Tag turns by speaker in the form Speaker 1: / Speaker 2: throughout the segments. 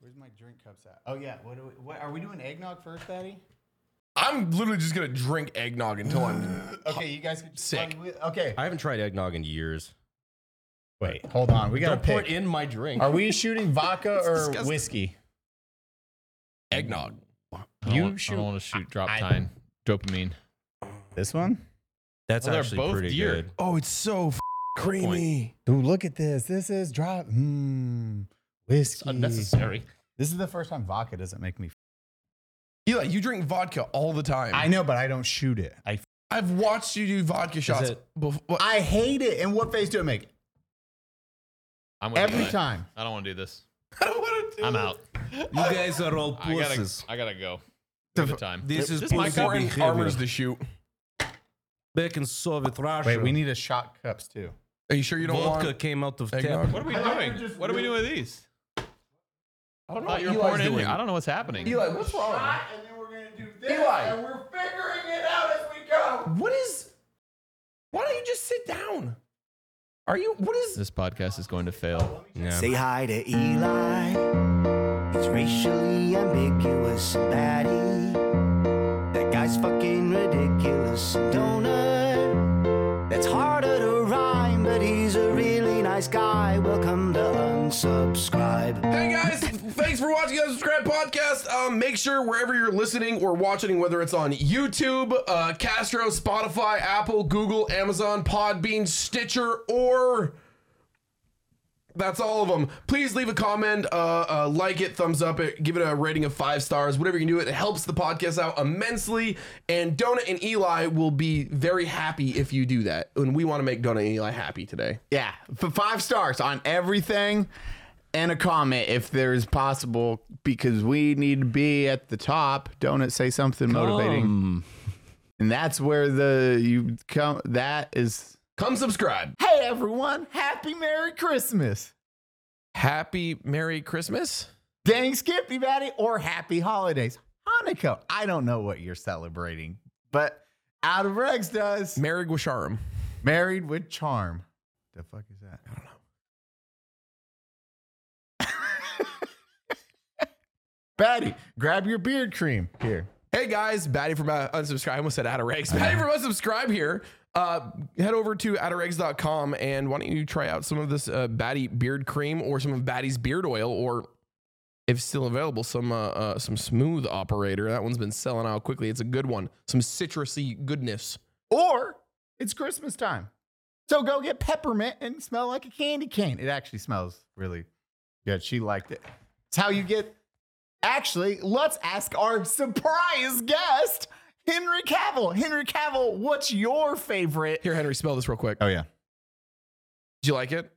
Speaker 1: Where's my drink cups at? Oh yeah, what, do we, what are we doing? Eggnog first, Daddy?
Speaker 2: I'm literally just gonna drink eggnog until I'm.
Speaker 1: Okay, you guys can
Speaker 2: Sick.
Speaker 1: we- Okay,
Speaker 3: I haven't tried eggnog in years.
Speaker 1: wait, hold on. We gotta
Speaker 2: Don't pour it
Speaker 1: pick.
Speaker 2: in my drink.
Speaker 1: Are we shooting vodka or
Speaker 2: disgusting.
Speaker 1: whiskey?
Speaker 2: eggnog?
Speaker 4: I don't
Speaker 1: You
Speaker 4: want- I
Speaker 1: shoot-
Speaker 4: don't want to shoot drop
Speaker 1: I-
Speaker 4: time dopamine.
Speaker 1: This one?
Speaker 3: That's
Speaker 2: Well, they're
Speaker 3: actually
Speaker 2: both
Speaker 3: pretty
Speaker 2: deer.
Speaker 3: good.
Speaker 2: Oh, it's so f- creamy.
Speaker 1: Dude, look at this. This is drop. Mmm,
Speaker 4: It's
Speaker 1: whiskey.
Speaker 4: unnecessary.
Speaker 1: This is the first time vodka doesn't make me. F-
Speaker 2: Eli, you drink vodka all the time.
Speaker 1: I know, but I don't shoot it. I f-
Speaker 2: I've watched you do vodka shots
Speaker 3: it-
Speaker 2: before.
Speaker 1: I hate it. And what face do it make?
Speaker 4: I'm gonna do
Speaker 1: Every
Speaker 4: that.
Speaker 1: time.
Speaker 4: I don't want to do this.
Speaker 2: I don't want to do
Speaker 4: I'm
Speaker 2: it.
Speaker 4: out.
Speaker 3: You guys are all
Speaker 4: I gotta.
Speaker 3: pussies.
Speaker 4: I gotta go.
Speaker 1: The
Speaker 4: Another
Speaker 1: f-
Speaker 4: time.
Speaker 3: This is
Speaker 4: Just my
Speaker 2: My
Speaker 3: pussy
Speaker 4: cup.
Speaker 2: foreign
Speaker 3: behavior.
Speaker 2: armors to shoot.
Speaker 3: Back in Soviet Russia,
Speaker 1: Wait, we need a shot cups too.
Speaker 2: Are you sure you don't
Speaker 3: vodka
Speaker 2: want?
Speaker 3: came out of
Speaker 2: eggnog?
Speaker 3: tap.
Speaker 4: What are we
Speaker 1: I thought you
Speaker 4: doing?
Speaker 1: were just
Speaker 4: What are we doing with these?
Speaker 2: I don't
Speaker 4: I thought you were pouring in here. I don't know what's happening.
Speaker 2: Eli, what's wrong?
Speaker 1: and then we're gonna do
Speaker 2: this, Eli. and
Speaker 1: we're figuring it out as we go.
Speaker 2: What is? Why don't you just sit down? Are you? What is?
Speaker 4: This podcast is going to fail.
Speaker 3: Yeah.
Speaker 5: Say hi to Eli. He's racially ambiguous and batty. That guy's fucking ridiculous and donut. That's harder to rhyme, but he's a really nice guy. Welcome to unsubscribe.
Speaker 2: Hey guys, thanks for watching the Unsubscribe podcast. Um, make sure wherever you're listening or watching, whether it's on YouTube, uh, Castro, Spotify, Apple, Google, Amazon, Podbean, Stitcher, or that's all of them. Please leave a comment, uh, uh, like it, thumbs up it, give it a rating of five stars, whatever you can do. It helps the podcast out immensely. And Donut and Eli will be very happy if you do that. And we want to make Donut and Eli happy today.
Speaker 1: Yeah, for five stars on everything and a comment if there is possible because we need to be at the top. Don't it say something motivating?
Speaker 3: Um,
Speaker 1: And that's where the you come that is
Speaker 2: Come subscribe.
Speaker 1: Hey everyone, happy Merry Christmas.
Speaker 2: Happy Merry Christmas.
Speaker 1: Dang Skippy Batty or happy holidays. Hanukkah. I don't know what you're celebrating, but out of Rex does.
Speaker 2: Merry Guisharum.
Speaker 1: Married with charm. The fuck is that? I don't know. Batty, grab your beard cream here.
Speaker 2: Hey guys, Batty from uh, Unsubscribe. I almost said Adaregs. Batty from Unsubscribe here. Uh, head over to Adaregs.com and why don't you try out some of this uh, Batty beard cream or some of Batty's beard oil or if still available, some uh, uh, some smooth operator. That one's been selling out quickly. It's a good one. Some citrusy goodness.
Speaker 1: Or it's Christmas time. So go get peppermint and smell like a candy cane. It actually smells really good. She liked it. It's how you get. Actually, let's ask our surprise guest, Henry Cavill. Henry Cavill, what's your favorite?
Speaker 2: Here, Henry, spell this real quick.
Speaker 1: Oh, yeah.
Speaker 2: Did you like it?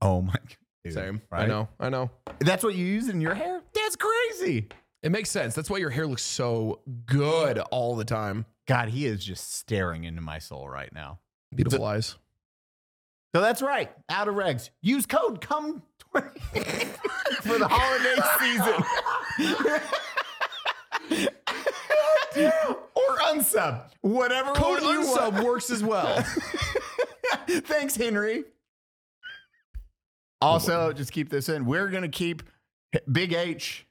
Speaker 1: Oh, my God. dude,
Speaker 2: Same. I
Speaker 1: right?
Speaker 2: know. I know.
Speaker 1: That's what you use in your hair? That's crazy.
Speaker 2: It makes sense. That's why your hair looks so good all the time.
Speaker 1: God, he is just staring into my soul right now.
Speaker 2: Beautiful eyes.
Speaker 1: So that's right. Out of regs. Use code come 20 for the holiday season. or unsub. Whatever
Speaker 2: Code
Speaker 1: one you want.
Speaker 2: unsub works as well.
Speaker 1: Thanks, Henry. Also, just keep this in. We're gonna keep Big H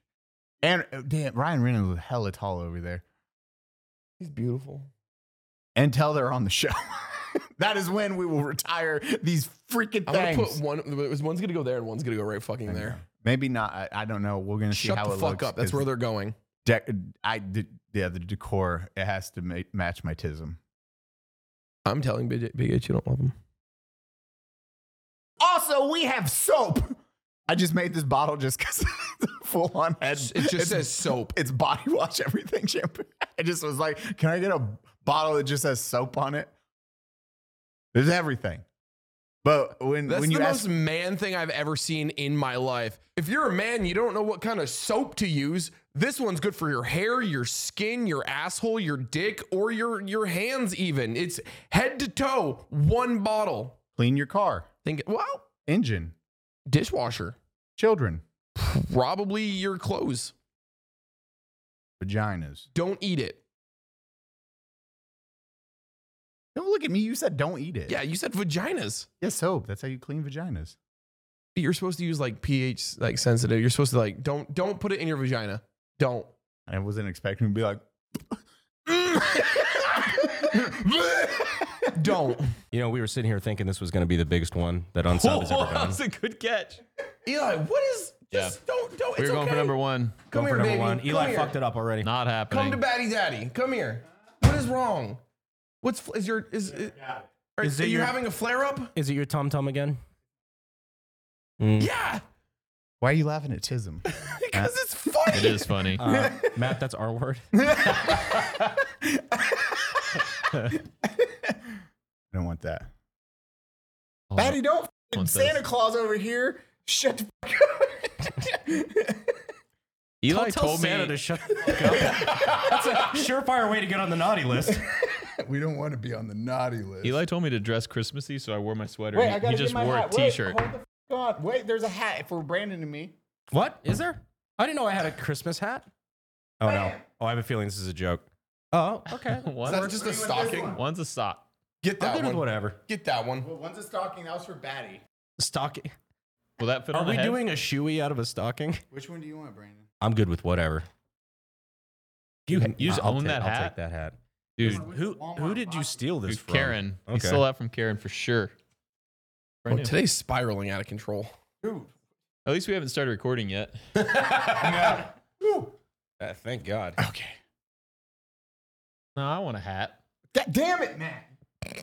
Speaker 1: and oh, damn Ryan Reynolds is hella tall over there
Speaker 2: He's beautiful.
Speaker 1: until they're on the show. that is when we will retire these freaking
Speaker 2: I'm
Speaker 1: things.
Speaker 2: gonna put one. One's gonna go there, and one's gonna go right fucking there.
Speaker 1: Maybe not. I, I don't know. We're gonna see
Speaker 2: Shut
Speaker 1: how
Speaker 2: the
Speaker 1: it
Speaker 2: fuck
Speaker 1: looks
Speaker 2: up. That's
Speaker 1: 'cause
Speaker 2: where they're going.
Speaker 1: dec- I did. Yeah, the decor it has to ma- match my tism.
Speaker 2: I'm telling Big, Big H, you don't love him.
Speaker 1: Also, we have soap. I just made this bottle just because full on head.
Speaker 2: It just says soap.
Speaker 1: It's body wash everything shampoo. I just was like, can I get a bottle that just has soap on it? There's everything. But when
Speaker 2: That's
Speaker 1: when you
Speaker 2: the
Speaker 1: ask,
Speaker 2: most man thing I've ever seen in my life. If you're a man, you don't know what kind of soap to use. This one's good for your hair, your skin, your asshole, your dick, or your your hands. Even it's head to toe, one bottle.
Speaker 1: clean your car,
Speaker 2: Think well,
Speaker 1: engine,
Speaker 2: dishwasher,
Speaker 1: children,
Speaker 2: probably your clothes.
Speaker 1: vaginas.
Speaker 2: Don't eat it.
Speaker 1: Don't look at me. You said don't eat it.
Speaker 2: Yeah, you said vaginas.
Speaker 1: Yes, soap. That's how you clean vaginas.
Speaker 2: You're supposed to use like pH like sensitive. You're supposed to like don't don't put it in your vagina. Don't.
Speaker 1: I wasn't expecting to be like,
Speaker 2: don't.
Speaker 3: You know, we were sitting here thinking this was going to be the biggest one that Unsub has ever done.
Speaker 4: a good catch.
Speaker 2: Eli, what is
Speaker 4: Yeah.
Speaker 2: just don't don't
Speaker 4: We
Speaker 2: it's
Speaker 4: were going
Speaker 2: okay.
Speaker 4: for number one.
Speaker 2: Come
Speaker 3: For
Speaker 2: here,
Speaker 3: number
Speaker 2: baby.
Speaker 3: one,
Speaker 2: Come
Speaker 3: Eli
Speaker 2: here.
Speaker 3: fucked it up already.
Speaker 4: Not happening.
Speaker 2: Come to Batty Daddy. Come here. What is wrong? What's fl- is your is, is, are,
Speaker 3: Is
Speaker 2: are
Speaker 3: it
Speaker 2: you
Speaker 3: your-
Speaker 2: having a flare up?
Speaker 3: Is it your tum tum again? Mm.
Speaker 2: Yeah,
Speaker 1: why are you laughing at Chisholm?
Speaker 2: because it's funny.
Speaker 4: it is funny.
Speaker 3: Uh, Matt, that's our word.
Speaker 1: I don't want that.
Speaker 4: Oh,
Speaker 1: Patty, don't
Speaker 4: want
Speaker 1: Santa
Speaker 4: this.
Speaker 1: Claus over here. Shut the fuck up.
Speaker 4: Eli
Speaker 3: Don't tell
Speaker 4: told
Speaker 3: Santa
Speaker 4: me.
Speaker 3: to shut the fuck up. That's a surefire way to get on the naughty list.
Speaker 1: we don't want to be on the naughty list.
Speaker 4: Eli told me to dress Christmassy, so I wore my sweater.
Speaker 1: Wait,
Speaker 4: he,
Speaker 1: I gotta
Speaker 4: he
Speaker 1: get
Speaker 4: just
Speaker 1: my
Speaker 4: wore
Speaker 1: hat.
Speaker 4: a T-shirt.
Speaker 1: Wait, hold the fuck on. Wait, there's a hat for Brandon and me.
Speaker 3: What is there? I didn't know I had a Christmas hat. Oh no! Oh, I have a feeling this is a joke. Oh, okay.
Speaker 4: One's,
Speaker 2: That's just a stocking.
Speaker 4: one's a sock.
Speaker 2: Get
Speaker 3: I'm
Speaker 2: that
Speaker 3: good with
Speaker 2: one.
Speaker 3: whatever.
Speaker 2: Get that one.
Speaker 1: Well, one's a stocking. That was for Batty.
Speaker 3: Stocking.
Speaker 4: Will that fit
Speaker 3: Are
Speaker 4: on the
Speaker 3: we
Speaker 4: head?
Speaker 3: doing a shoey out of a stocking?
Speaker 1: Which one do you want, Brandon?
Speaker 3: I'm good with whatever.
Speaker 4: You- you just
Speaker 3: I'll
Speaker 4: own
Speaker 3: take-
Speaker 4: that
Speaker 3: I'll
Speaker 4: hat?
Speaker 3: take that hat.
Speaker 4: Dude,
Speaker 3: Who who did you steal this
Speaker 4: dude
Speaker 3: from?
Speaker 4: Karen. He
Speaker 3: Okay.
Speaker 4: stole that from Karen for sure.
Speaker 2: Oh,
Speaker 4: Brand new.
Speaker 2: today's spiraling out of control.
Speaker 4: At least we haven't started recording yet.
Speaker 3: Uh, thank God.
Speaker 2: Okay.
Speaker 4: No, I want a hat.
Speaker 1: God damn it, Matt.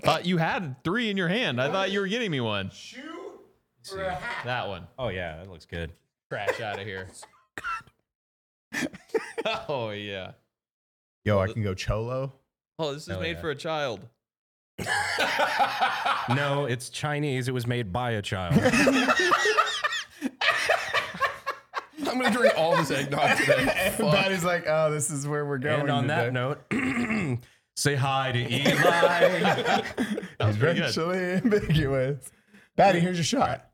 Speaker 4: Thought you had three in your hand. I thought you were getting me one.
Speaker 1: Shoe for a hat.
Speaker 4: That one.
Speaker 3: Oh yeah, that looks good.
Speaker 4: Crash out of here. oh yeah.
Speaker 1: Yo, I can go cholo.
Speaker 4: Oh, this is
Speaker 3: Hell
Speaker 4: made
Speaker 3: yeah.
Speaker 4: for a child.
Speaker 3: No, it's Chinese. It was made by a child.
Speaker 2: I'm gonna drink all this eggnog today. Fuck.
Speaker 1: Batty's like, oh, this is where we're going.
Speaker 3: and on that
Speaker 1: today.
Speaker 3: note, say hi to Eli.
Speaker 4: That was pretty good.
Speaker 1: racially ambiguous. Batty, here's your shot.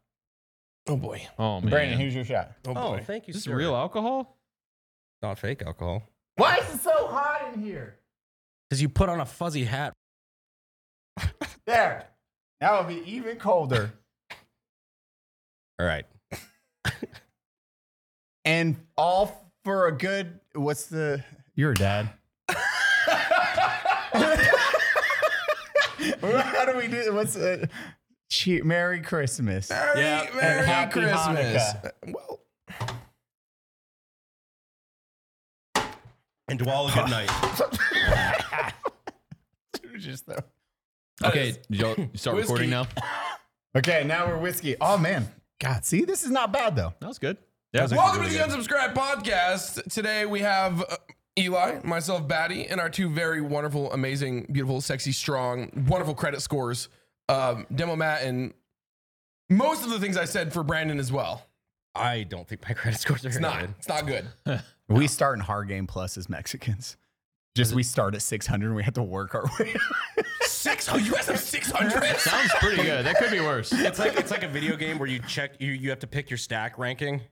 Speaker 2: Oh boy.
Speaker 4: Oh man.
Speaker 1: Brandon, here's your shot.
Speaker 2: Oh
Speaker 3: oh,
Speaker 2: boy.
Speaker 3: thank you.
Speaker 4: is this
Speaker 3: sir.
Speaker 4: real alcohol?
Speaker 3: not fake alcohol.
Speaker 1: Why is it so hot in here?
Speaker 3: Because you put on a fuzzy hat.
Speaker 1: There. Now it'll be even colder.
Speaker 3: All right.
Speaker 1: and all for a good. What's the? You're a dad. How do we do? What's a? Che- Merry Christmas.
Speaker 2: Merry,
Speaker 3: Yeah,
Speaker 2: Merry
Speaker 1: and happy
Speaker 2: Christmas.
Speaker 1: Hanukkah.
Speaker 3: Uh,
Speaker 2: Well,
Speaker 3: And Dwala, good night.
Speaker 1: Just though.
Speaker 4: Okay, y'all you start
Speaker 2: Whiskey.
Speaker 4: recording now.
Speaker 1: Okay, now we're whiskey. Oh man, God, see, this is not bad though.
Speaker 4: That was good. Yeah, was
Speaker 2: welcome
Speaker 4: actually
Speaker 2: to the
Speaker 4: really good.
Speaker 2: Unsubscribe podcast. Today we have uh, Eli, myself, Batty, and our two very wonderful, amazing, beautiful, sexy, strong, wonderful credit scores. Um, Demo Matt and most of the things I said for Brandon as well.
Speaker 3: I don't think my credit scores are
Speaker 2: It's not. It's not good.
Speaker 1: We start in hard game plus as Mexicans. Just we start at 600 and we have to work our way.
Speaker 2: Six. Oh, you guys have six hundred.
Speaker 4: Sounds pretty good. That could be worse.
Speaker 3: It's like it's like a video game where you check you you have to pick your stack ranking.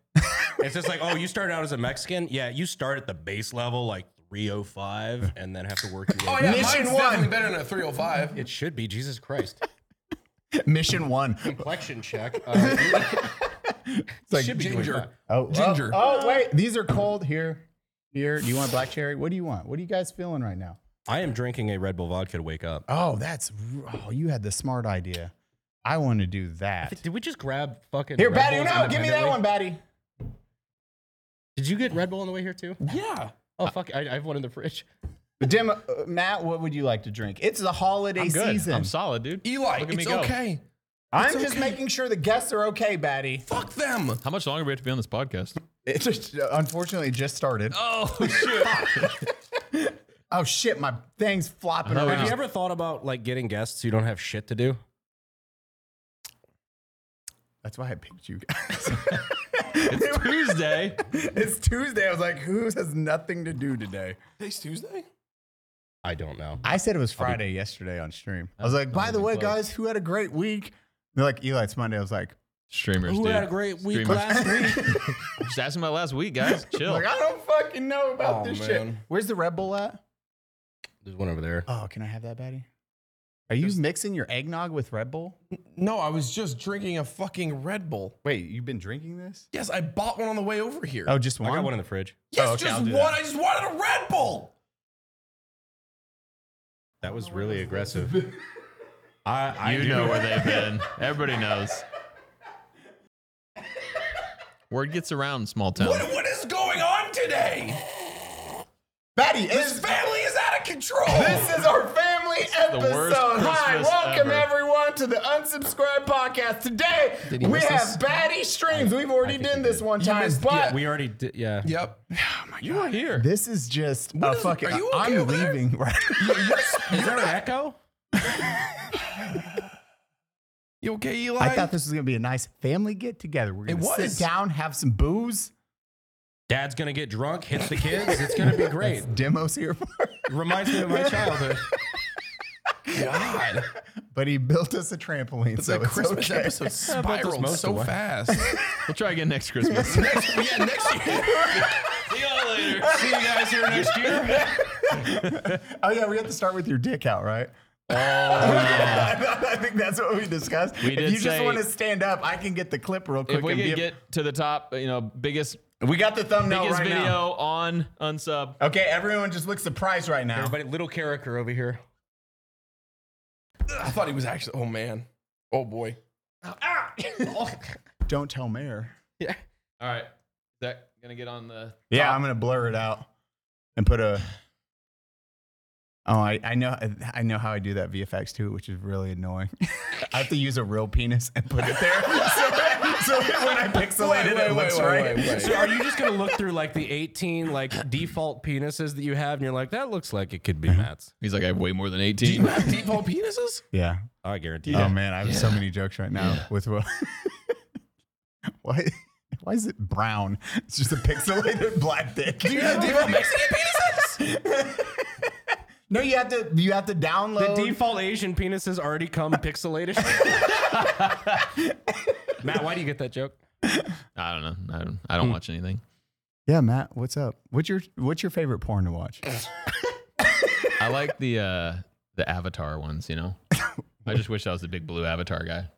Speaker 3: It's just like, oh, you start out as a Mexican. Yeah, you start at the base level like 305 and then have to work your
Speaker 2: Oh
Speaker 3: way.
Speaker 2: yeah,
Speaker 1: Mission
Speaker 2: mine's
Speaker 1: one.
Speaker 2: definitely better than a three hundred five.
Speaker 3: It should be Jesus Christ.
Speaker 1: Mission one.
Speaker 3: Complexion check. Uh,
Speaker 1: It's like,
Speaker 3: should be doing
Speaker 2: Ginger.
Speaker 3: fine.
Speaker 1: oh, oh,
Speaker 2: Ginger.
Speaker 1: Oh, wait, these are cold here. Here, do you want black cherry? What do you want? What are you guys feeling right now?
Speaker 3: I am drinking a Red Bull vodka to wake up.
Speaker 1: Oh, that's oh, you had the smart idea. I want to do that.
Speaker 3: Did we just grab fucking
Speaker 1: Here,
Speaker 3: Red
Speaker 1: Batty,
Speaker 3: Bulls
Speaker 1: no, give me that
Speaker 3: independently?
Speaker 1: one, Batty.
Speaker 3: Did you get Red Bull on the way here too?
Speaker 2: Yeah.
Speaker 4: Uh,
Speaker 3: Oh fuck, I, I have one in the fridge.
Speaker 1: Dim, uh, Matt, what would you like to drink? It's the holiday
Speaker 4: I'm good.
Speaker 1: season.
Speaker 4: I'm solid, dude.
Speaker 2: Eli,
Speaker 4: Look at me
Speaker 2: it's
Speaker 4: go.
Speaker 2: okay.
Speaker 1: I'm
Speaker 2: It's
Speaker 1: just
Speaker 2: okay.
Speaker 1: making sure the guests are okay, Batty.
Speaker 2: Fuck them.
Speaker 4: How much longer do we have to be on this podcast?
Speaker 1: It just unfortunately just started.
Speaker 4: Oh shit.
Speaker 1: Oh shit, my thing's flopping
Speaker 4: I know,
Speaker 1: around.
Speaker 4: yeah.
Speaker 3: Have you ever thought about like getting guests who don't have shit to do?
Speaker 1: That's why I picked you guys.
Speaker 4: It's Tuesday.
Speaker 1: it's Tuesday. I was like, who has nothing to do today?
Speaker 2: Today's Tuesday.
Speaker 3: I don't know.
Speaker 1: I said it was Friday yesterday on stream. I was like, by the
Speaker 4: even
Speaker 1: way,
Speaker 4: close.
Speaker 1: guys, who had a great week? They're like, Eli, it's Monday. I was like,
Speaker 4: Streamers, dude.
Speaker 3: great
Speaker 4: week
Speaker 3: last week?
Speaker 4: Just asking about last week, guys. Chill.
Speaker 1: like I don't fucking know about
Speaker 2: Oh,
Speaker 1: this shit.
Speaker 2: man.
Speaker 1: Where's the Red Bull at?
Speaker 3: There's one over there.
Speaker 1: Oh, can I have that, Batty? Are you mixing your eggnog with Red Bull?
Speaker 2: No, I was just drinking a fucking Red Bull.
Speaker 1: Wait, you've been drinking this?
Speaker 2: Yes, I bought one on the way over here.
Speaker 1: Oh, just one.
Speaker 3: I got one in the fridge.
Speaker 2: yes,
Speaker 1: oh, okay,
Speaker 2: just
Speaker 1: I'll
Speaker 2: one.
Speaker 1: do that.
Speaker 2: I just wanted a Red Bull.
Speaker 3: That was really aggressive. I, I
Speaker 4: You
Speaker 3: do-
Speaker 4: know where they've been. Everybody knows. Word gets around small town.
Speaker 2: What, what is going on today?
Speaker 1: Batty
Speaker 2: This
Speaker 1: is.
Speaker 2: family is out of control.
Speaker 1: This is our family
Speaker 4: the
Speaker 1: episode.
Speaker 4: worst
Speaker 1: Hi,
Speaker 4: Christmas
Speaker 1: welcome
Speaker 4: ever.
Speaker 1: everyone to the Unsubscribe Podcast. Today
Speaker 2: he
Speaker 1: we
Speaker 2: miss
Speaker 1: have
Speaker 2: this?
Speaker 1: Batty streams. We've already done this one
Speaker 2: You
Speaker 1: time,
Speaker 2: missed-
Speaker 1: but
Speaker 2: yeah,
Speaker 3: We already did. Yeah.
Speaker 2: yep.
Speaker 4: You are here.
Speaker 1: This is just
Speaker 2: What
Speaker 1: a
Speaker 2: is-
Speaker 1: fucking.
Speaker 2: are you okay
Speaker 1: I'm
Speaker 2: over there?
Speaker 1: leaving. Right?
Speaker 3: Is there an echo?
Speaker 2: You okay, Eli?
Speaker 1: I thought this was gonna be a nice family get together. We're
Speaker 2: It
Speaker 1: gonna sit
Speaker 2: was.
Speaker 1: down, have some booze.
Speaker 3: Dad's gonna get drunk, hits the kids. It's gonna be great.
Speaker 1: Demos here for.
Speaker 3: Reminds me of my childhood.
Speaker 2: God.
Speaker 1: But he built us a trampoline, so
Speaker 2: the
Speaker 1: it's
Speaker 2: Christmas
Speaker 1: okay.
Speaker 2: episode
Speaker 3: about this
Speaker 2: spiraled
Speaker 3: most
Speaker 2: so
Speaker 3: away?
Speaker 2: fast.
Speaker 4: We'll try again next Christmas.
Speaker 2: next, yeah, next year.
Speaker 4: See y'all later.
Speaker 3: See you guys here next year.
Speaker 1: Oh yeah, we have to start with your dick out, right?
Speaker 2: Oh.
Speaker 1: I think that's what we discussed.
Speaker 4: We
Speaker 1: if
Speaker 4: did
Speaker 1: you just
Speaker 4: say-
Speaker 1: want to stand up, I can get the clip real quick.
Speaker 4: If we
Speaker 1: and
Speaker 4: could
Speaker 1: give-
Speaker 4: get to the top, you know, biggest
Speaker 1: we got the thumbnail
Speaker 4: biggest
Speaker 1: right
Speaker 4: video
Speaker 1: now.
Speaker 4: on unsub.
Speaker 1: Okay, everyone just look surprised right now.
Speaker 3: Everybody, little character over here.
Speaker 2: I thought he was actually. Oh man. Oh boy.
Speaker 1: Don't tell Mayor.
Speaker 4: All right. Is that gonna get on the
Speaker 1: Yeah, I'm gonna blur it out and put a. Oh, I, I know I know how I do that VFX too, which is really annoying. I have to use a real penis and put it there, so, so that when I pixelate it,
Speaker 2: Wait, wait,
Speaker 1: it looks
Speaker 2: wait,
Speaker 1: right.
Speaker 2: wait, wait, wait.
Speaker 3: So are you just gonna look through like the 18 like default penises that you have, and you're like, that looks like it could be Matt's.
Speaker 4: He's like, I have way more than
Speaker 2: Mm-hmm. Do you
Speaker 4: 18.
Speaker 2: have default penises? Um,
Speaker 1: Yeah.
Speaker 3: I guarantee.
Speaker 1: Oh man, I have so many jokes right now with what. Why? Why is it brown? It's just a pixelated black dick.
Speaker 2: Do you have default Mexican penises?
Speaker 1: no, you have to. You have to
Speaker 3: The
Speaker 1: download.
Speaker 3: default Asian penises already come pixelated. Matt, why do you get that joke?
Speaker 4: I don't know. I don't, I
Speaker 2: Hmm.
Speaker 4: don't watch anything.
Speaker 1: yeah, Matt, what's up? What's your What's your favorite porn to watch?
Speaker 4: I like the uh the avatar ones, you know. I just wish I was the big blue avatar guy.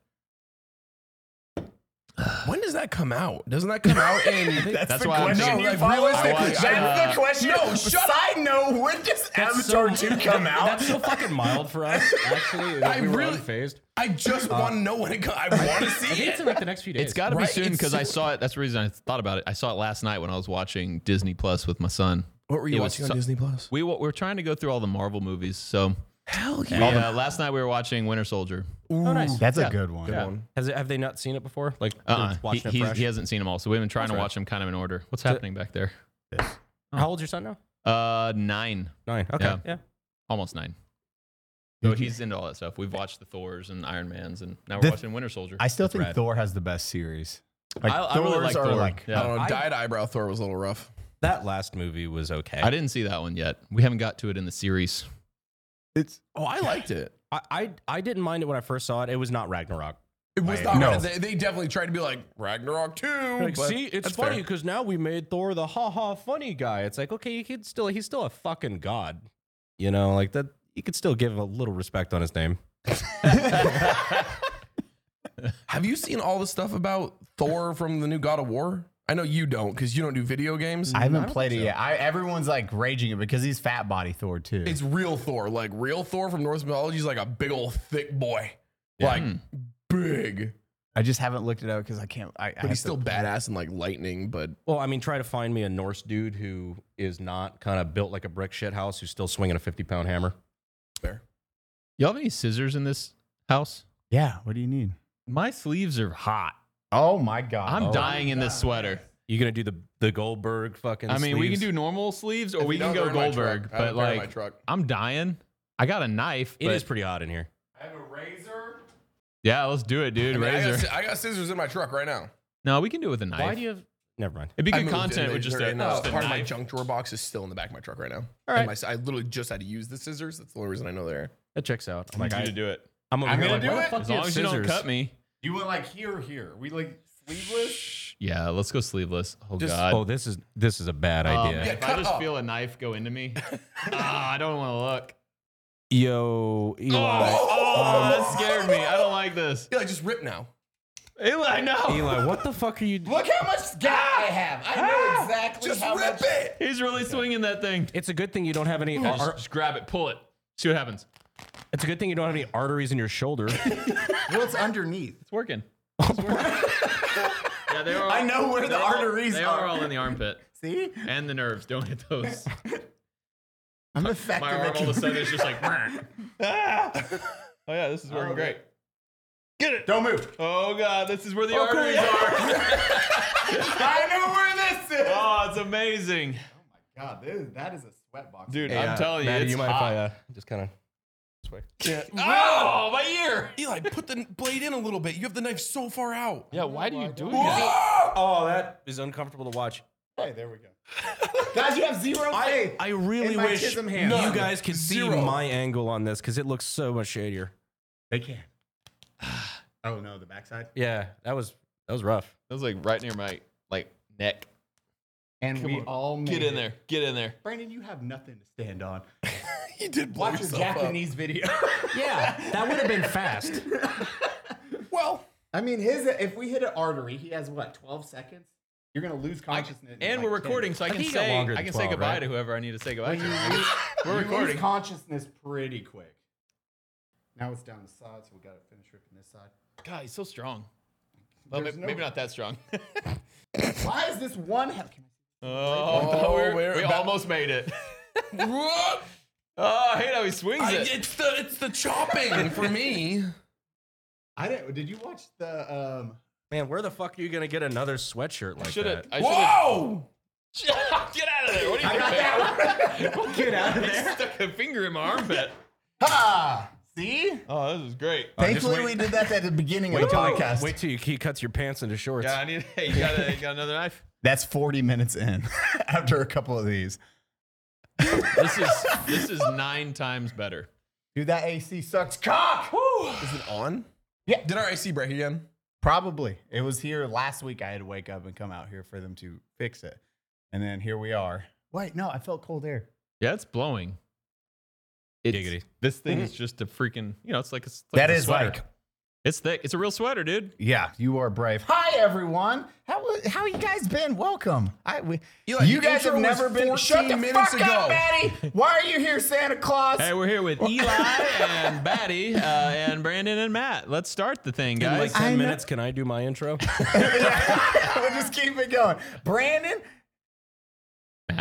Speaker 2: When does that come out? Doesn't that come out in?
Speaker 4: That's why I'm
Speaker 2: question.
Speaker 4: saying-
Speaker 2: No, like, realistically,
Speaker 1: that's
Speaker 4: I-
Speaker 1: the question.
Speaker 2: No, shut
Speaker 1: Side note: When does Avatar Two come out?
Speaker 3: That's so fucking mild for us. Actually,
Speaker 2: I
Speaker 3: I we were
Speaker 2: really-
Speaker 3: unfazed.
Speaker 2: I just want to know when it comes. Uh, I want to
Speaker 3: I
Speaker 2: see
Speaker 3: think it's
Speaker 2: it.
Speaker 3: in like the next few days.
Speaker 4: It's got to
Speaker 2: Right,
Speaker 4: be soon
Speaker 2: it's
Speaker 4: because I
Speaker 2: soon.
Speaker 4: saw it. That's the reason I thought about it. I saw it last night when I was watching Disney Plus with my son.
Speaker 2: What were you
Speaker 4: It was
Speaker 2: watching on
Speaker 4: so-
Speaker 2: Disney Plus?
Speaker 4: We were, we were trying to go through all the Marvel movies. So
Speaker 2: Hell
Speaker 4: we, uh, last night we were watching Winter Soldier.
Speaker 3: oh, nice.
Speaker 1: that's
Speaker 4: Yeah.
Speaker 1: a good one.
Speaker 3: Has it, have they not seen it before? Like
Speaker 4: Uh-uh.
Speaker 3: they're
Speaker 4: He,
Speaker 3: watching it
Speaker 4: he's-
Speaker 3: fresh.
Speaker 4: he hasn't seen them all, so we've been trying to watch them kind of in order. What's happening back there?
Speaker 3: How old's your son now?
Speaker 4: Uh, nine,
Speaker 3: Nine. Okay.
Speaker 4: Yeah.
Speaker 3: Yeah.
Speaker 4: almost nine. So he's into all that stuff. We've watched the Thors and Iron Mans, and now we're
Speaker 1: The-
Speaker 4: watching Winter Soldier.
Speaker 1: I still
Speaker 4: That's
Speaker 1: think
Speaker 4: rad.
Speaker 1: Thor has the best series.
Speaker 4: I, I really
Speaker 1: Thors
Speaker 4: like
Speaker 1: are
Speaker 4: Thor.
Speaker 1: like-
Speaker 4: Yeah.
Speaker 2: I don't know.
Speaker 3: I-
Speaker 2: dyed eyebrow Thor was a little rough.
Speaker 3: That last movie was okay.
Speaker 4: I didn't see that one yet. We haven't got to it in the series.
Speaker 1: It's
Speaker 2: Oh, I liked it.
Speaker 3: I, I I didn't mind it when I first saw it. It was not Ragnarok.
Speaker 2: It was not.
Speaker 1: No.
Speaker 2: right. They, they definitely tried to be like Ragnarok Two.
Speaker 3: Like,
Speaker 2: but
Speaker 3: see, it's
Speaker 2: that's
Speaker 3: funny
Speaker 2: fair.
Speaker 3: because now we made Thor the ha ha funny guy. It's like, okay, he's still he's still a fucking god. You know, like that you could still give a little respect on his name.
Speaker 2: Have you seen all the stuff about Thor from the new God of War? I know you don't because you don't do video games.
Speaker 1: I haven't played it yet. I, everyone's like raging it because he's fat body Thor too.
Speaker 2: it's real Thor, like real Thor from Norse mythology is like a big old thick boy, like big,
Speaker 1: I just haven't looked it up because I can't. I, I
Speaker 2: but
Speaker 1: have
Speaker 2: he's
Speaker 1: to-
Speaker 2: still badass and like lightning. But
Speaker 3: Well, I mean, try to find me a Norse dude who is not kind of built like a brick shit house who's still swinging a 50 pound hammer.
Speaker 2: fair.
Speaker 4: Y'all have any scissors in this house?
Speaker 1: Yeah. What do you need?
Speaker 4: My sleeves are hot.
Speaker 1: Oh my god.
Speaker 4: I'm dying in this sweater.
Speaker 3: You gonna do the the Goldberg fucking?
Speaker 4: I mean, we can
Speaker 3: sleeves?
Speaker 4: do normal sleeves or
Speaker 2: If
Speaker 4: Oh, we
Speaker 2: you don't,
Speaker 4: can
Speaker 2: they're
Speaker 4: go
Speaker 2: in my
Speaker 4: Goldberg,
Speaker 2: truck. I have
Speaker 4: but
Speaker 2: a pair in my
Speaker 4: like
Speaker 2: truck.
Speaker 4: I'm dying. I got a knife.
Speaker 3: It is
Speaker 4: but
Speaker 3: pretty hot in here.
Speaker 4: Yeah, let's do it, dude.
Speaker 2: I, mean, I got,
Speaker 4: Razor.
Speaker 2: sci- I got scissors in my truck right now.
Speaker 4: No, we can do it with a knife.
Speaker 3: Why do you have? Never mind.
Speaker 4: It'd be
Speaker 2: I
Speaker 4: good
Speaker 2: moved
Speaker 4: content
Speaker 2: it.
Speaker 4: with just
Speaker 2: They're
Speaker 4: a,
Speaker 2: in, uh,
Speaker 4: just a
Speaker 2: part of my
Speaker 4: knife.
Speaker 2: junk drawer box is still in the back of my truck right now.
Speaker 3: All
Speaker 2: And
Speaker 3: right.
Speaker 2: my- I literally just had to use the scissors. That's the only reason I know they're.
Speaker 3: That checks out. I'm
Speaker 4: Like
Speaker 3: like,
Speaker 4: you
Speaker 3: I,
Speaker 4: to do it.
Speaker 3: I'm over
Speaker 1: I'm
Speaker 3: here
Speaker 1: gonna
Speaker 3: like,
Speaker 1: do
Speaker 3: why the
Speaker 1: it.
Speaker 3: fuck
Speaker 4: As
Speaker 3: do you
Speaker 4: long
Speaker 3: have
Speaker 4: as you don't
Speaker 3: scissors?
Speaker 4: cut me.
Speaker 1: You went like here, here. We like sleeveless.
Speaker 4: Yeah, let's go sleeveless. Oh
Speaker 3: Just,
Speaker 4: god.
Speaker 3: oh, this is this is a bad
Speaker 4: Oh,
Speaker 3: idea.
Speaker 4: man, if I
Speaker 2: cut
Speaker 4: just
Speaker 2: off.
Speaker 4: feel a knife go into me, ah, I don't want to look.
Speaker 3: Yo, Eli,
Speaker 4: Oh, that scared me. I don't like this.
Speaker 2: Yeah, like just rip now.
Speaker 4: Eli, no.
Speaker 3: Eli, what the fuck are you? doing?
Speaker 1: Look how much scat I have. I know exactly
Speaker 2: Just
Speaker 1: how
Speaker 2: rip
Speaker 1: much.
Speaker 2: it.
Speaker 4: He's really swinging that thing.
Speaker 3: It's a good thing you don't have any. ar-
Speaker 4: Just, just grab it, pull it, see what happens.
Speaker 3: it's a good thing you don't have any arteries in your shoulder.
Speaker 1: What's underneath?
Speaker 4: It's working. yeah, they are.
Speaker 1: I know where the
Speaker 4: they're all-
Speaker 1: arteries
Speaker 4: They
Speaker 1: are.
Speaker 4: are all in the armpit
Speaker 1: See?
Speaker 4: and the nerves. Don't hit those.
Speaker 1: I'm effective.
Speaker 4: My
Speaker 1: at
Speaker 4: arm all of a sudden is just like. "Brr." oh yeah, this is working great. Get it.
Speaker 1: Don't move.
Speaker 4: Oh god, this is where the
Speaker 3: Oh, cool.
Speaker 4: arteries are.
Speaker 1: I know where this is.
Speaker 4: oh, it's amazing,
Speaker 1: God, this, that is a sweat box.
Speaker 4: dude. I'm telling you, it's
Speaker 3: you might
Speaker 4: hot.
Speaker 3: if I uh, just kind of this way.
Speaker 4: Oh, my ear.
Speaker 2: Eli, put the blade in a little bit. You have the knife so far out.
Speaker 3: Yeah, why do you do
Speaker 2: Oh,
Speaker 3: That is uncomfortable to watch.
Speaker 1: Okay, there we go. Guys, you have zero faith.
Speaker 3: I really
Speaker 1: In my
Speaker 3: wish
Speaker 1: Chisholm
Speaker 3: you
Speaker 1: hand. None.
Speaker 3: guys could see
Speaker 2: Zero.
Speaker 3: my angle on this because it looks so much shadier.
Speaker 1: they can. Oh no, the backside.
Speaker 3: Yeah, that was that was rough.
Speaker 4: That was like right near my like neck.
Speaker 1: And we all made
Speaker 4: Get in
Speaker 1: it.
Speaker 4: there. Get in there.
Speaker 1: Brandon, you have nothing to stand on.
Speaker 2: you did blow
Speaker 1: Watch your
Speaker 2: yourself up.
Speaker 1: Japanese video.
Speaker 3: Yeah, that would have been fast.
Speaker 2: Well,
Speaker 1: I mean, his if we hit an artery, he has what, 12 seconds? You're gonna lose consciousness. in,
Speaker 4: And
Speaker 1: like,
Speaker 4: we're
Speaker 1: 10.
Speaker 4: recording, so I can
Speaker 3: think you got
Speaker 4: say
Speaker 3: longer than
Speaker 4: I can say
Speaker 3: 12,
Speaker 4: goodbye
Speaker 3: right?
Speaker 4: to whoever I need to say goodbye
Speaker 1: You
Speaker 4: to.
Speaker 1: lose-
Speaker 4: We're
Speaker 1: you lose
Speaker 4: recording.
Speaker 1: consciousness pretty quick. Now it's down the side, so we gotta finish ripping this side.
Speaker 4: God, he's so strong. Well,
Speaker 1: There's
Speaker 4: maybe,
Speaker 1: no-
Speaker 4: maybe not that strong.
Speaker 1: Why is this one? Hell, can
Speaker 4: oh,
Speaker 2: Oh,
Speaker 4: we
Speaker 2: we're
Speaker 4: we
Speaker 2: about-
Speaker 4: almost made it.
Speaker 2: whoop.
Speaker 4: Oh, I hate how he swings
Speaker 2: I-
Speaker 4: it.
Speaker 2: it's the it's the chopping for me.
Speaker 1: I, I didn't. Did you watch the? um
Speaker 3: Man, where the fuck are you gonna get another sweatshirt like
Speaker 4: Should have.
Speaker 3: that?
Speaker 4: I
Speaker 2: Whoa!
Speaker 4: should have. Get out of there. What are you doing?
Speaker 1: Get out of
Speaker 4: He
Speaker 1: there!
Speaker 4: stuck a finger in my armpit.
Speaker 1: Ha! See.
Speaker 4: Oh, this is great.
Speaker 1: Thankfully,
Speaker 3: wait-
Speaker 1: we did that at the beginning of
Speaker 3: Wait
Speaker 1: the
Speaker 3: till,
Speaker 1: podcast.
Speaker 3: wait till you, he cuts your pants into shorts.
Speaker 4: Yeah, I need. Hey, you got, a, you got another knife?
Speaker 1: That's 40 minutes in after a couple of these.
Speaker 4: This is this is nine times better.
Speaker 1: Dude, that AC sucks cock.
Speaker 2: Is it on?
Speaker 1: Yeah.
Speaker 2: Did our AC break again?
Speaker 1: Probably. It was here last week. I had to wake up and come out here for them to fix it. And then here we are. Wait, no, I felt cold air.
Speaker 4: Yeah, it's blowing. It's, Mm.
Speaker 3: Giggity.
Speaker 4: This thing is just a freaking. You know, it's like a, it's like
Speaker 1: That
Speaker 4: a
Speaker 1: is
Speaker 4: sweater.
Speaker 1: like,
Speaker 4: It's thick. It's a real sweater, dude.
Speaker 1: yeah, you are brave. Hi, everyone. How how you guys been? Welcome. I we,
Speaker 2: Eli,
Speaker 1: you
Speaker 2: the
Speaker 1: guys have
Speaker 2: intro was
Speaker 1: never been.
Speaker 2: 14
Speaker 1: Shut the
Speaker 2: minutes
Speaker 1: fuck up,
Speaker 2: ago.
Speaker 1: Maddie. Why are you here, Santa Claus?
Speaker 4: Hey, we're here with Eli and Batty uh, and Brandon and Matt. Let's start the thing,
Speaker 3: In
Speaker 4: guys.
Speaker 3: like 10
Speaker 1: I know-
Speaker 3: minutes, can I do my intro?
Speaker 1: we'll just keep it going. Brandon.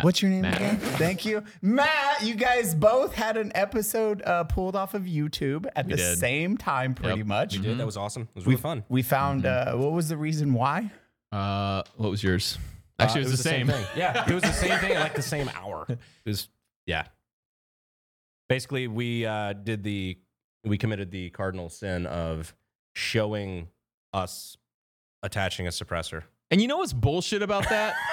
Speaker 1: What's your name
Speaker 4: Matt.
Speaker 1: again? Thank you. Matt, you guys both had an episode uh, pulled off of YouTube at the
Speaker 4: did.
Speaker 1: same time, pretty
Speaker 4: Yep,
Speaker 1: much.
Speaker 4: we Mm-hmm.
Speaker 3: Dude, that was awesome. It was really fun.
Speaker 1: We found uh, what was the reason why?
Speaker 4: Uh, what was yours? Actually,
Speaker 3: Uh,
Speaker 4: it was, the, same.
Speaker 3: thing. Yeah, it was the same thing at like the same hour. It was yeah. Basically, we uh, did the we committed the cardinal sin of showing us attaching a suppressor.
Speaker 4: And you know what's bullshit about that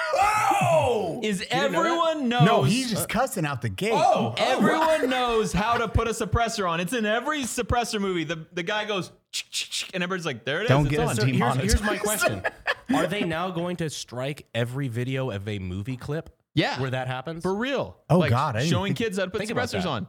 Speaker 2: Oh!
Speaker 4: is everyone knows.
Speaker 1: No, he's just uh, cussing out the gate.
Speaker 2: Oh!
Speaker 4: Everyone knows how to put a suppressor on. It's in every suppressor movie. The the guy goes "Ch- ch- ch," and everybody's like, "There it is."
Speaker 1: Don't
Speaker 4: it's
Speaker 1: get
Speaker 4: on.
Speaker 1: us
Speaker 4: So here's-
Speaker 3: Here's,
Speaker 1: demonetized.
Speaker 3: here's my question: Are they now going to strike every video of a movie clip?
Speaker 4: Yeah.
Speaker 3: where that happens.
Speaker 4: For real.
Speaker 1: Oh, God, I didn't
Speaker 4: showing
Speaker 1: think-
Speaker 4: kids how to put
Speaker 3: Think about
Speaker 4: suppressors
Speaker 3: that.
Speaker 4: on.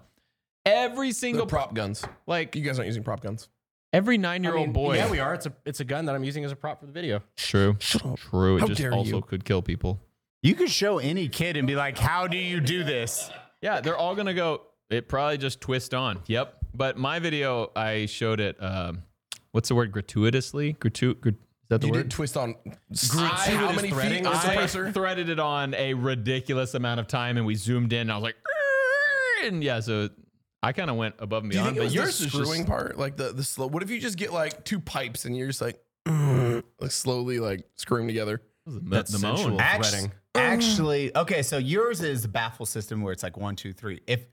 Speaker 4: Every
Speaker 2: The
Speaker 4: single
Speaker 2: prop guns.
Speaker 4: like
Speaker 2: You guys aren't using prop guns.
Speaker 4: every nine year
Speaker 3: I mean,
Speaker 4: old boy.
Speaker 3: Yeah, we are. It's a it's a gun that I'm using as a prop for the video.
Speaker 4: True. True. It
Speaker 2: How
Speaker 4: just
Speaker 2: dare
Speaker 4: also
Speaker 2: you.
Speaker 4: could kill people.
Speaker 1: You could show any kid and be like, "How do you do this?"
Speaker 4: Yeah, they're all gonna go. It probably just twist on. Yep. But my video, I showed it. Um, what's the word? Gratuitously. Gratu. Grat- is that the
Speaker 2: You
Speaker 4: word?
Speaker 2: did twist on
Speaker 4: I-
Speaker 2: how many feet
Speaker 4: threading-
Speaker 2: on a
Speaker 4: I
Speaker 2: suppressor?
Speaker 4: threaded it on a ridiculous amount of time, and we zoomed in. And I was like, "Arr!" and yeah, so I kind of went above and
Speaker 2: Do you
Speaker 4: beyond.
Speaker 2: think it was
Speaker 4: but yours
Speaker 2: the
Speaker 4: is
Speaker 2: screwing
Speaker 4: just
Speaker 2: part? Like the, the slow. What if you just get like two pipes and you're just like, mm, like slowly like screw 'em together?
Speaker 4: the,
Speaker 3: That's
Speaker 4: the moan.
Speaker 3: sensual.
Speaker 1: Actually,
Speaker 3: Threading.
Speaker 1: actually, okay. So yours is the baffle system where it's like one, two, three. If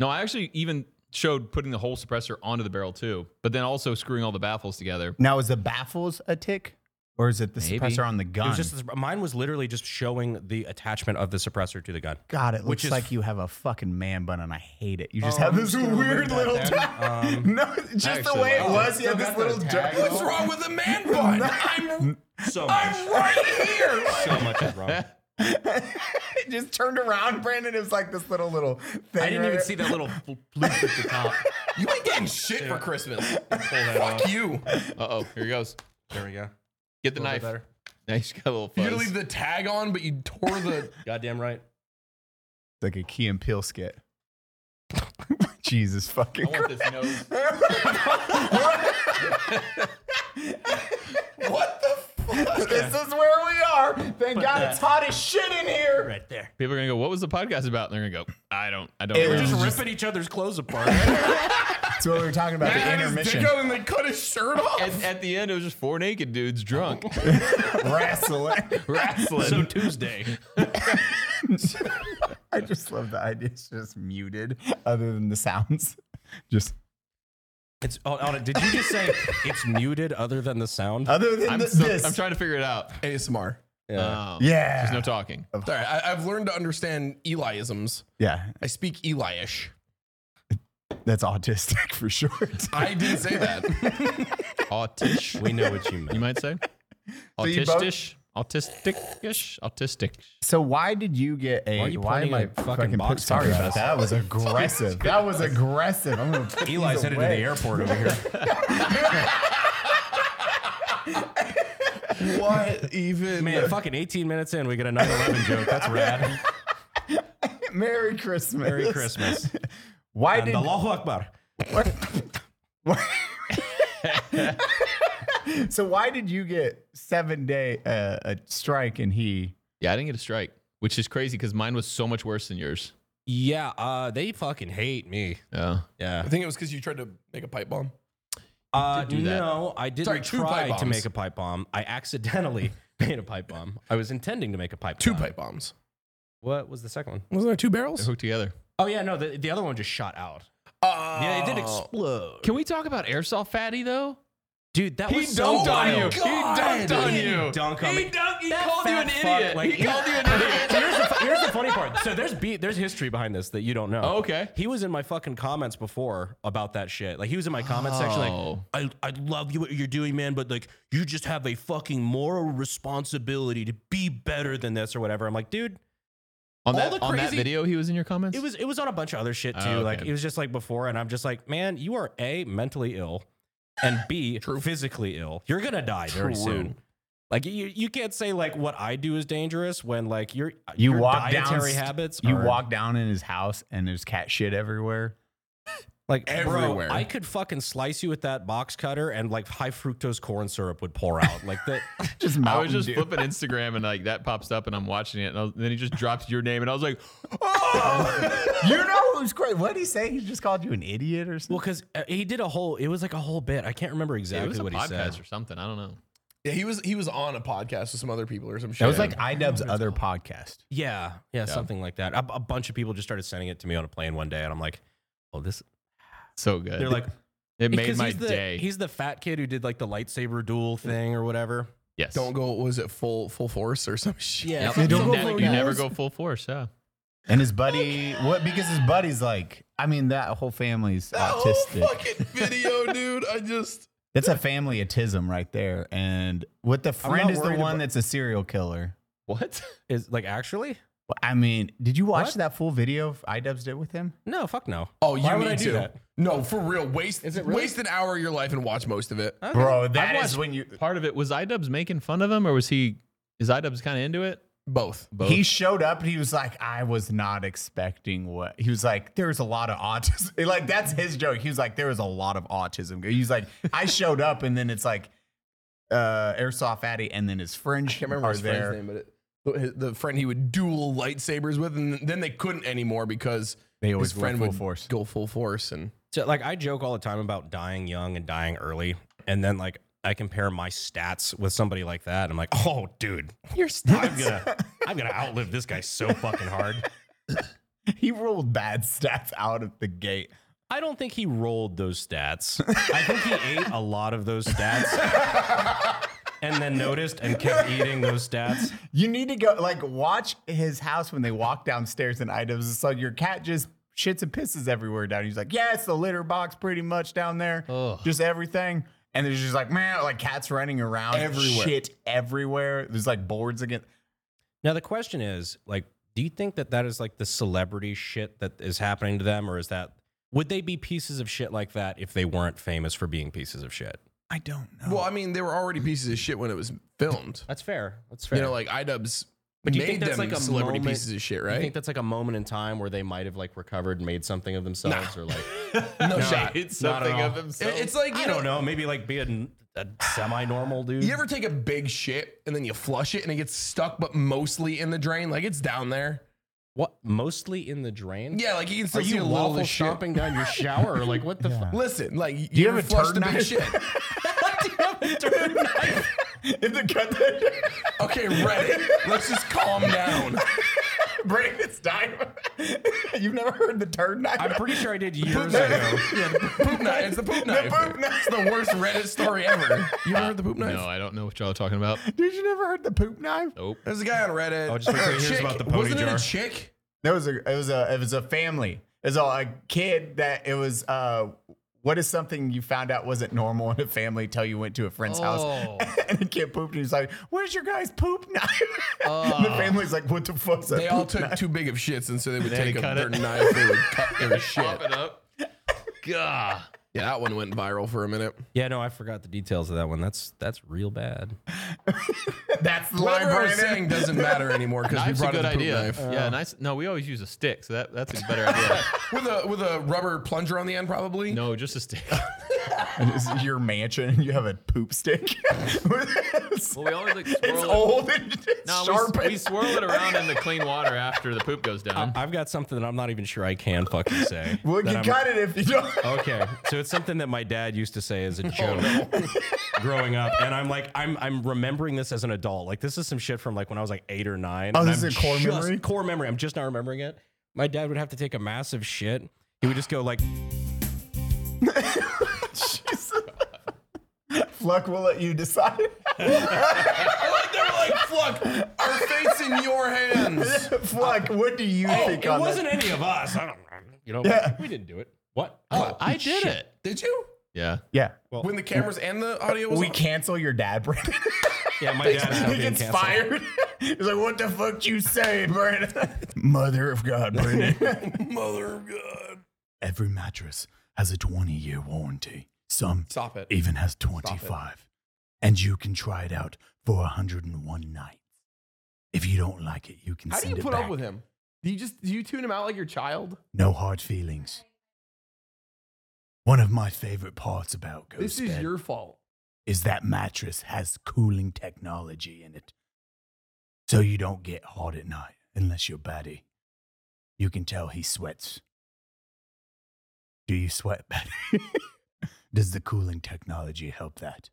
Speaker 4: No, I actually even showed putting the whole suppressor onto the barrel too, but then also screwing all the baffles together.
Speaker 1: Now, is the baffles a tick, or is it the
Speaker 4: Maybe.
Speaker 1: suppressor on the
Speaker 3: It
Speaker 1: gun?
Speaker 3: was just mine was literally just showing the attachment of the suppressor to the gun.
Speaker 1: God, it
Speaker 3: which
Speaker 1: looks
Speaker 3: is-
Speaker 1: like you have a fucking man bun, and I hate it. You just
Speaker 3: Oh,
Speaker 1: have
Speaker 3: I'm
Speaker 1: this
Speaker 3: just gonna leave
Speaker 1: weird
Speaker 3: that
Speaker 1: little.
Speaker 3: there.
Speaker 1: tag.
Speaker 3: Um,
Speaker 1: no, just the
Speaker 4: actually
Speaker 1: way it
Speaker 4: like it.
Speaker 1: was. You have this little. dot.
Speaker 2: What's wrong with the man bun? I'm,
Speaker 3: So
Speaker 2: I'm right here.
Speaker 3: so much is wrong. I
Speaker 1: It just turned around, Brandon. It was like this little little thing.
Speaker 3: didn't
Speaker 1: right
Speaker 3: even
Speaker 1: here.
Speaker 3: see that little bloop at the top.
Speaker 2: You ain't getting shit for Christmas.
Speaker 3: Pull that off.
Speaker 2: Fuck you.
Speaker 4: Uh oh, here he goes.
Speaker 3: There we go.
Speaker 4: Get the
Speaker 3: A little
Speaker 4: knife.
Speaker 3: bit better.
Speaker 4: Now you just got a little
Speaker 2: You
Speaker 4: fuzz.
Speaker 2: gonna leave the tag on, but you tore the.
Speaker 3: Goddamn right.
Speaker 1: It's like a Key and Peele skit. Jesus fucking.
Speaker 4: I want this nose.
Speaker 2: what the fuck?
Speaker 1: Christ. This is where we are. Thank God it's hot as shit in here.
Speaker 3: Right there.
Speaker 4: People are gonna go, what was the podcast about? And they're gonna go, I don't, I don't
Speaker 1: It
Speaker 4: know.
Speaker 1: was
Speaker 3: Just
Speaker 1: Just-
Speaker 3: ripping each other's clothes apart.
Speaker 1: That's what we were talking about. the
Speaker 2: Had his dick
Speaker 1: intermission
Speaker 2: out and they cut his shirt off.
Speaker 4: at, at the end, it was just four naked dudes drunk.
Speaker 1: wrestling.
Speaker 4: wrestling. So Tuesday.
Speaker 1: I just love the idea. It's just muted, other than the sounds. Just
Speaker 3: it's oh, oh, did you just say it's muted other than the sound?
Speaker 1: other than
Speaker 4: I'm,
Speaker 1: the,
Speaker 4: so-
Speaker 1: this.
Speaker 4: I'm trying to figure it out.
Speaker 2: ASMR.
Speaker 1: Yeah.
Speaker 4: Um, There's no talking.
Speaker 2: Sorry, I, I've learned to understand Eliisms.
Speaker 1: yeah,
Speaker 2: I speak Eliish.
Speaker 1: that's autistic for sure.
Speaker 2: I didn't say that.
Speaker 4: Autish.
Speaker 3: We know what you
Speaker 4: you
Speaker 3: meant.
Speaker 4: might say.
Speaker 1: you both-
Speaker 4: Autistish. Autistic-ish. Autistic.
Speaker 1: So why did you get a?
Speaker 3: Why are you
Speaker 1: why am
Speaker 3: pointing
Speaker 1: I
Speaker 3: at
Speaker 1: fucking,
Speaker 3: fucking
Speaker 1: put-
Speaker 3: box
Speaker 1: Sorry
Speaker 3: cutters?
Speaker 1: about that. That was aggressive. that was aggressive. I'm gonna put
Speaker 3: Eli's
Speaker 1: these
Speaker 3: headed to the
Speaker 1: away.
Speaker 3: airport over here.
Speaker 2: what even?
Speaker 3: Man, fucking 18 minutes in, we get a 9/11 joke. That's rad.
Speaker 1: Merry Christmas.
Speaker 3: Merry Christmas.
Speaker 1: Why
Speaker 3: And
Speaker 1: did?
Speaker 3: Allahu Akbar.
Speaker 1: so why did you get seven day uh, a strike and he?
Speaker 4: Yeah, I didn't get a strike, which is crazy because mine was so much worse than yours.
Speaker 3: Yeah, uh, they fucking hate me.
Speaker 4: Yeah.
Speaker 3: Yeah.
Speaker 2: I think it was because you tried to make a pipe bomb.
Speaker 3: Uh,
Speaker 4: do that.
Speaker 3: No, I didn't
Speaker 2: Sorry, two
Speaker 3: try
Speaker 2: pipe
Speaker 3: to
Speaker 2: bombs.
Speaker 3: make a pipe bomb. I accidentally made a pipe bomb. I was intending to make a pipe
Speaker 2: Two
Speaker 3: bomb.
Speaker 2: pipe bombs.
Speaker 3: What was the second one?
Speaker 2: Wasn't there two barrels?
Speaker 4: They're hooked together.
Speaker 3: Oh, yeah, no, the, the other one just shot out.
Speaker 2: Oh.
Speaker 3: Yeah, it did explode.
Speaker 4: Can we talk about airsoft fatty though?
Speaker 3: Dude, that
Speaker 4: He
Speaker 3: was
Speaker 4: dunked
Speaker 3: so
Speaker 4: on
Speaker 3: wild.
Speaker 4: you. He dunked on
Speaker 3: He
Speaker 4: you.
Speaker 3: didn't Dunk on
Speaker 4: He
Speaker 3: me.
Speaker 4: dunked- he
Speaker 3: That
Speaker 4: called you
Speaker 3: fat
Speaker 4: an
Speaker 3: fuck,
Speaker 4: idiot. He called you an idiot.
Speaker 3: here's, the, fu- here's the funny part. So there's be, there's history behind this that you don't know.
Speaker 4: Oh, okay.
Speaker 3: He was in my fucking comments before about that shit. Like he was in my comments section like
Speaker 4: Oh.
Speaker 3: I, I love you what you're doing, man, but like you just have a fucking moral responsibility to be better than this or whatever. I'm like, dude,
Speaker 4: On
Speaker 3: All
Speaker 4: that
Speaker 3: the
Speaker 4: on that
Speaker 3: crazy-
Speaker 4: video, he was in your comments.
Speaker 3: it was it was on a bunch of other shit too.
Speaker 4: Oh, okay.
Speaker 3: Like it was just like before, and I'm just like, man, you are a mentally ill, and b physically ill. You're gonna die very
Speaker 2: True.
Speaker 3: soon. Like you, you can't say like what I do is dangerous when like your
Speaker 1: You
Speaker 3: your
Speaker 1: walk down
Speaker 3: dietary
Speaker 1: st-
Speaker 3: habits.
Speaker 1: You
Speaker 3: are,
Speaker 1: walk down in his house and there's cat shit everywhere.
Speaker 3: like
Speaker 2: everywhere.
Speaker 3: Bro, I could fucking slice you with that box cutter, and like high fructose corn syrup would pour out. Like that.
Speaker 1: Just
Speaker 4: I was
Speaker 1: Mountain
Speaker 4: just
Speaker 1: Dew.
Speaker 4: flipping Instagram and like that pops up and I'm watching it and I was- then he just drops your name and I was like,
Speaker 1: you know who's great? What did he say? He just called you an idiot or
Speaker 3: well,
Speaker 1: something.
Speaker 3: because he did a whole. It was like a whole bit. I can't remember
Speaker 4: it
Speaker 3: exactly
Speaker 4: was a
Speaker 3: what he said.
Speaker 4: podcast or something. I don't know.
Speaker 2: Yeah, he was he was on a podcast with some other people or some shit.
Speaker 1: That was like iDubbbz other podcast.
Speaker 3: Yeah, yeah, something like that. A, a bunch of people just started sending it to me on a plane one day, and I'm like, "Oh, this."
Speaker 4: So good.
Speaker 3: They're like,
Speaker 4: it made
Speaker 3: because
Speaker 4: my
Speaker 3: he's the,
Speaker 4: day.
Speaker 3: He's the fat kid who did like the lightsaber duel thing or whatever.
Speaker 4: yes.
Speaker 2: don't go. Was it full full force or some shit?
Speaker 3: Yeah,
Speaker 4: You,
Speaker 1: Yeah, don't go
Speaker 4: never,
Speaker 1: full
Speaker 4: you never
Speaker 1: force.
Speaker 4: go full force. Yeah.
Speaker 1: And his buddy, what? Because his buddy's like, I mean, that whole family's
Speaker 2: That whole
Speaker 1: autistic.
Speaker 2: fucking video, dude. I just
Speaker 1: That's a family autism right there. And what the friend
Speaker 3: not
Speaker 1: is the
Speaker 3: worried
Speaker 1: one
Speaker 3: about-
Speaker 1: that's a serial killer.
Speaker 4: What?
Speaker 3: Is like actually?
Speaker 1: Well, I mean, did you watch
Speaker 3: What?
Speaker 1: that full video of iDubbbz did with him?
Speaker 3: No, fuck no.
Speaker 2: Oh, you
Speaker 3: Why
Speaker 2: need
Speaker 3: would I
Speaker 2: to.
Speaker 3: do that?
Speaker 2: No, for real. Waste
Speaker 3: Is it really?
Speaker 2: waste an hour of your life and watch most of it.
Speaker 1: Bro,
Speaker 4: I've
Speaker 1: that is
Speaker 4: watched
Speaker 1: when you.
Speaker 4: Part of it was iDubbbz making fun of him or was he, is iDubbbz kind of into it?
Speaker 2: Both.
Speaker 4: Both.
Speaker 1: He showed up and he was like, I was not expecting what. He was like, there's a lot of autism. Like, that's his joke. He was like, there was a lot of autism. He's like, I showed up and then it's like, uh, Airsoft Addy and then his friends
Speaker 2: can't remember
Speaker 1: are
Speaker 2: his
Speaker 1: there.
Speaker 2: friend's name, but it, his- the friend he would duel lightsabers with, and then they couldn't anymore because
Speaker 1: They always
Speaker 2: his friend
Speaker 1: go full
Speaker 2: would
Speaker 1: force.
Speaker 2: go full force. And
Speaker 3: So, like I joke all the time about dying young and dying early, and then like I compare my stats with somebody like that. And I'm like, oh, dude,
Speaker 2: you're
Speaker 3: I'm gonna, I'm gonna outlive this guy so fucking hard.
Speaker 1: He rolled bad stats out of the gate.
Speaker 3: I don't think he rolled those stats. I think he ate a lot of those stats and then noticed and kept eating those stats.
Speaker 1: You need to go like watch his house when they walk downstairs and items. It's like your cat just shits and pisses everywhere down. He's like, yeah, it's the litter box pretty much down there, just everything. And there's just like man, like cats running around
Speaker 2: Everywhere.
Speaker 1: shit everywhere. There's like boards again.
Speaker 3: Now the question is, like, do you think that that is like the celebrity shit that is happening to them, or is that would they be pieces of shit like that if they weren't famous for being pieces of shit?
Speaker 1: I don't know.
Speaker 2: Well, I mean, they were already pieces of shit when it was filmed.
Speaker 3: That's fair. That's fair.
Speaker 2: You know, like iDubbbz
Speaker 3: But do you
Speaker 2: made
Speaker 3: think that's
Speaker 2: them
Speaker 3: like a
Speaker 2: celebrity
Speaker 3: moment-
Speaker 2: pieces of shit,
Speaker 3: I
Speaker 2: right?
Speaker 3: think that's like a moment in time where they might have like recovered and made something of themselves, or like
Speaker 2: no shot. It-
Speaker 4: It's something
Speaker 3: all.
Speaker 4: of himself.
Speaker 2: It's like you
Speaker 3: I don't know, maybe like be a, a semi-normal dude.
Speaker 2: You ever take a big shit and then you flush it and it gets stuck, but mostly in the drain, like it's down there.
Speaker 3: what? Mostly in the drain.
Speaker 2: Yeah, like you can
Speaker 3: Are
Speaker 2: still see a
Speaker 3: you
Speaker 2: little
Speaker 3: lawful
Speaker 2: of shit.
Speaker 3: stomping down your shower, or like what the? Fuck?
Speaker 2: Listen, like you,
Speaker 1: you
Speaker 2: ever
Speaker 1: have a
Speaker 2: flush
Speaker 1: turd
Speaker 2: the big
Speaker 1: knife?
Speaker 2: shit?
Speaker 1: in the cut,
Speaker 2: Okay, Reddit, let's just calm down.
Speaker 1: brain is dying. You've never heard the turd knife?
Speaker 3: I'm pretty sure I did years ago.
Speaker 2: yeah, the poop knife. It's the poop knife.
Speaker 1: poop knife.
Speaker 2: It's the worst Reddit story ever. You ever heard the poop knife?
Speaker 4: No, I don't know what y'all are talking about.
Speaker 1: Dude, you never heard the poop knife?
Speaker 4: Nope.
Speaker 2: There's a guy on Reddit.
Speaker 3: Oh, just wait till
Speaker 2: or a
Speaker 3: he hears
Speaker 2: chick.
Speaker 3: about the pony
Speaker 2: Wasn't it
Speaker 3: jar.
Speaker 2: a chick?
Speaker 1: That was a it was a it was a family. It was a, a kid that it was uh what is something you found out wasn't normal in a family until you went to a friend's
Speaker 4: Oh.
Speaker 1: house and the kid pooped and he's like, Where's your guy's poop knife? And the family's like, What the fuck's that?
Speaker 2: They all
Speaker 1: poop
Speaker 2: took
Speaker 1: knife?"
Speaker 2: too big of shits, and so they would
Speaker 4: had to
Speaker 2: take a
Speaker 4: cut
Speaker 2: their
Speaker 4: it.
Speaker 2: knife, they would cut their shit.
Speaker 4: it up. Gah.
Speaker 2: Yeah, that one went viral for a minute.
Speaker 3: Yeah, no, I forgot the details of that one. That's that's real bad.
Speaker 1: That's the line
Speaker 2: Whatever I was
Speaker 1: Brandon.
Speaker 2: saying doesn't matter anymore because we
Speaker 4: Knife's a
Speaker 2: brought in
Speaker 4: good
Speaker 2: the poop
Speaker 4: idea.
Speaker 2: knife.
Speaker 4: yeah, nice. No, we always use a stick, so that, that's a better idea.
Speaker 2: with a with a rubber plunger on the end, probably.
Speaker 4: no, just a stick.
Speaker 1: This is your mansion and you have a poop stick. it's
Speaker 4: Well, we always like swirl it.
Speaker 1: old and it's
Speaker 4: No, we-
Speaker 1: sharp.
Speaker 4: We, swirl it around in the clean water after the poop goes down.
Speaker 3: I've got something that I'm not even sure I can fucking say.
Speaker 1: we
Speaker 3: that
Speaker 1: can
Speaker 3: I'm- Oh.
Speaker 1: cut it if you don't.
Speaker 3: Okay, so it's something that my dad used to say as a joke growing up, and I'm like, I'm I'm remembering this as an adult. Like this is some shit from like when I was like eight or nine.
Speaker 1: Oh,
Speaker 3: and
Speaker 1: this
Speaker 3: I'm
Speaker 1: is a core
Speaker 3: just-
Speaker 1: memory?
Speaker 3: Core memory. I'm just now remembering it. My dad would have to take a massive shit. He would just go like,
Speaker 1: Fluck will let you decide.
Speaker 2: I like they were like, "Fuck, our fates in your hands."
Speaker 1: Fluck, what do you
Speaker 3: "Oh,
Speaker 1: think
Speaker 3: it
Speaker 1: on
Speaker 3: wasn't
Speaker 1: that?
Speaker 3: any of us. I don't, you know, we didn't do it. What?
Speaker 2: Oh,
Speaker 4: I did it.
Speaker 2: Did you?
Speaker 4: Yeah.
Speaker 1: Yeah.
Speaker 2: When the cameras and the audio was
Speaker 1: we
Speaker 2: on?
Speaker 1: cancel your dad, Brandon.
Speaker 3: Yeah, my dad's not
Speaker 1: he
Speaker 3: being
Speaker 1: gets
Speaker 3: canceled.
Speaker 1: fired. He's like, "What the fuck you say, Brandon?" Mother of God, Brandon.
Speaker 2: Mother of God.
Speaker 1: Every mattress has a 20-year warranty. Some
Speaker 2: Stop it.
Speaker 1: even has 25, and you can try it out for 101 nights. If you don't like it, you can
Speaker 2: How do
Speaker 1: send
Speaker 2: you
Speaker 1: it
Speaker 2: put
Speaker 1: back.
Speaker 2: up with him? Do you just do you tune him out like your child?
Speaker 1: No hard feelings. One of my favorite parts about Ghost
Speaker 2: This is
Speaker 1: Bed
Speaker 2: your fault.
Speaker 1: is that mattress has cooling technology in it. So you don't get hot at night unless you're Batty. You can tell he sweats. Do you sweat, Batty? Does the cooling technology help that?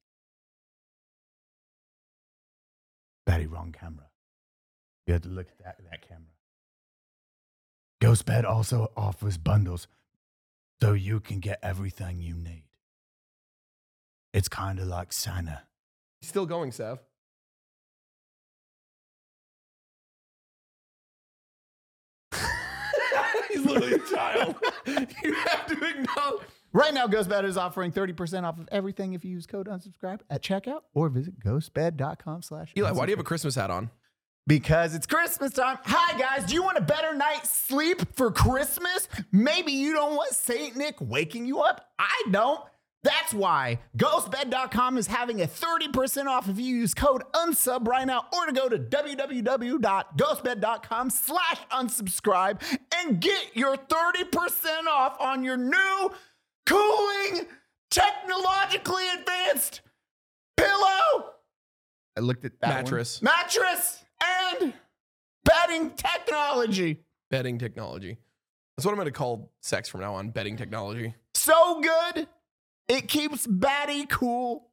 Speaker 1: Batty, wrong camera. You had to look at that, that camera. Ghostbed also offers bundles so you can get everything you need. It's kind of like Santa.
Speaker 2: He's still going, Sav. He's literally a child. You have to acknowledge.
Speaker 1: Right now, GhostBed is offering 30% off of everything if you use code unsubscribe at checkout or visit ghostbed.com slash
Speaker 2: Eli, why do you
Speaker 1: unsubscribe.
Speaker 2: have a Christmas hat on?
Speaker 1: Because it's Christmas time. Hi, guys. Do you want a better night's sleep for Christmas? Maybe you don't want St. Nick waking you up. I don't. That's why ghostbed.com is having a 30% off if you use code unsub right now or to go to www.ghostbed.com slash unsubscribe and get your 30% off on your new cooling, technologically advanced pillow I looked at that
Speaker 2: Mattress.
Speaker 1: one. mattress, and bedding technology.
Speaker 2: Betting technology. That's what I'm going to call sex from now on. Betting technology.
Speaker 1: So good, it keeps Batty cool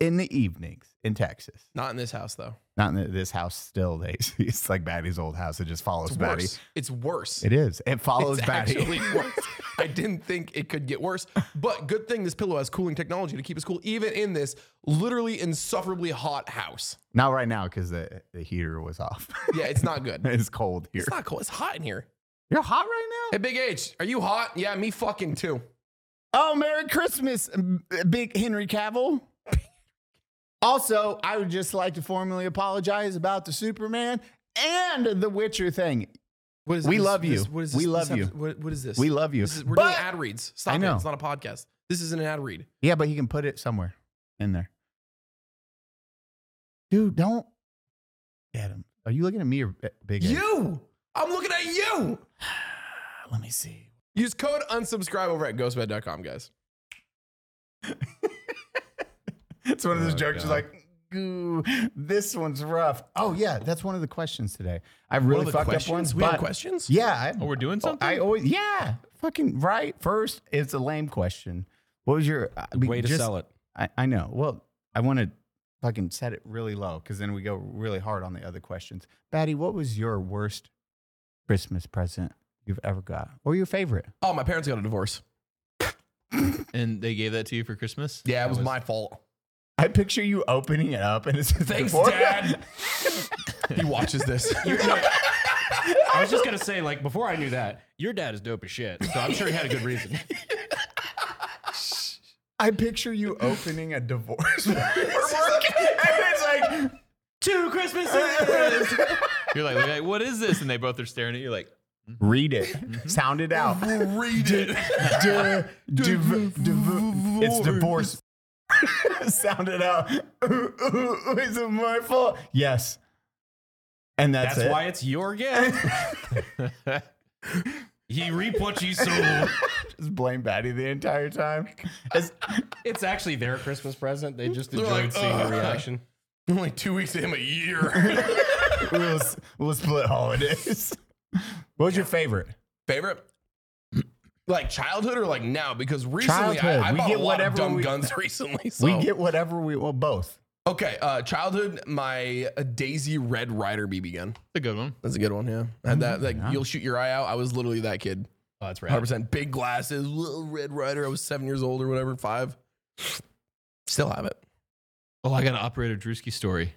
Speaker 1: in the evenings in Texas.
Speaker 2: Not in this house though.
Speaker 1: Not in this house still. They, it's like Batty's old house. It just follows
Speaker 2: It's
Speaker 1: Batty.
Speaker 2: worse. It's worse.
Speaker 1: It is. It follows
Speaker 2: It's
Speaker 1: Batty.
Speaker 2: actually worse. I didn't think it could get worse, but good thing this pillow has cooling technology to keep us cool, even in this literally insufferably hot house.
Speaker 1: Not right now because the, the heater was off.
Speaker 2: Yeah, it's not good.
Speaker 1: it's cold here.
Speaker 2: It's not cool. It's hot in here.
Speaker 1: You're hot right now?
Speaker 2: Hey, Big H, are you hot? Yeah, me fucking too.
Speaker 1: Oh, Merry Christmas, m- uh, big Henry Cavill. Also, I would just like to formally apologize about the Superman and the Witcher thing.
Speaker 2: What is
Speaker 1: We love you. We love you.
Speaker 2: What, what is this?
Speaker 1: We love you.
Speaker 2: This is, we're
Speaker 1: But-
Speaker 2: doing ad reads. Stop
Speaker 1: I know.
Speaker 2: it. It's not a podcast. This isn't an ad read.
Speaker 1: Yeah, but he can put it somewhere in there. Dude, don't get him. Are you looking at me or B- Big Ed? Ah,
Speaker 2: You! I'm looking at you!
Speaker 1: Let me see.
Speaker 2: Use code unsubscribe over at ghostbed.com, guys.
Speaker 1: It's one of those
Speaker 3: Oh,
Speaker 1: jokes
Speaker 3: God.
Speaker 1: like, ooh, this one's rough. Oh, yeah, that's one of the questions today. I really
Speaker 2: What are the
Speaker 1: fucked
Speaker 2: questions?
Speaker 1: up ones.
Speaker 2: We have
Speaker 1: But
Speaker 2: questions?
Speaker 1: yeah. I-
Speaker 4: Oh, we're doing something?
Speaker 1: I always, yeah, fucking right. First, it's a lame question. What was your I mean,
Speaker 3: Way to
Speaker 1: just-
Speaker 3: sell it.
Speaker 1: I, I know. Well, I want to fucking set it really low because then we go really hard on the other questions. Batty, what was your worst Christmas present you've ever got or your favorite?
Speaker 2: Oh, my parents got a divorce.
Speaker 4: And they gave that to you for Christmas?
Speaker 2: Yeah, it
Speaker 4: That
Speaker 2: was, my fault.
Speaker 1: I picture you opening it up and it says,
Speaker 2: Thanks,
Speaker 1: divorce.
Speaker 2: Dad. he watches this.
Speaker 3: I was just gonna say, like, before I knew that, your dad is dope as shit. So I'm sure he had a good reason.
Speaker 1: I picture you opening a divorce paperwork and it's like
Speaker 3: Two Christmases.
Speaker 4: You're like, like, what is this? And they both are staring at you like,
Speaker 1: read it, Mm-hmm. sound it out.
Speaker 2: Read it.
Speaker 1: Div- div- div- it's divorce. sound it out. Ooh, ooh, ooh, Is it my fault? Yes. And that's,
Speaker 3: That's
Speaker 1: it.
Speaker 3: why it's your gift. he reap what you sow.
Speaker 1: just blame Batty the entire time. It's-
Speaker 3: It's actually their Christmas present. They just enjoyed
Speaker 2: like,
Speaker 3: seeing
Speaker 2: "Ugh."
Speaker 3: the reaction.
Speaker 2: Only two weeks to him a year.
Speaker 1: we'll, s- we'll split holidays. What was your favorite?
Speaker 2: Favorite? Like childhood or like now? Because recently
Speaker 1: Childhood.
Speaker 2: I, I
Speaker 1: We
Speaker 2: bought
Speaker 1: get
Speaker 2: a lot
Speaker 1: whatever
Speaker 2: of dumb
Speaker 1: we-
Speaker 2: guns recently. So.
Speaker 1: We get whatever we want. Both.
Speaker 2: okay. Uh, childhood, my uh, Daisy Red Rider BB gun.
Speaker 4: That's a good one.
Speaker 2: That's a good one. Yeah, and that
Speaker 1: Mm,
Speaker 2: like you'll shoot your eye out. I was literally that kid.
Speaker 3: Oh, that's
Speaker 2: Hundred
Speaker 3: right.
Speaker 2: percent. Big glasses, little Red Rider. I was seven years old or whatever, five. Still have it.
Speaker 4: Oh, I got an operator Drewski story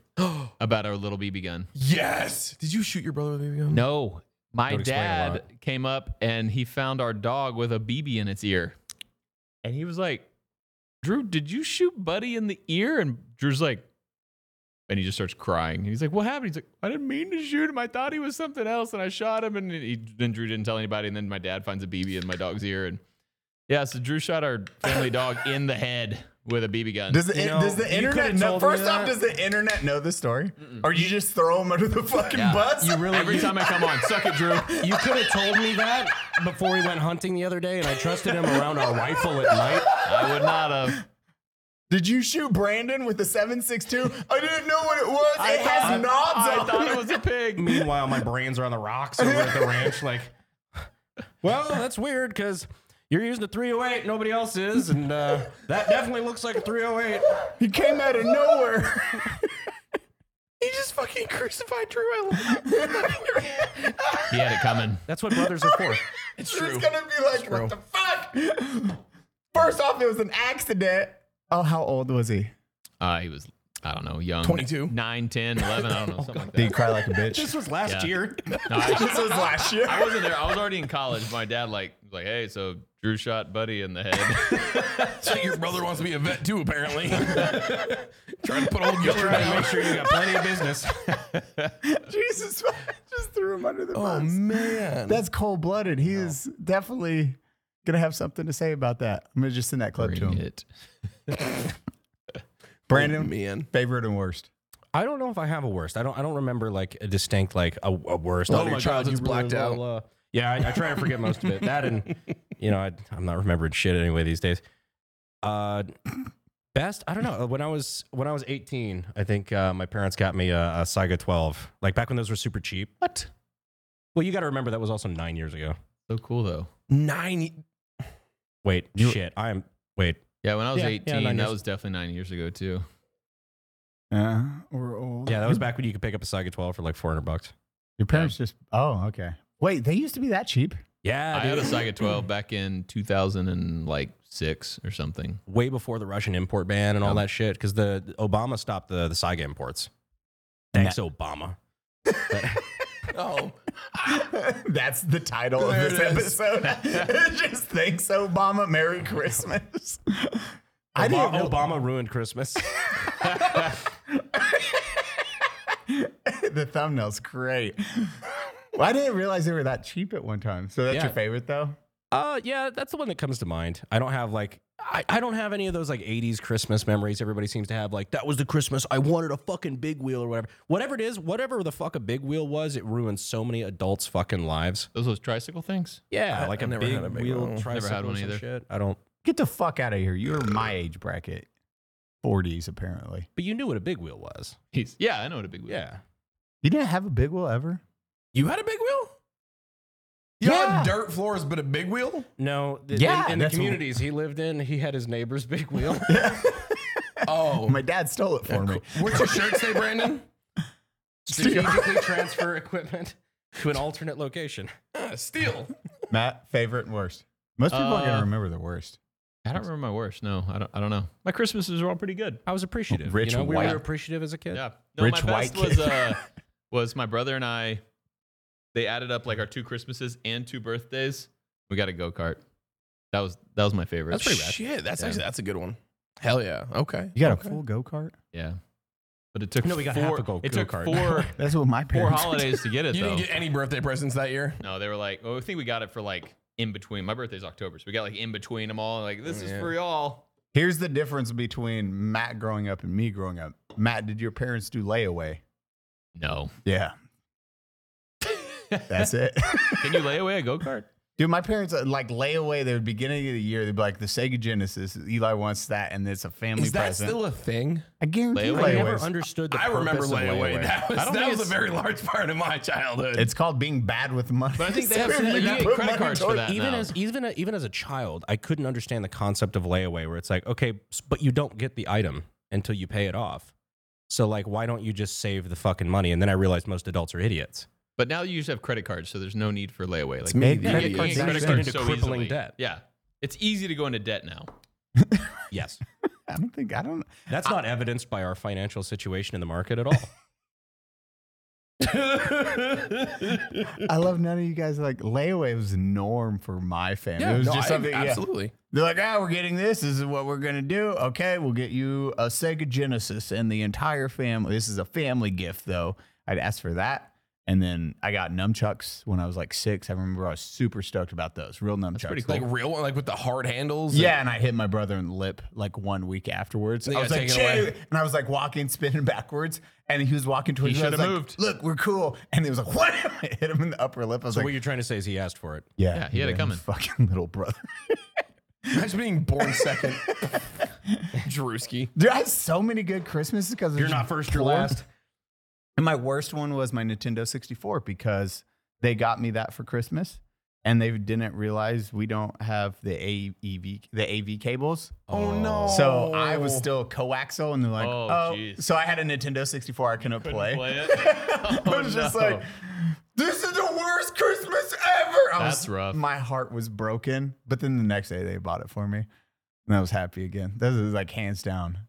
Speaker 4: about our little BB gun.
Speaker 2: Yes. Did you shoot your brother with a BB gun?
Speaker 4: No, my
Speaker 3: That would Mm. explain a
Speaker 4: dad came up and he found our dog with a BB in its ear, and he was like, "Drew, did you shoot Buddy in the ear?" And Drew's like, and he just starts crying. And he's like, "What happened?" He's like, "I didn't mean to shoot him. I thought he was something else, and I shot him." And he, then Drew didn't tell anybody. And then my dad finds a BB in my dog's ear, and yeah, so Drew shot our family dog in the head with a BB gun.
Speaker 1: Does the,
Speaker 3: You know,
Speaker 1: does the
Speaker 3: you
Speaker 1: internet
Speaker 3: could've
Speaker 1: know?
Speaker 3: told me
Speaker 1: First off,
Speaker 3: that.
Speaker 1: does the internet know the story? Or you just throw them under the fucking bus?
Speaker 3: You really
Speaker 4: Every
Speaker 3: you,
Speaker 4: time I come on, suck it, Drew.
Speaker 3: you could have told me that before we went hunting the other day, and I trusted him around our rifle at night.
Speaker 4: I would not have.
Speaker 1: Did you shoot Brandon with the 762? I didn't know what it was. it has
Speaker 3: I-
Speaker 1: knobs
Speaker 4: I
Speaker 1: on
Speaker 4: thought
Speaker 1: it.
Speaker 4: it was a pig.
Speaker 3: Meanwhile, my brains are on the rocks over at the ranch. Like, well, that's weird because you're using a 308, nobody else is, and uh, that definitely looks like a 308.
Speaker 1: He came out of nowhere.
Speaker 2: He just fucking crucified Drew. I love it.
Speaker 4: He had it coming.
Speaker 3: That's what brothers are for.
Speaker 2: It's
Speaker 1: Drew's gonna be like, what the fuck? First off, it was an accident. Oh, how old was he?
Speaker 4: Uh, he was, I don't know, young.
Speaker 2: 22?
Speaker 4: 9, 10, 11, I don't know, something like
Speaker 3: Oh,
Speaker 1: Did he
Speaker 4: that.
Speaker 1: cry like a bitch?
Speaker 3: This was last
Speaker 4: Yeah.
Speaker 3: year.
Speaker 4: No, I,
Speaker 1: this was last year.
Speaker 4: I wasn't there. I was already in college. My dad like was like, hey, so Drew shot Buddy in the head.
Speaker 2: So your brother wants to be a vet too, apparently. Trying to put old Yeller
Speaker 3: Trying to
Speaker 2: down.
Speaker 3: make sure you got plenty of business.
Speaker 1: Jesus, I just threw him under the
Speaker 2: Oh
Speaker 1: bus.
Speaker 2: man,
Speaker 1: That's cold blooded. He is definitely gonna have something to say about that. I'm gonna just send that clip to him.
Speaker 4: it.
Speaker 1: Brandon,
Speaker 2: man.
Speaker 1: favorite and worst.
Speaker 3: I don't know if I have a worst. I don't. I don't remember like a distinct like a, a worst.
Speaker 2: Oh my God, you really will,
Speaker 3: yeah, I, I try to forget most of it. That and you know I, I'm not remembering shit anyway these days. Uh, best I don't know. Uh, When I was when I was 18, I think uh, my parents got me a, a Saiga 12. Like back when those were super cheap. What? Well, you got to remember that was also nine years ago.
Speaker 4: So cool, though.
Speaker 2: Nine.
Speaker 3: Wait, shit. I am. Wait.
Speaker 4: Yeah, when I was
Speaker 3: Yeah, yeah,
Speaker 4: 18,
Speaker 3: nine
Speaker 4: that
Speaker 3: years.
Speaker 4: was definitely nine years ago, too.
Speaker 1: Yeah, Uh, we're old.
Speaker 3: Yeah, that was back when you could pick up a Sega 12 for like 400 bucks.
Speaker 1: Your parents just. Oh, okay. Wait, they used to be that cheap.
Speaker 3: Yeah,
Speaker 4: I had a
Speaker 3: dude.
Speaker 4: Sega 12 back in 2000 and like six or something.
Speaker 3: way before the Russian import ban and all that shit because the Obama stopped the the Saiga imports. Thanks, Obama.
Speaker 2: Oh,
Speaker 1: That's the title
Speaker 2: There
Speaker 1: of this
Speaker 2: it is.
Speaker 1: episode. just thanks, Obama. Merry Christmas. I didn't
Speaker 3: Obama,
Speaker 1: know
Speaker 3: Obama ruined Christmas.
Speaker 1: the thumbnail's great. Well, I didn't realize they were that cheap at one time. So that's
Speaker 3: Yeah.
Speaker 1: your favorite though?
Speaker 3: uh, yeah, that's the one that comes to mind. I don't have like I, I don't have any of those like '80s Christmas memories. Everybody seems to have like that was the Christmas I wanted a fucking big wheel or whatever. Whatever it is, whatever the fuck a big wheel was, it ruined so many adults' fucking lives.
Speaker 4: Those those tricycle things?
Speaker 3: Yeah,
Speaker 2: I-
Speaker 3: like
Speaker 2: I've
Speaker 3: a,
Speaker 2: never
Speaker 3: big
Speaker 2: had a big
Speaker 3: wheel.
Speaker 2: one. Never
Speaker 4: had
Speaker 3: tricycle or
Speaker 4: one
Speaker 3: some
Speaker 4: either.
Speaker 3: Shit. I don't.
Speaker 1: Get the fuck out of here. You're my age bracket. 40s apparently.
Speaker 3: But you knew what a big wheel was.
Speaker 4: He's, yeah, I know what a big wheel.
Speaker 3: Yeah.
Speaker 1: You didn't have a big wheel ever?
Speaker 2: you had a big wheel? You
Speaker 1: Yeah.
Speaker 2: had dirt floors, but a big wheel?
Speaker 3: No, th-
Speaker 1: Yeah,
Speaker 3: in, in the
Speaker 1: that's-
Speaker 3: communities he lived in, he had his neighbor's big wheel.
Speaker 2: Oh.
Speaker 1: My dad stole it for me.
Speaker 2: What's your shirt say, Brandon?
Speaker 3: strategically transfer equipment to an alternate location.
Speaker 2: Uh, steel.
Speaker 1: Matt, favorite and worst. Most people aren't gonna
Speaker 4: Uh,
Speaker 1: remember the worst.
Speaker 4: I don't remember my worst. No, I don't, I don't know. My Christmases were all pretty good.
Speaker 3: I was appreciative.
Speaker 1: Rich
Speaker 3: you know, we
Speaker 1: white-
Speaker 3: were appreciative as a kid.
Speaker 4: Yeah. No,
Speaker 1: Rich
Speaker 4: my
Speaker 1: white kid.
Speaker 4: best was, uh, was my brother and I, they added up like our two Christmases and two birthdays. We got a go kart. That was that was my favorite.
Speaker 2: That's pretty rad. Shit, that's
Speaker 4: Yeah.
Speaker 2: actually that's a good one. Hell yeah. Okay.
Speaker 1: You got
Speaker 2: okay.
Speaker 1: a full go-kart?
Speaker 4: Yeah. But it took
Speaker 3: No, we got
Speaker 4: four,
Speaker 3: half a go-
Speaker 4: It took
Speaker 3: go-kart.
Speaker 4: four
Speaker 1: That's what my
Speaker 4: four
Speaker 1: parents
Speaker 4: holidays to get it
Speaker 2: You
Speaker 4: though.
Speaker 2: didn't get any birthday presents that year.
Speaker 4: No, they were like, oh, I think we got it for like in between. My birthday's October, so we got like in between them all. Like, this
Speaker 2: Yeah.
Speaker 4: is for y'all.
Speaker 1: Here's the difference between Matt growing up and me growing up. Matt, did your parents do layaway?
Speaker 4: No.
Speaker 1: Yeah. That's it.
Speaker 4: Can you lay away a go kart?
Speaker 1: Dude, my parents uh, like lay away the beginning of the year. They'd be like, the Sega Genesis, Eli wants that, and it's a family
Speaker 2: Is that
Speaker 1: present.
Speaker 2: still a thing?
Speaker 1: I guarantee
Speaker 4: Layaway?
Speaker 3: I
Speaker 4: Layaways.
Speaker 3: never understood the
Speaker 2: I remember
Speaker 3: purpose of
Speaker 2: layaway. That was,
Speaker 4: I don't
Speaker 2: that
Speaker 4: think
Speaker 2: was a
Speaker 4: it's-
Speaker 2: very large part of my childhood.
Speaker 1: It's called being bad with money.
Speaker 4: But I think they have
Speaker 1: Seriously,
Speaker 4: they
Speaker 1: you
Speaker 4: get
Speaker 1: put
Speaker 4: credit
Speaker 1: money
Speaker 4: cards for
Speaker 1: toward-
Speaker 4: that
Speaker 3: Even
Speaker 4: now.
Speaker 3: as even a, even as a child, I couldn't understand the concept of layaway, where it's like, okay, s- but you don't get the item until you pay it off. So like, why don't you just save the fucking money? And then I realized most adults are idiots.
Speaker 4: But now you just have credit cards, so there's no need for layaway. Like,
Speaker 1: It's me,
Speaker 4: you
Speaker 1: the
Speaker 4: can
Speaker 1: idiot.
Speaker 4: get credit
Speaker 1: Exactly.
Speaker 4: cards
Speaker 1: Get
Speaker 3: into
Speaker 4: so
Speaker 3: crippling
Speaker 4: easily.
Speaker 3: debt.
Speaker 4: Yeah. It's easy to go into debt now.
Speaker 3: Yes,
Speaker 1: I don't think, I don't
Speaker 3: that's not evidenced by our financial situation in the market at all.
Speaker 1: I love none of you guys. Like, layaway was the norm for my family. it was
Speaker 2: no,
Speaker 1: just
Speaker 2: I-
Speaker 1: something, yeah.
Speaker 2: Absolutely.
Speaker 1: They're like, ah, we're getting this. This is what we're going to do. Okay, we'll get you a Sega Genesis and the entire family. This is a family gift, though. I'd ask for that. And then I got nunchucks when I was like six. I remember I was super stoked about those. Real nunchucks.
Speaker 4: pretty
Speaker 2: Like real one, like with the hard handles.
Speaker 1: Yeah, and I hit my brother in the lip like one week afterwards.
Speaker 2: They
Speaker 1: I was
Speaker 2: got
Speaker 1: like,
Speaker 2: taken away.
Speaker 1: "Jay," and I was like walking, spinning backwards, and he was walking towards
Speaker 4: He
Speaker 1: me. I
Speaker 4: shoulda
Speaker 1: was like,
Speaker 4: moved.
Speaker 1: Look, we're cool. And he was like, what? I hit him in the upper lip. I was
Speaker 3: so
Speaker 1: like,
Speaker 3: what you're trying to say is he asked for it.
Speaker 1: yeah,
Speaker 4: Yeah, he had it
Speaker 1: yeah,
Speaker 4: coming.
Speaker 1: Fucking little brother.
Speaker 2: Imagine being born second. Drewski.
Speaker 1: Dude, I had so many good Christmases because
Speaker 3: You're not first, you're last.
Speaker 1: And my worst one was my Nintendo 64 because they got me that for Christmas and they didn't realize we don't have the AEV the AV cables.
Speaker 2: Oh, no.
Speaker 1: So I
Speaker 2: Oh.
Speaker 1: was still coaxial and they're like,
Speaker 4: Oh,
Speaker 1: "Oh."
Speaker 4: jeez.
Speaker 1: so I had a Nintendo 64 I couldn't, play.
Speaker 4: it.
Speaker 1: I was just
Speaker 4: Oh, no.
Speaker 1: like this is the worst Christmas ever. I was-
Speaker 4: That's rough.
Speaker 1: My heart was broken, but then the next day they bought it for me and I was happy again. This is like hands down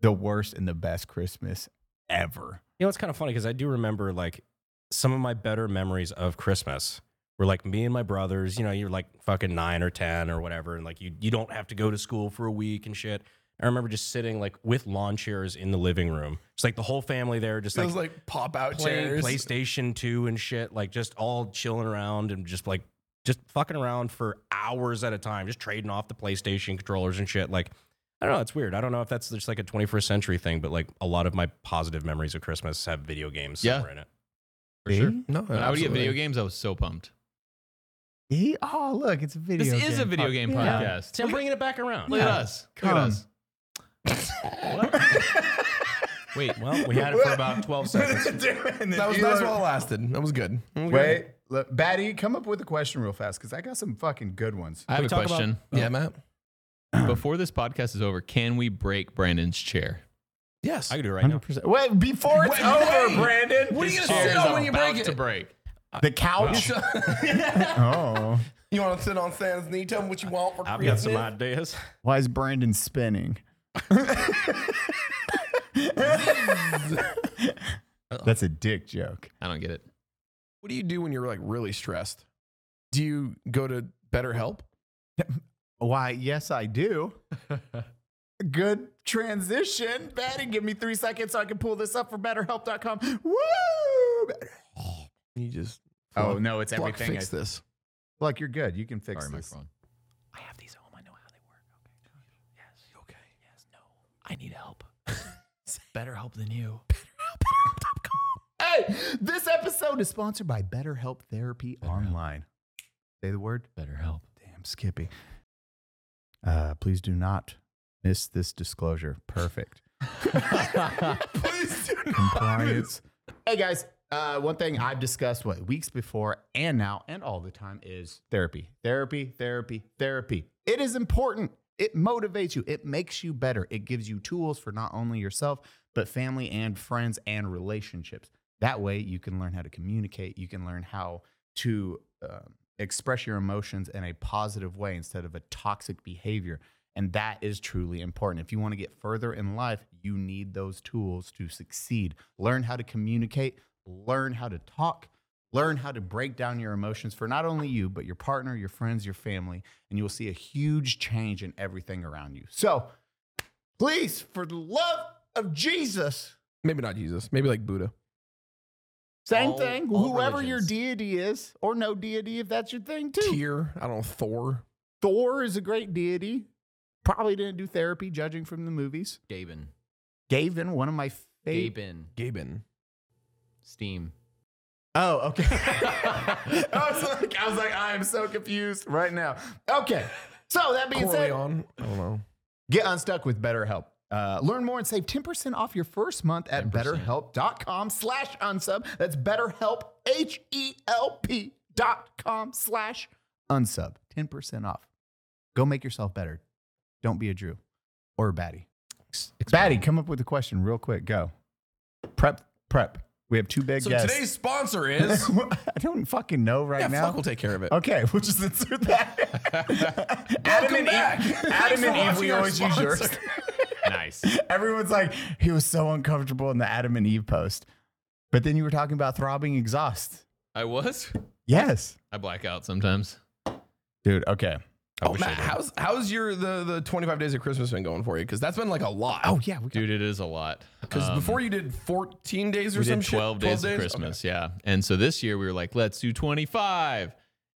Speaker 1: the worst and the best Christmas ever.
Speaker 3: You know, it's kind of funny because I do remember like some of my better memories of Christmas were like me and my brothers. You know, you're like fucking nine or ten or whatever, and like you you don't have to go to school for a week and shit. I remember just sitting like with lawn chairs in the living room, just like the whole family there, just
Speaker 2: Those
Speaker 3: like,
Speaker 2: like, pop out
Speaker 3: playing
Speaker 2: chairs.
Speaker 3: PlayStation Two and shit, like just all chilling around and just like just fucking around for hours at a time, just trading off the PlayStation controllers and shit. Like I don't know, it's weird. I don't know if that's just like a 21st century thing, but like a lot of my positive memories of Christmas have video games
Speaker 4: Yeah.
Speaker 3: somewhere in it.
Speaker 4: For sure.
Speaker 2: No,
Speaker 4: When I would get
Speaker 2: absolutely.
Speaker 4: video games. I was so pumped.
Speaker 1: He, oh, look, it's a video.
Speaker 4: This is a
Speaker 1: game.
Speaker 4: video game
Speaker 1: Yeah.
Speaker 4: podcast.
Speaker 3: See, I'm bringing it back around.
Speaker 4: Look at us. Look at
Speaker 1: Come.
Speaker 4: us. What? Wait,
Speaker 3: Well, we had it for about 12 seconds.
Speaker 2: That was that's while it lasted. That was good.
Speaker 1: Wait, look, Batty, come up with a question real fast because I got some fucking good ones.
Speaker 4: I have a question.
Speaker 2: Yeah, Matt.
Speaker 4: Before this podcast is over, can we break Brandon's chair?
Speaker 2: Yes.
Speaker 3: I could do it right now.
Speaker 1: 100%. Wait, before it's
Speaker 2: Wait,
Speaker 1: over,
Speaker 2: wait.
Speaker 1: Brandon.
Speaker 2: What are you
Speaker 4: His
Speaker 2: gonna sit
Speaker 4: chair's
Speaker 2: on when you break
Speaker 4: about
Speaker 2: it?
Speaker 4: to break.
Speaker 1: The couch. Oh.
Speaker 2: you want to sit on Santa's knee? Tell him what you want for
Speaker 3: I've got
Speaker 2: Christmas.
Speaker 3: some ideas.
Speaker 1: Why is Brandon spinning? That's a dick joke.
Speaker 4: I don't get it.
Speaker 2: what do you do when you're like really stressed? Do you go to BetterHelp?
Speaker 1: Why, yes, I do. Good transition. Batty, give me three seconds so I can pull this up for betterhelp.com. Woo!
Speaker 2: You just
Speaker 1: Oh, no, it's
Speaker 2: Fuck,
Speaker 1: everything.
Speaker 2: fix this.
Speaker 1: Like, you're good. You can fix
Speaker 4: Sorry,
Speaker 1: this.
Speaker 4: microphone.
Speaker 6: I have these at home. I know how they work. Okay. Yes. You okay? Yes. No. I need help. Better help than you.
Speaker 1: Hey, this episode is sponsored by BetterHelp Therapy Online. Say the word.
Speaker 6: Better help.
Speaker 1: Damn, Skippy. Uh, please do not miss this disclosure. Perfect.
Speaker 2: Please do
Speaker 1: Compliance. Hey, guys. Uh, one thing I've discussed what weeks before and now and all the time is therapy, therapy, therapy, therapy. It is important. It motivates you. It makes you better. It gives you tools for not only yourself, but family and friends and relationships. That way, you can learn how to communicate. You can learn how to um express your emotions in a positive way instead of a toxic behavior. And that is truly important. If you want to get further in life, you need those tools to succeed. Learn how to communicate, learn how to talk, learn how to break down your emotions for not only you, but your partner, your friends, your family, and you will see a huge change in everything around you. So please, for the love of Jesus,
Speaker 2: Maybe not Jesus. Maybe like Buddha.
Speaker 1: same
Speaker 3: All-
Speaker 1: thing,
Speaker 3: all
Speaker 1: whoever your
Speaker 3: religions.
Speaker 1: deity is, or no deity if that's your thing too.
Speaker 2: Tyr. I don't know. Thor.
Speaker 1: Thor is a great deity. Probably didn't do therapy, judging from the movies.
Speaker 6: Gaben.
Speaker 1: Gavin, one of my favorite.
Speaker 6: Gaben.
Speaker 2: Gaben.
Speaker 6: Steam.
Speaker 1: Oh, okay. I was like, I was like, I am so confused right now. Okay, so that being said,
Speaker 2: Corleone. I don't know.
Speaker 1: Get unstuck with BetterHelp. Uh, learn more and save 10% off your first month
Speaker 6: 10%.
Speaker 1: at betterhelp.com slash unsub. That's betterhelp, H-E-L-P dot com slash unsub. 10% off. Go make yourself better. Don't be a Drew or a baddie. Batty, come up with a question real quick. Go. Prep, prep. We have two big
Speaker 2: So
Speaker 1: guests.
Speaker 2: today's sponsor is.
Speaker 1: I don't fucking know right
Speaker 2: yeah,
Speaker 1: now.
Speaker 2: fuck, we'll take care of it.
Speaker 1: Okay, we'll just insert that.
Speaker 2: Welcome back. Thanks for watching our sponsor.
Speaker 4: Nice.
Speaker 1: Everyone's like, he was so uncomfortable in the Adam and Eve post. But then you were talking about throbbing exhaust.
Speaker 4: I was.
Speaker 1: Yes.
Speaker 4: I black out sometimes.
Speaker 1: Dude, okay.
Speaker 2: Oh, Matt, how's how's your the the 25 days of Christmas been going for you? Because that's been like a lot.
Speaker 1: Oh, yeah. We
Speaker 4: Dude, it is a lot.
Speaker 2: because
Speaker 4: Um,
Speaker 2: before you did 14 days or
Speaker 4: we
Speaker 2: some
Speaker 4: did 12
Speaker 2: shit.
Speaker 4: days of Christmas, yeah. And so this year we were like, let's do 25.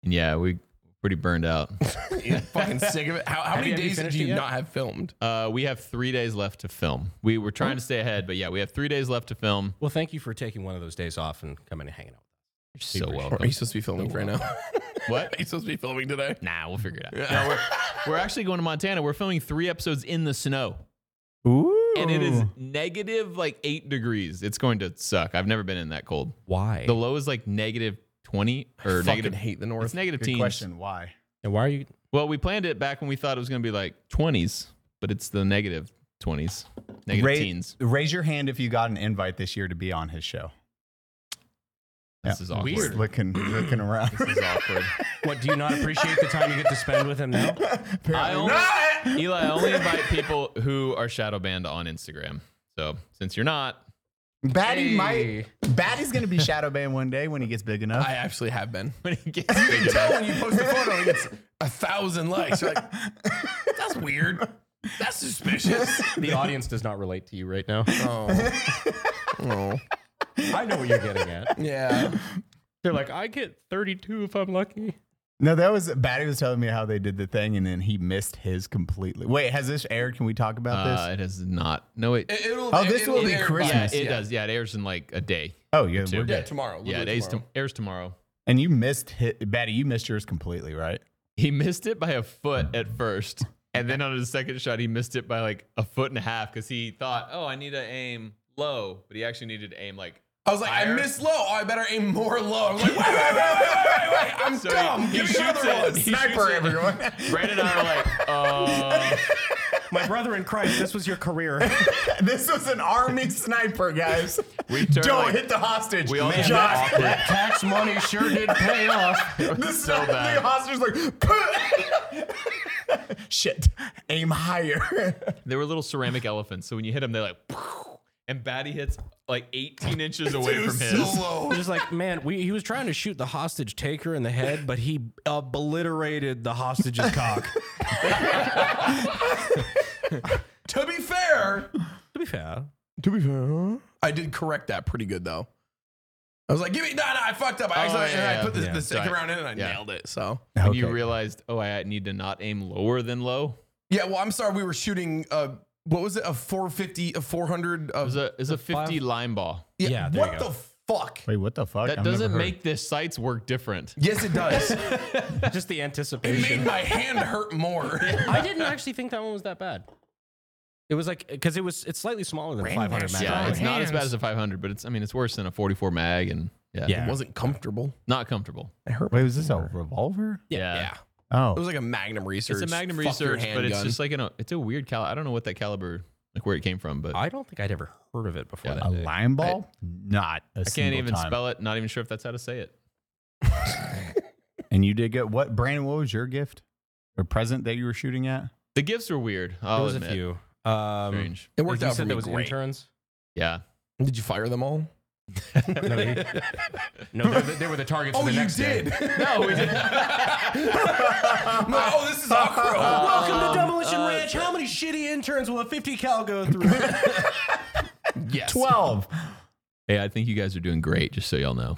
Speaker 4: And yeah, we pretty burned out.
Speaker 2: Okay. You're fucking sick of it. How, how
Speaker 3: Have
Speaker 2: many
Speaker 3: you- have you
Speaker 2: days
Speaker 3: finished
Speaker 2: do
Speaker 3: it
Speaker 2: you
Speaker 3: yet?
Speaker 2: not have filmed?
Speaker 4: Uh, we have three days left to film. We were
Speaker 1: Oh.
Speaker 4: trying to stay ahead, but yeah, we have three days left to film.
Speaker 3: Well, thank you for taking one of those days off and coming and hanging out.
Speaker 4: You're so
Speaker 2: Or are
Speaker 4: welcome.
Speaker 2: you supposed to be filming right now?
Speaker 4: What?
Speaker 2: Are you supposed to be filming today?
Speaker 4: Nah, we'll figure it out. No, we're, we're actually going to Montana. We're filming three episodes in the snow,
Speaker 1: Ooh.
Speaker 4: and it is negative like eight degrees. It's going to suck. I've never been in that cold.
Speaker 3: Why?
Speaker 4: The low is like negative 20 or
Speaker 2: Fucking
Speaker 4: negative.
Speaker 2: hate the North.
Speaker 4: It's negative
Speaker 1: Good
Speaker 4: teens.
Speaker 1: question. Why?
Speaker 3: and why are you?
Speaker 4: Well, we planned it back when we thought it was going to be like 20s, but it's the negative 20s, negative teens.
Speaker 1: raise your hand if you got an invite this year to be on his show.
Speaker 4: This is awkward.
Speaker 1: Just looking, looking around.
Speaker 4: This is awkward.
Speaker 3: What do you not appreciate the time you get to spend with him now?
Speaker 4: I only, Eli, I only invite people who are shadow banned on Instagram. So since you're not,
Speaker 1: Batty
Speaker 2: Hey.
Speaker 1: might. Batty's going to be Shadow Band one day when he gets big enough.
Speaker 2: I actually have been.
Speaker 4: when it gets big
Speaker 2: You
Speaker 4: enough,
Speaker 2: tell when you post a photo, it gets a thousand likes. You're like, that's weird. That's suspicious.
Speaker 3: The audience does not relate to you right now. Oh.
Speaker 2: Oh,
Speaker 3: I know what you're getting at.
Speaker 2: yeah.
Speaker 3: They're like, I get 32 if I'm lucky.
Speaker 1: No, that was Batty was telling me how they did the thing, and then he missed his completely. Wait, has this aired? Can we talk about
Speaker 4: uh,
Speaker 1: this?
Speaker 4: it is not. No, wait.
Speaker 2: It, it'll,
Speaker 1: Oh, this will be
Speaker 2: aired by-
Speaker 4: yeah,
Speaker 1: Christmas.
Speaker 4: it does. Yeah, it airs in like a day.
Speaker 1: Oh yeah, we're
Speaker 2: Yeah,
Speaker 1: good.
Speaker 2: tomorrow.
Speaker 4: yeah, it
Speaker 2: Literally
Speaker 4: airs, to, airs tomorrow.
Speaker 1: And you missed his, Batty. You missed yours completely, right?
Speaker 4: He missed it by a foot at first. And then on his second shot, he missed it by like a foot and a half because he thought, oh, I need to aim low. But he actually needed to aim like
Speaker 2: I was like, I
Speaker 4: Higher.
Speaker 2: missed low. Oh, I better aim more low. I was like, wait, wait, wait, wait, wait, wait, wait. I'm
Speaker 4: So he-
Speaker 2: dumb.
Speaker 4: he
Speaker 2: Give me
Speaker 4: shoots
Speaker 2: another
Speaker 4: it.
Speaker 2: one.
Speaker 4: He shoots it. Brandon and I are like, uh,
Speaker 3: My brother in Christ, this was your career.
Speaker 1: This was an army sniper, guys.
Speaker 4: We turn,
Speaker 1: Don't
Speaker 4: like-
Speaker 1: hit the hostage.
Speaker 4: We all
Speaker 1: Just-
Speaker 4: get
Speaker 7: tax money sure did pay off.
Speaker 1: This is
Speaker 4: so
Speaker 1: the-
Speaker 4: bad.
Speaker 1: The hostage like, shit, aim higher.
Speaker 4: They were little ceramic elephants, so when you hit them, they're like, "Poof," and Batty hits like 18 inches away from his.
Speaker 3: Just like, man, we, he was trying to shoot the hostage taker in the head, but he obliterated the hostage's cock.
Speaker 2: To be fair,
Speaker 3: To be fair,
Speaker 2: to be fair, I did correct that pretty good though. I was like, "Give me no, no, I fucked up. I accidentally
Speaker 4: Oh, yeah,
Speaker 2: and I
Speaker 4: yeah,
Speaker 2: put the,
Speaker 3: yeah.
Speaker 2: the second
Speaker 4: Right.
Speaker 2: round in and I
Speaker 4: Yeah.
Speaker 2: nailed it." So
Speaker 4: And you realized, oh, I need to not aim lower than low.
Speaker 2: yeah, well, I'm sorry. We were shooting. Uh, what was it? A 450, a 400.
Speaker 4: It was
Speaker 2: Of,
Speaker 4: a, it was a 50 line ball.
Speaker 2: yeah,
Speaker 3: Yeah, there
Speaker 2: what
Speaker 3: you
Speaker 2: the
Speaker 3: go.
Speaker 2: fuck?
Speaker 1: Wait, what the fuck?
Speaker 4: That doesn't make the sights work different.
Speaker 2: Yes, it does.
Speaker 3: just the
Speaker 2: it made
Speaker 3: anticipation.
Speaker 2: my hand hurt more.
Speaker 3: I didn't actually think that one was that bad. It was like because it was it's slightly smaller than 500 mag.
Speaker 4: Yeah, it's not as bad
Speaker 7: hands.
Speaker 4: as a 500, but it's I mean it's worse than a 44 mag, and yeah,
Speaker 3: Yeah.
Speaker 2: It wasn't comfortable.
Speaker 4: not comfortable.
Speaker 1: Wait, was this a revolver?
Speaker 4: Yeah.
Speaker 2: It
Speaker 1: Oh,
Speaker 2: was like a Magnum research.
Speaker 4: It's a Magnum
Speaker 2: fuck your
Speaker 4: Research, but it's
Speaker 2: handgun.
Speaker 4: just like an it's a weird caliber. I don't know what that caliber like where it came from, but I,
Speaker 3: I don't think I'd ever heard of it before
Speaker 4: Yeah.
Speaker 3: that.
Speaker 1: a lime ball? Not a
Speaker 4: can't
Speaker 1: single
Speaker 4: even
Speaker 1: time.
Speaker 4: spell it. Not even sure if that's how to say it.
Speaker 1: And you did get what? Brandon, what was your gift or present that you were shooting at?
Speaker 4: The gifts were weird. I'll
Speaker 3: There was
Speaker 4: admit.
Speaker 3: a few. Um,
Speaker 4: Strange.
Speaker 2: it worked
Speaker 3: you
Speaker 2: out for
Speaker 3: said
Speaker 2: me
Speaker 3: there was
Speaker 2: great.
Speaker 3: interns.
Speaker 4: Yeah,
Speaker 2: Did you fire them all?
Speaker 3: No, he- no, they, they were the targets.
Speaker 2: Oh,
Speaker 3: for the
Speaker 2: you
Speaker 3: next day.
Speaker 2: did. no, we did. oh, this is awkward.
Speaker 3: Welcome to Demolition Ranch. How many shitty interns will a 50 cal go through?
Speaker 2: Yes.
Speaker 1: 12.
Speaker 4: hey, I think you guys are doing great. Just so y'all know.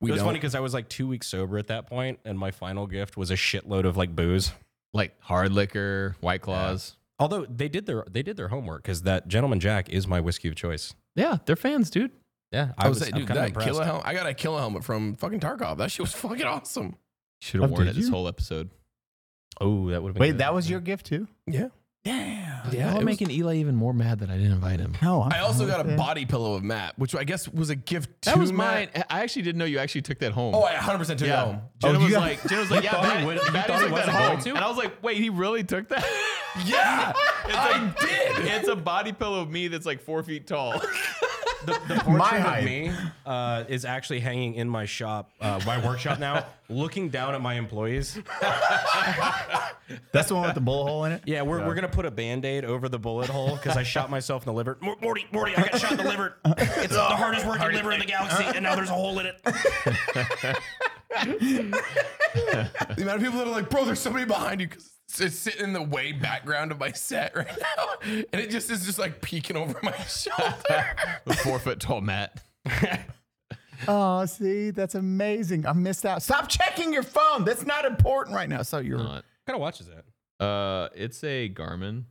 Speaker 2: We
Speaker 3: it was
Speaker 2: don't.
Speaker 3: funny because I was like two weeks sober at that point, and my final gift was a shitload of like booze.
Speaker 4: like hard liquor, white claws.
Speaker 3: Although they did their they did their homework because that gentleman Jack is my whiskey of choice.
Speaker 4: Yeah, they're fans, dude.
Speaker 3: Yeah,
Speaker 2: I was, like,
Speaker 3: I'm
Speaker 2: dude,
Speaker 3: kinda
Speaker 2: that killer
Speaker 3: impressed.
Speaker 2: helmet. I got a killer helmet from fucking Tarkov. That shit was fucking awesome.
Speaker 4: Should have
Speaker 1: Oh,
Speaker 4: worn
Speaker 1: did
Speaker 4: it this
Speaker 1: you?
Speaker 4: whole episode.
Speaker 3: Oh, that would have been
Speaker 1: Wait,
Speaker 3: good.
Speaker 1: that was your gift too?
Speaker 2: Yeah.
Speaker 1: Damn.
Speaker 2: Yeah. it was-
Speaker 4: making Eli even more mad that I didn't invite him.
Speaker 1: No, I'm
Speaker 2: I also
Speaker 1: fine
Speaker 2: got
Speaker 1: with
Speaker 2: a
Speaker 1: it.
Speaker 2: body pillow of Matt, which I guess was a gift
Speaker 4: That
Speaker 2: to
Speaker 4: was mine.
Speaker 2: Matt.
Speaker 4: I actually didn't know you actually took that home.
Speaker 2: Oh, I 100% took it
Speaker 4: yeah.
Speaker 2: home.
Speaker 4: Jenna
Speaker 1: Oh, you
Speaker 4: was
Speaker 1: got-
Speaker 4: like, Jenna was like, yeah,
Speaker 3: thought he
Speaker 4: Matt,
Speaker 3: would-
Speaker 4: Matt
Speaker 3: you thought
Speaker 4: took
Speaker 3: he
Speaker 4: that
Speaker 3: wasn't
Speaker 4: home.
Speaker 3: going to?
Speaker 4: And I was like, wait, he really took that?
Speaker 2: Yeah. I did.
Speaker 4: it's a body pillow of me that's like four feet tall.
Speaker 3: the portrait
Speaker 1: My
Speaker 3: of
Speaker 1: height.
Speaker 3: me uh, is actually hanging in my shop, uh, my workshop now, looking down at my employees.
Speaker 1: That's the one with the bullet hole in it?
Speaker 3: Yeah, we're, we're gonna put a band-aid over the bullet hole because I shot myself in the liver. Mor- Morty, Morty, I got shot in the liver. It's the hardest working liver in the galaxy, and now there's a hole in it.
Speaker 2: The amount of people that are like, bro, there's somebody behind you because it's sitting in the way background of my set right now. And it just is just like peeking over my shoulder.
Speaker 4: four foot tall Matt.
Speaker 1: Oh, see, that's amazing. I missed out. Stop checking your phone. That's not important right now. So you're.
Speaker 4: Not.
Speaker 3: kind of watch is that?
Speaker 4: Uh, it's a Garmin.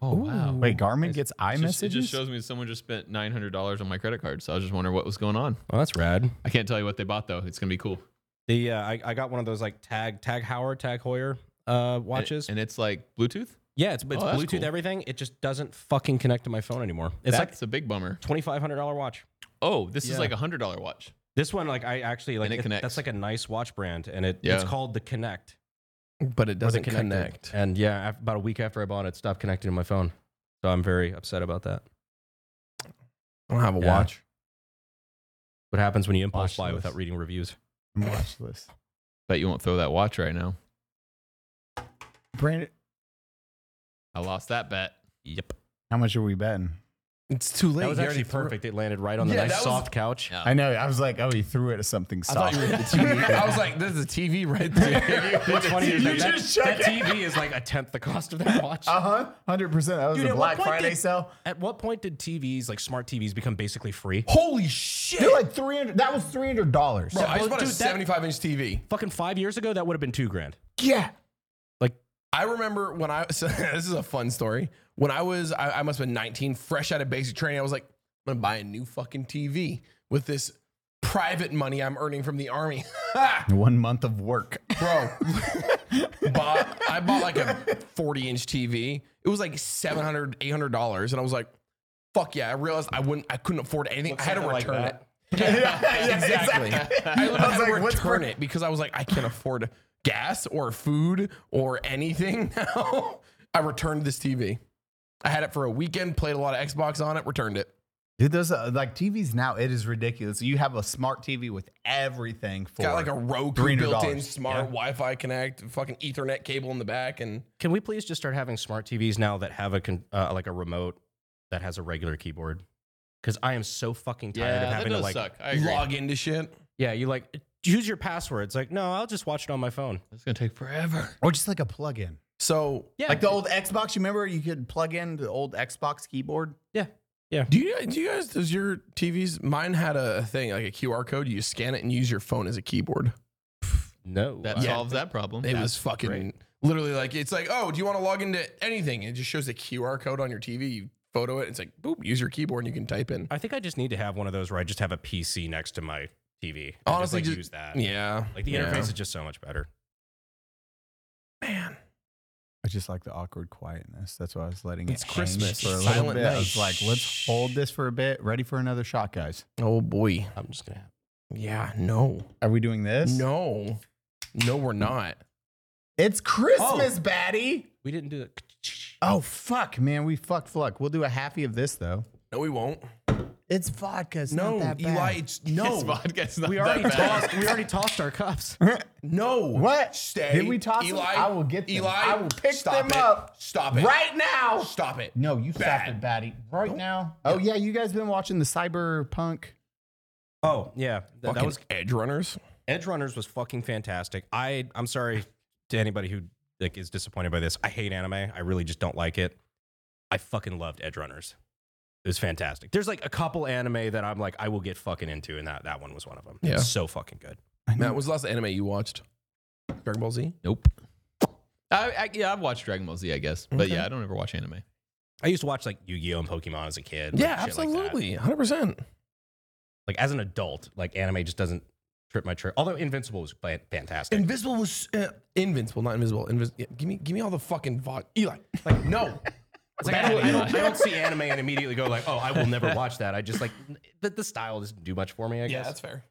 Speaker 4: Oh wow!
Speaker 1: Wait, Garmin gets
Speaker 4: It just, it
Speaker 1: iMessages?
Speaker 4: just shows me someone just spent nine hundred dollars on my credit card, so I was just wondering what was going on.
Speaker 3: Well, that's rad.
Speaker 4: I can't tell you what they bought though. It's gonna be cool.
Speaker 3: The uh, I, I got one of those like tag tag Howard tag Hoyer uh, watches.
Speaker 4: and, and it's like Bluetooth.
Speaker 3: yeah, it's, it's
Speaker 4: Oh, that's
Speaker 3: Bluetooth
Speaker 4: cool.
Speaker 3: everything. It just doesn't fucking connect to my phone anymore. It's like
Speaker 4: That's a big bummer.
Speaker 3: twenty five hundred dollar watch.
Speaker 4: Oh, this
Speaker 3: Yeah.
Speaker 4: is like a hundred dollar watch.
Speaker 3: This one, like I actually like
Speaker 4: And it
Speaker 3: it-
Speaker 4: connects.
Speaker 3: that's like a nice watch brand, and it
Speaker 4: Yeah.
Speaker 3: it's called the Connect.
Speaker 2: But it
Speaker 3: Or the Connector. And yeah, af- about a week after I bought it, it stopped connecting to my phone. So I'm very upset about that.
Speaker 2: I don't have a
Speaker 3: Yeah.
Speaker 2: watch.
Speaker 3: What happens when you
Speaker 1: Watch
Speaker 3: impulse buy
Speaker 1: this.
Speaker 3: without reading reviews?
Speaker 1: Watch this.
Speaker 4: Bet you won't throw that watch right now.
Speaker 1: Brandon,
Speaker 4: I lost that bet.
Speaker 3: Yep.
Speaker 1: how much are we betting?
Speaker 2: It's too late.
Speaker 3: That was
Speaker 2: You already
Speaker 3: actually
Speaker 2: threw it.
Speaker 3: perfect. It landed right on the
Speaker 2: Yeah,
Speaker 3: nice
Speaker 2: that was-
Speaker 3: soft couch.
Speaker 4: Yeah.
Speaker 1: I know. I was like, oh, he threw it at something
Speaker 2: I thought
Speaker 1: soft.
Speaker 2: you were at the TV. I was like, there's a TV right there.
Speaker 3: What's funny is
Speaker 1: You
Speaker 3: like, that,
Speaker 1: just
Speaker 3: that
Speaker 1: checked
Speaker 3: TV is like a tenth the cost of that watch.
Speaker 1: Uh huh. Hundred percent. That was
Speaker 3: Dude,
Speaker 1: a
Speaker 3: at what
Speaker 1: Black
Speaker 3: point
Speaker 1: Friday
Speaker 3: did-
Speaker 1: sale.
Speaker 3: At what point did TVs, like smart TVs, become basically free?
Speaker 2: Holy shit.
Speaker 1: Dude, like three hundred. That was three hundred dollars.
Speaker 2: Bro, I just
Speaker 3: Well,
Speaker 2: bought a
Speaker 3: dude, that-
Speaker 2: 75 inch TV.
Speaker 3: Fucking five years ago, that would have been two grand.
Speaker 1: Yeah.
Speaker 2: I remember when I, so this is a fun story. When I was, I, I must have been 19, fresh out of basic training, I was like, I'm gonna buy a new fucking TV with this private money I'm earning from the army.
Speaker 1: One month of work.
Speaker 2: Bro, bought, I bought like a 40 inch TV. It was like 700, $800. And I was like, fuck yeah. I realized I wouldn't, I couldn't afford anything. I had to
Speaker 3: Something like
Speaker 2: return
Speaker 3: that.
Speaker 2: it. exactly.
Speaker 1: I
Speaker 2: I
Speaker 1: was
Speaker 2: was
Speaker 1: like,
Speaker 2: like,
Speaker 1: what's
Speaker 2: return
Speaker 1: per-
Speaker 2: it because I was like, I can't afford gas or food or anything now. I returned this TV. I had it for a weekend, played a lot of Xbox on it, returned it.
Speaker 1: Dude, those uh, like TVs now, it is ridiculous. You have a smart TV with everything for
Speaker 2: Got like a Roku built-in,
Speaker 1: $300.
Speaker 2: smart
Speaker 1: Yeah.
Speaker 2: Wi-Fi connect, fucking Ethernet cable in the back, and
Speaker 3: Can we please just start having smart TVs now that have a con- uh, like a remote that has a regular keyboard? Because I am so fucking tired
Speaker 4: Yeah,
Speaker 3: of
Speaker 4: that
Speaker 3: having to
Speaker 4: does
Speaker 3: like
Speaker 4: suck. I agree.
Speaker 2: log into shit.
Speaker 3: yeah, you like use your password. It's like no, I'll just watch it on my phone.
Speaker 4: It's gonna take forever.
Speaker 1: or just like a plug-in.
Speaker 2: So
Speaker 3: Yeah,
Speaker 1: Like the old Xbox, you remember you could plug in the old Xbox keyboard?
Speaker 2: Do you do you guys does your TVs mine had a thing like a QR code you scan it and use your phone as a keyboard.
Speaker 3: no,
Speaker 4: That
Speaker 2: Yeah.
Speaker 4: solves that problem.
Speaker 2: It was fucking literally like it's like, "Oh, do you want to log into anything?" It just shows a QR code on your TV. You photo it, it's like, "Boop, use your keyboard and you can type in."
Speaker 3: I think I just need to have one of those where I just have a PC next to my TV. I
Speaker 2: Honestly,
Speaker 3: just, like,
Speaker 2: just-
Speaker 3: use that.
Speaker 2: Yeah.
Speaker 3: Like the
Speaker 2: Yeah.
Speaker 3: interface is just so much better.
Speaker 2: man.
Speaker 1: I just like the awkward quietness. That's why I was letting
Speaker 2: It's
Speaker 1: it hang
Speaker 2: Christmas.
Speaker 1: for a little
Speaker 2: Silent
Speaker 1: bit. I was
Speaker 2: night.
Speaker 1: like, let's hold this for a bit. Ready for another shot, guys.
Speaker 2: Oh boy.
Speaker 3: I'm just gonna.
Speaker 2: Yeah, no.
Speaker 1: Are we doing this?
Speaker 2: No. No, we're not.
Speaker 1: It's Christmas, baddie.
Speaker 3: We didn't do it.
Speaker 1: Oh fuck, man, we fucked fuck. We'll do a halfy of this though.
Speaker 2: No, we won't.
Speaker 1: It's vodka. It's
Speaker 2: no,
Speaker 1: not that bad.
Speaker 2: Eli, it's no.
Speaker 4: This vodka's not
Speaker 3: We
Speaker 4: that
Speaker 3: already
Speaker 4: bad.
Speaker 3: tossed. We already tossed our cups.
Speaker 2: No.
Speaker 1: What?
Speaker 2: Stay.
Speaker 1: Did we toss them? I will get them.
Speaker 2: Eli,
Speaker 1: I will pick
Speaker 2: stop
Speaker 1: them
Speaker 2: it.
Speaker 1: up
Speaker 2: Stop it.
Speaker 1: right now.
Speaker 2: Stop it.
Speaker 1: No, you stop
Speaker 2: Bad.
Speaker 1: it, baddie. Right now. Oh yeah, you guys been watching the cyberpunk?
Speaker 3: Oh yeah, Th- that,
Speaker 2: Fucking
Speaker 3: was
Speaker 2: edge runners.
Speaker 3: Edge Runners was fucking fantastic. I I'm sorry to anybody who like is disappointed by this. I hate anime. I really just don't like it. I fucking loved Edge Runners. It was fantastic. There's like a couple anime that I'm like I will get fucking into, and that that one was one of them.
Speaker 2: Yeah.
Speaker 3: It's so fucking good.
Speaker 2: Matt, was the last anime you watched? Dragon Ball Z.
Speaker 4: Nope. I, I, yeah, I've watched Dragon Ball Z, I guess, but yeah, I don't ever watch anime.
Speaker 3: I used to watch like Yu-Gi-Oh and Pokemon as a kid. like,
Speaker 2: Yeah,
Speaker 3: shit like that.
Speaker 2: absolutely, hundred percent.
Speaker 3: Like, as an adult, like anime just doesn't trip my trip. Although Invincible was fa- fantastic.
Speaker 2: Invisible was uh, invincible, not invisible. Invis- yeah, give me, give me all the fucking vodka. Eli, like no.
Speaker 3: It's like, I, don't, I, don't, I don't see anime and immediately go like, oh, I will never watch that. I just like the, the style doesn't do much for me. I guess.
Speaker 2: fair.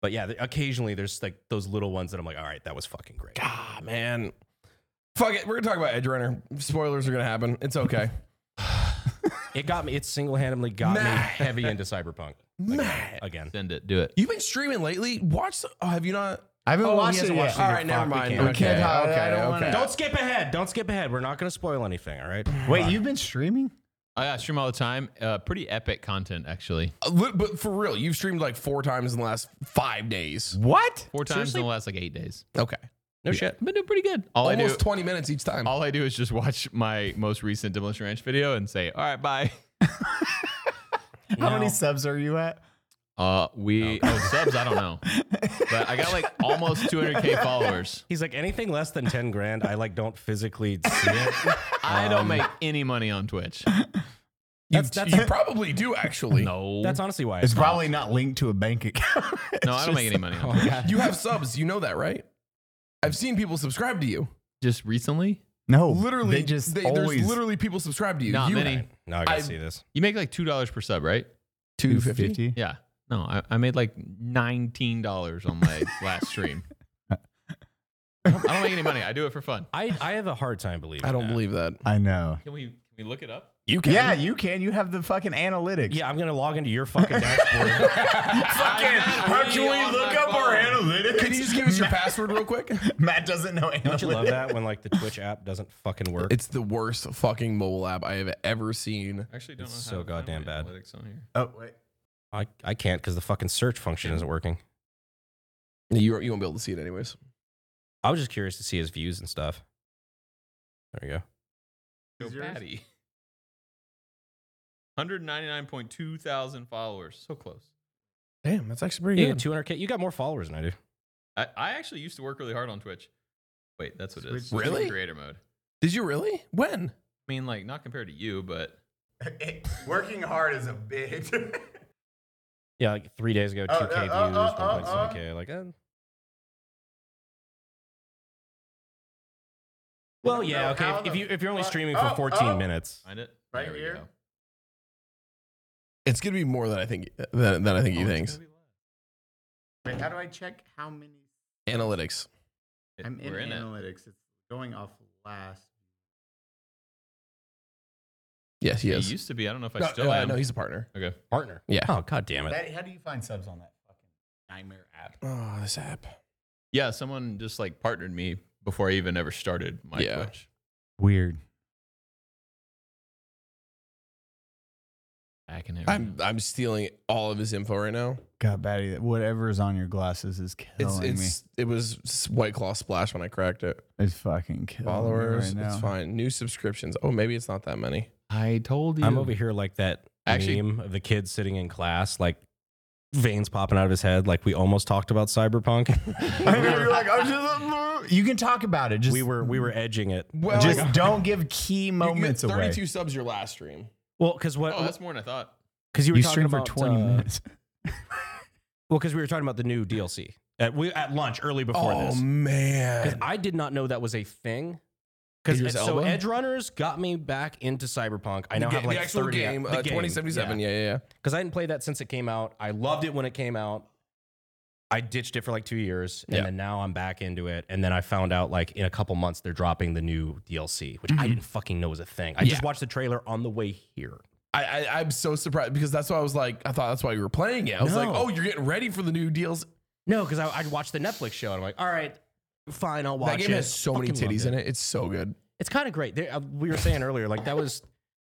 Speaker 3: But yeah, th- occasionally there's like those little ones that I'm like, all right, that was fucking great.
Speaker 2: Ah man, fuck it. We're gonna talk about Edge Runner. Spoilers are gonna happen. It's okay.
Speaker 3: It got me. It single handedly got me
Speaker 2: Matt.
Speaker 3: heavy into cyberpunk
Speaker 2: Matt,
Speaker 3: again.
Speaker 4: Send it. Do it.
Speaker 2: you've been streaming lately. Watch. The, oh, have you not?
Speaker 1: I haven't
Speaker 2: Oh, he
Speaker 1: watched it
Speaker 2: hasn't
Speaker 1: yet.
Speaker 2: watched it. All right, never
Speaker 3: Fuck, we
Speaker 2: mind.
Speaker 3: can't.
Speaker 2: Okay,
Speaker 1: Okay, I- I
Speaker 2: okay,
Speaker 1: don't wanna-
Speaker 2: okay.
Speaker 3: Don't skip ahead. Don't skip ahead. We're not going to spoil anything. All right.
Speaker 1: Wait, you've been streaming?
Speaker 4: I uh, stream all the time. Uh, pretty epic content, actually.
Speaker 2: Uh, li- But for real, you've streamed like four times in the last five days.
Speaker 1: What?
Speaker 4: Four times in the last like eight days.
Speaker 2: Okay.
Speaker 3: No shit.
Speaker 4: I've been doing pretty good. All I do,
Speaker 2: Almost 20 minutes each time.
Speaker 4: all I do is just watch my most recent Demolition Ranch video and say, "All right, bye."
Speaker 1: How many subs are you at?
Speaker 4: Uh, we oh, subs. I don't know, but I got like almost 200k followers.
Speaker 3: He's like anything less than ten grand. I like don't physically see it.
Speaker 4: I don't make any money on Twitch.
Speaker 2: you, you probably do, actually.
Speaker 4: No,
Speaker 3: That's honestly why. I
Speaker 1: It's
Speaker 3: stopped.
Speaker 1: probably not linked to a bank account.
Speaker 4: no, I don't make any money on Twitch.
Speaker 2: You have subs. You know that, right? I've seen people subscribe to you.
Speaker 4: Just recently,
Speaker 1: No,
Speaker 2: Literally,
Speaker 1: they just
Speaker 2: they-
Speaker 1: always
Speaker 2: there's literally people subscribe to you.
Speaker 4: not
Speaker 2: you
Speaker 4: many.
Speaker 3: No, I gotta
Speaker 2: I-
Speaker 3: see this.
Speaker 4: You make like two dollars per sub, right?
Speaker 2: 250.
Speaker 4: Yeah. No, I, I made like nineteen dollars on my last stream. I don't, I don't make any money. I do it for fun.
Speaker 3: I, I have a hard time believing.
Speaker 2: I don't
Speaker 3: that.
Speaker 2: believe that.
Speaker 1: I know.
Speaker 4: Can we can we look it up?
Speaker 2: You can.
Speaker 1: Yeah, you can. You have the fucking analytics.
Speaker 3: Yeah, I'm gonna log into your fucking dashboard.
Speaker 4: Fucking,
Speaker 1: analytics?
Speaker 2: Can you just give us your password real quick?
Speaker 1: Matt doesn't know analytics.
Speaker 3: don't you love that when like the Twitch app doesn't fucking work?
Speaker 2: It's the worst fucking mobile app I have ever seen.
Speaker 4: Actually, don't
Speaker 3: It's
Speaker 4: know
Speaker 3: so
Speaker 4: how to find
Speaker 3: goddamn
Speaker 4: my
Speaker 3: bad.
Speaker 4: analytics on here.
Speaker 1: Oh wait.
Speaker 3: I, I can't because the fucking search function isn't working.
Speaker 2: You, you won't be able to see it, anyways.
Speaker 3: I was just curious to see his views and stuff. There we go.
Speaker 4: Patty. 199.2 thousand followers. So close.
Speaker 2: Damn, that's actually pretty
Speaker 3: You got 200k. You got more followers than I do.
Speaker 4: I, I actually used to work really hard on Twitch. Wait, that's what it is.
Speaker 2: Switch- Really?
Speaker 4: Creator mode.
Speaker 2: Did you really? When?
Speaker 4: I mean, like, not compared to you, but
Speaker 1: working hard is a big.
Speaker 3: Yeah, like three days ago, 2k
Speaker 1: Oh,
Speaker 3: views,
Speaker 1: uh, uh, uh,
Speaker 3: 1.7k. like, eh. well, yeah, okay. If, if you if you're only streaming
Speaker 1: Oh,
Speaker 3: for 14 minutes,
Speaker 4: find it.
Speaker 1: Right
Speaker 4: There we
Speaker 1: here?
Speaker 4: go.
Speaker 2: It's gonna be more than I think than, than I think he
Speaker 4: Oh, it's
Speaker 2: thinks.
Speaker 4: gonna be live.
Speaker 1: Wait, how do I check how many?
Speaker 2: Analytics.
Speaker 1: I'm in,
Speaker 4: We're in it.
Speaker 1: analytics. It's going off last.
Speaker 2: Yes, he
Speaker 4: He
Speaker 2: is.
Speaker 4: used to be. I don't know if I
Speaker 2: No,
Speaker 4: still
Speaker 2: uh,
Speaker 4: am.
Speaker 2: no, he's a partner.
Speaker 4: okay.
Speaker 3: Partner.
Speaker 2: Yeah.
Speaker 3: Oh, god damn it.
Speaker 1: That, how do you find subs on that fucking nightmare app?
Speaker 2: Oh, this app.
Speaker 4: Yeah, someone just like partnered me before I even ever started my
Speaker 2: Yeah.
Speaker 4: Twitch.
Speaker 1: Weird.
Speaker 4: Back in it.
Speaker 2: I'm I'm stealing all of his info right now.
Speaker 1: God, Batty, whatever is on your glasses is
Speaker 2: It's
Speaker 1: killing
Speaker 2: it's it was s- White Claw Splash when I cracked it.
Speaker 1: me. It's fucking killing
Speaker 2: Followers,
Speaker 1: me right now.
Speaker 2: it's fine. New subscriptions. Oh, maybe it's not that many.
Speaker 4: I told you.
Speaker 3: I'm over here like that
Speaker 4: Actually-
Speaker 3: meme of the kid sitting in class, like veins popping out of his head, like we almost talked about cyberpunk.
Speaker 1: I know, you're like, I'm just- you can talk about it. Just
Speaker 3: we were we were edging it.
Speaker 2: Well,
Speaker 1: just don't give key
Speaker 2: You get
Speaker 1: moments away.
Speaker 2: 32 subs your last stream.
Speaker 3: Well, because what?
Speaker 4: Oh, that's more than I thought.
Speaker 3: Because you were
Speaker 1: You
Speaker 3: talking
Speaker 1: stream for
Speaker 3: about
Speaker 1: 20
Speaker 3: uh,
Speaker 1: minutes.
Speaker 3: Well, because we were talking about the new DLC at we at lunch early before this. Because
Speaker 2: Oh, man.
Speaker 3: I did not know that was a thing. Because
Speaker 2: Idris
Speaker 3: so
Speaker 2: Elba?
Speaker 3: Edge Runners got me back into Cyberpunk. I
Speaker 2: The
Speaker 3: now
Speaker 2: ga-
Speaker 3: have like
Speaker 2: the actual
Speaker 3: 30
Speaker 2: game, uh, 2077. Yeah, yeah, yeah.
Speaker 3: Because I hadn't played that since it came out. I loved it when it came out. I ditched it for like two years, and
Speaker 2: Yeah.
Speaker 3: then now I'm back into it. And then I found out like in a couple months they're dropping the new DLC, which
Speaker 2: Mm-hmm.
Speaker 3: I didn't fucking know was a thing. I just watched the trailer on the way here.
Speaker 2: I, I I'm so surprised because that's why I was like, I thought that's why you were playing it. I was like,
Speaker 3: No.
Speaker 2: oh, you're getting ready for the new deals.
Speaker 3: No, because I, I'd watched the Netflix show and I'm like, all right, fine, I'll watch
Speaker 2: that game
Speaker 3: it.
Speaker 2: has so many
Speaker 3: Fucking loved
Speaker 2: titties in it. It's so good.
Speaker 3: It's kind of great. There, uh, we were saying earlier, like that was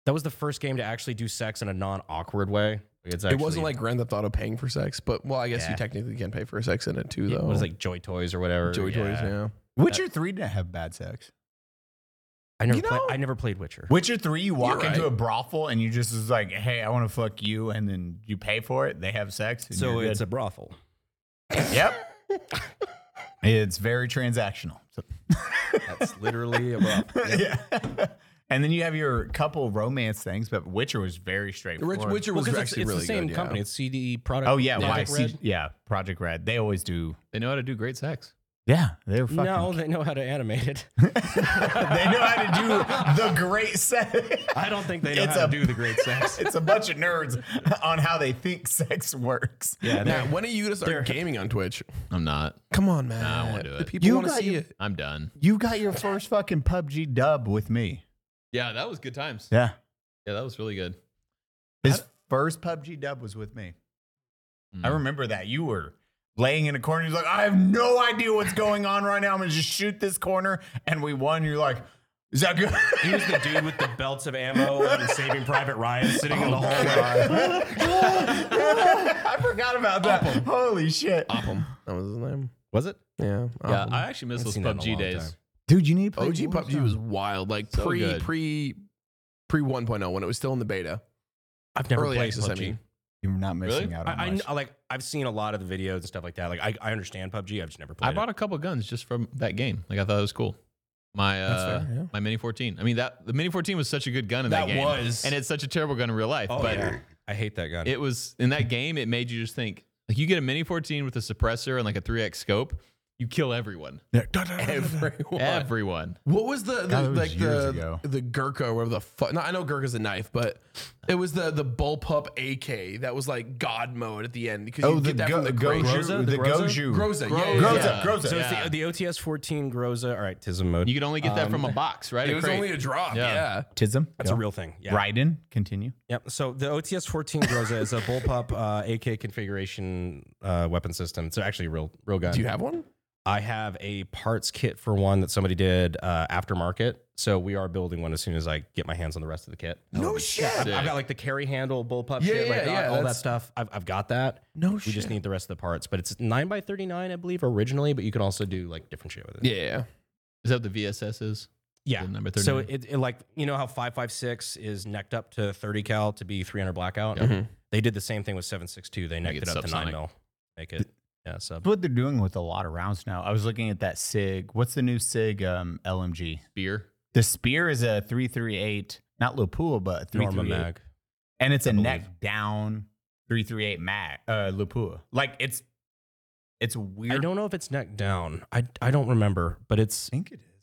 Speaker 3: that was the first game to actually do sex in a non awkward way. It's
Speaker 2: it
Speaker 3: actually-
Speaker 2: wasn't like Grand Theft Auto paying for sex, but well, I guess
Speaker 3: Yeah.
Speaker 2: you technically can pay for sex in it too,
Speaker 3: yeah,
Speaker 2: though.
Speaker 3: what is it, like Joy Toys or whatever.
Speaker 2: Joy Toys? Yeah.
Speaker 1: Witcher 3 didn't have bad sex.
Speaker 3: I never
Speaker 1: You
Speaker 3: played,
Speaker 1: know-
Speaker 3: I never played Witcher.
Speaker 1: Witcher 3, you walk
Speaker 2: You're
Speaker 1: into
Speaker 2: right.
Speaker 1: a brothel and you just is like, hey, I want to fuck you. And then you pay for it. They have sex. and
Speaker 3: So
Speaker 1: you're
Speaker 3: it's a
Speaker 1: good.
Speaker 3: brothel.
Speaker 1: Yep. it's very transactional. So-
Speaker 3: That's literally a brothel.
Speaker 1: yeah. And then you have your couple romance things, but Witcher was very
Speaker 2: The Rich,
Speaker 1: straightforward.
Speaker 2: Witcher was
Speaker 3: it's,
Speaker 2: actually
Speaker 3: it's
Speaker 2: really
Speaker 3: the same
Speaker 2: good.
Speaker 3: company.
Speaker 2: Yeah.
Speaker 3: It's CD product.
Speaker 1: Oh yeah,
Speaker 3: Project
Speaker 1: YC,
Speaker 3: Red.
Speaker 1: yeah, Project Red. They always do.
Speaker 4: They know how to do great sex.
Speaker 1: Yeah, they're fucking.
Speaker 3: No, they know how to animate it.
Speaker 1: they know how to do the great sex.
Speaker 3: I don't think they know
Speaker 1: It's
Speaker 3: how
Speaker 1: a-
Speaker 3: to do the great sex.
Speaker 1: it's a bunch of nerds on how they think sex works.
Speaker 3: yeah, they're-
Speaker 2: Matt, when are you gonna start gaming on Twitch?
Speaker 4: I'm not.
Speaker 2: Come on, man.
Speaker 4: Nah, I wanna do
Speaker 2: The
Speaker 4: it.
Speaker 2: people
Speaker 1: You
Speaker 2: want to
Speaker 1: got
Speaker 2: see
Speaker 1: your-
Speaker 2: it.
Speaker 4: I'm done.
Speaker 1: You got your first fucking PUBG dub with me.
Speaker 4: Yeah, that was good times.
Speaker 1: Yeah,
Speaker 4: Yeah, that was really good.
Speaker 1: his first PUBG dub was with me. I
Speaker 4: Mm.
Speaker 1: remember that you were laying in a corner. You're like, I have no idea what's going on right now. I'm gonna just shoot this corner, and we won. You're like, is that good?
Speaker 3: he was the dude with the belts of ammo and Saving Private Ryan sitting in the hallway.
Speaker 1: Oh I forgot about that. Holy shit,
Speaker 2: Oppum. That was his name.
Speaker 3: Was it?
Speaker 2: Yeah. um,
Speaker 4: Yeah,
Speaker 2: Oppum.
Speaker 4: I actually miss
Speaker 3: I've
Speaker 4: those
Speaker 3: seen that in a
Speaker 4: PUBG
Speaker 3: long
Speaker 4: days.
Speaker 3: time.
Speaker 1: dude! You need to play
Speaker 2: OG PUBG
Speaker 1: Warzone.
Speaker 2: was wild. Like
Speaker 4: So
Speaker 2: pre
Speaker 4: good.
Speaker 2: pre pre 1.0 when it was still in the beta.
Speaker 3: I've never
Speaker 2: Early
Speaker 3: played
Speaker 2: access, I
Speaker 3: PUBG.
Speaker 2: mean.
Speaker 1: You're not missing
Speaker 4: Really?
Speaker 1: out
Speaker 3: I,
Speaker 1: on much.
Speaker 3: I, I like I've seen a lot of the videos and stuff like that. Like I, I understand PUBG. I've just never played.
Speaker 4: I bought a couple guns just from that game. Like I thought it was cool. My uh,
Speaker 2: fair, yeah.
Speaker 4: my Mini 14. I mean that the Mini 14 was such a good gun in
Speaker 2: That
Speaker 4: that, game,
Speaker 2: was.
Speaker 4: and it's such a terrible gun in real life.
Speaker 3: It. Oh,
Speaker 4: but
Speaker 3: yeah. I hate that gun.
Speaker 4: it was in that game. It made you just think. Like you get a Mini 14 with a suppressor and like a 3x scope, you kill everyone.
Speaker 2: Everyone.
Speaker 4: Everyone.
Speaker 2: What was the, the
Speaker 1: God, that was
Speaker 2: like
Speaker 1: years
Speaker 2: the
Speaker 1: ago.
Speaker 2: the Gurkha or whatever the fuck? No, I know Gurkha's a knife, but it was the the bullpup AK that was like God mode at the end because
Speaker 1: oh,
Speaker 2: you
Speaker 1: the,
Speaker 2: get that
Speaker 1: go,
Speaker 2: from
Speaker 1: the
Speaker 2: the crate.
Speaker 1: Goju,
Speaker 3: Groza?
Speaker 1: the
Speaker 3: The Groza?
Speaker 1: Goju,
Speaker 2: Groza, yeah, yeah,
Speaker 4: Groza.
Speaker 1: Groza,
Speaker 2: yeah.
Speaker 1: Groza.
Speaker 3: so it's
Speaker 4: yeah.
Speaker 3: the, the OTS 14 Groza. All right, Tism mode.
Speaker 4: You could only get that from a box, right?
Speaker 2: Um, It
Speaker 4: A
Speaker 2: was
Speaker 4: crate.
Speaker 2: only a drop.
Speaker 4: Yeah.
Speaker 2: Yeah.
Speaker 1: Tism.
Speaker 3: That's
Speaker 1: go.
Speaker 3: a real thing. Yeah.
Speaker 1: Raiden, continue.
Speaker 3: Yep. So the OTS 14 Groza is a bullpup uh, AK configuration uh, weapon system. It's actually a real real gun.
Speaker 2: Do you have one?
Speaker 3: I have a parts kit for one that somebody did uh, aftermarket. So we are building one as soon as I get my hands on the rest of the kit. Oh.
Speaker 2: No shit.
Speaker 3: I've, I've got like the carry handle bullpup
Speaker 2: Yeah,
Speaker 3: shit,
Speaker 2: yeah,
Speaker 3: like all-
Speaker 2: yeah,
Speaker 3: all that
Speaker 2: that's-
Speaker 3: stuff. I've, I've got that.
Speaker 2: No
Speaker 3: We
Speaker 2: shit.
Speaker 3: just need the rest of the parts, but it's nine by thirty nine, I believe, originally. But you can also do like different shit with it.
Speaker 2: yeah, yeah.
Speaker 4: Is that what the VSS is?
Speaker 3: yeah.
Speaker 4: The number
Speaker 3: So
Speaker 4: 39.
Speaker 3: it, it like you know how five five six is necked up to thirty cal to be three hundred blackout.
Speaker 2: Mhm.
Speaker 3: They did the same thing with seven six two. They necked
Speaker 4: Mm-hmm. Make it
Speaker 3: it up to
Speaker 4: subsonic.
Speaker 3: nine mil. Make it yeah sub.
Speaker 1: That's what they're doing with a lot of rounds now. I was looking at that Sig. What's the new Sig um, LMG?
Speaker 4: Beer.
Speaker 1: The spear is a three three eight, not Lupul, but three
Speaker 3: Norma
Speaker 1: three eight,
Speaker 3: mag.
Speaker 1: and it's a
Speaker 3: I believe.
Speaker 1: neck down three three eight mag uh, Lupul. Like it's it's a weird.
Speaker 3: I don't know if it's neck down. I I don't remember, but it's
Speaker 1: think it is.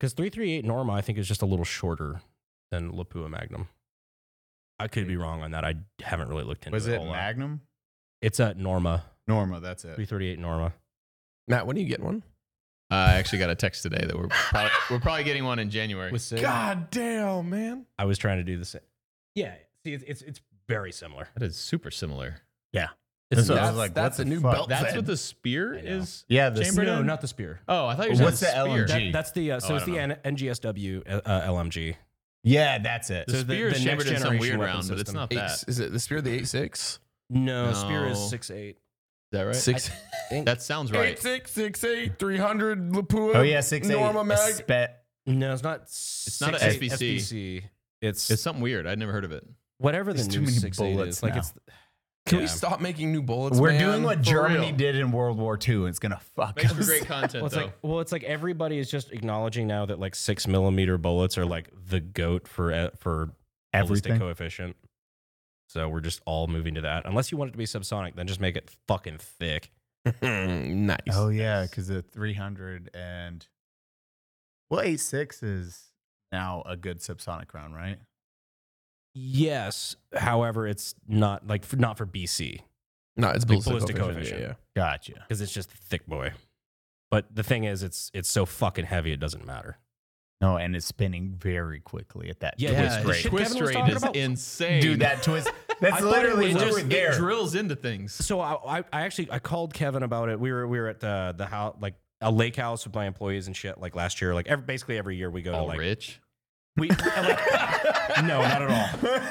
Speaker 3: Because 338 Norma, I think, is just a little shorter than Lapua Magnum. I could be wrong on that. I haven't really looked into
Speaker 1: Was
Speaker 3: it. a
Speaker 1: it
Speaker 3: whole lot.
Speaker 1: Magnum?
Speaker 3: It's at Norma.
Speaker 1: Norma, that's it.
Speaker 3: 338 Norma.
Speaker 2: Matt, when do you get one?
Speaker 4: Uh, I actually got a text today that we're probably, we're probably getting one in January.
Speaker 3: With Sid?
Speaker 2: God damn, man.
Speaker 3: I was trying to do the same. Yeah. See, it's, it's, it's very similar.
Speaker 4: That is super similar.
Speaker 1: That's
Speaker 3: It's
Speaker 1: what I
Speaker 3: not-
Speaker 1: was like,
Speaker 2: that's
Speaker 1: what
Speaker 2: a
Speaker 1: the
Speaker 2: new
Speaker 1: fuck?
Speaker 2: belt.
Speaker 4: That's
Speaker 2: Fed.
Speaker 4: what the spear
Speaker 3: I know.
Speaker 4: is.
Speaker 1: Yeah, the
Speaker 4: Chamber-
Speaker 3: no,
Speaker 4: Chamberlain?
Speaker 3: not the spear.
Speaker 4: Oh, I thought you were
Speaker 1: What's
Speaker 4: saying
Speaker 1: the
Speaker 4: spear.
Speaker 1: LMG? G.
Speaker 3: That, that's the uh, so
Speaker 4: Oh, I
Speaker 3: it's
Speaker 4: don't
Speaker 3: the N- NGSW uh, uh, LMG.
Speaker 1: yeah, that's it.
Speaker 4: The
Speaker 3: So the-
Speaker 4: spear
Speaker 3: the
Speaker 4: is chambered
Speaker 3: next
Speaker 4: in some
Speaker 3: generation
Speaker 4: weird
Speaker 3: weapon
Speaker 4: round, but it's
Speaker 3: system.
Speaker 4: not
Speaker 2: Eight,
Speaker 4: that. Is
Speaker 2: s- is it the spear of the eight six?
Speaker 3: No, spear is
Speaker 4: No.
Speaker 3: six eight.
Speaker 4: that right?
Speaker 2: Six
Speaker 4: That sounds right.
Speaker 2: eight six six eight three hundred Lapua.
Speaker 1: oh yeah, six
Speaker 2: Norma
Speaker 1: eight.
Speaker 2: Mag.
Speaker 1: Spe-
Speaker 3: No, it's not.
Speaker 4: It's not a SBC.
Speaker 3: It's,
Speaker 4: It's something weird. I'd never heard of it.
Speaker 3: whatever the
Speaker 1: There's too
Speaker 3: new
Speaker 1: many
Speaker 3: six eight
Speaker 1: bullets
Speaker 3: is. Like
Speaker 1: now.
Speaker 3: it's
Speaker 2: Can we
Speaker 3: Yeah.
Speaker 2: stop making new bullets?
Speaker 1: We're
Speaker 2: man?
Speaker 1: doing what
Speaker 2: For
Speaker 1: Germany
Speaker 2: real.
Speaker 1: did in World War II. and It's gonna fuck
Speaker 4: Makes for
Speaker 1: us.
Speaker 4: great content
Speaker 3: well, it's
Speaker 4: though.
Speaker 3: like well, it's like everybody is just acknowledging now that like six millimeter bullets are like the goat for uh, for ballistic
Speaker 1: Everything.
Speaker 3: coefficient. So we're just all moving to that. Unless you want it to be subsonic, then just make it fucking thick.
Speaker 2: nice.
Speaker 1: Oh yeah, because the three hundred and well, eight six is now a good subsonic round, right?
Speaker 3: Yes, however, it's not like for, not for BC
Speaker 2: No, it's
Speaker 3: Like
Speaker 2: ballistic,
Speaker 3: ballistic
Speaker 2: coefficient.
Speaker 3: coefficient.
Speaker 1: Gotcha.
Speaker 3: because it's just thick boy. But the thing is, it's it's so fucking heavy it doesn't matter.
Speaker 1: No, and it's spinning very quickly at that.
Speaker 3: Yeah,
Speaker 1: twist
Speaker 3: yeah,
Speaker 4: the
Speaker 3: it's
Speaker 1: rate.
Speaker 3: shit
Speaker 4: twist
Speaker 3: Kevin was
Speaker 4: rate
Speaker 3: talking
Speaker 4: is
Speaker 3: about-
Speaker 4: insane.
Speaker 1: Dude, that twist. That's
Speaker 3: I thought it
Speaker 1: literally
Speaker 4: it
Speaker 3: was
Speaker 1: we
Speaker 4: just
Speaker 1: were
Speaker 4: it
Speaker 1: there.
Speaker 4: drills into things.
Speaker 3: So I, I I actually I called Kevin about it. We were we were at the the house like a lake house with my employees and shit like last year. Like every, basically every year we go to
Speaker 4: All
Speaker 3: like
Speaker 4: Oh, rich.
Speaker 3: we like, no not at all.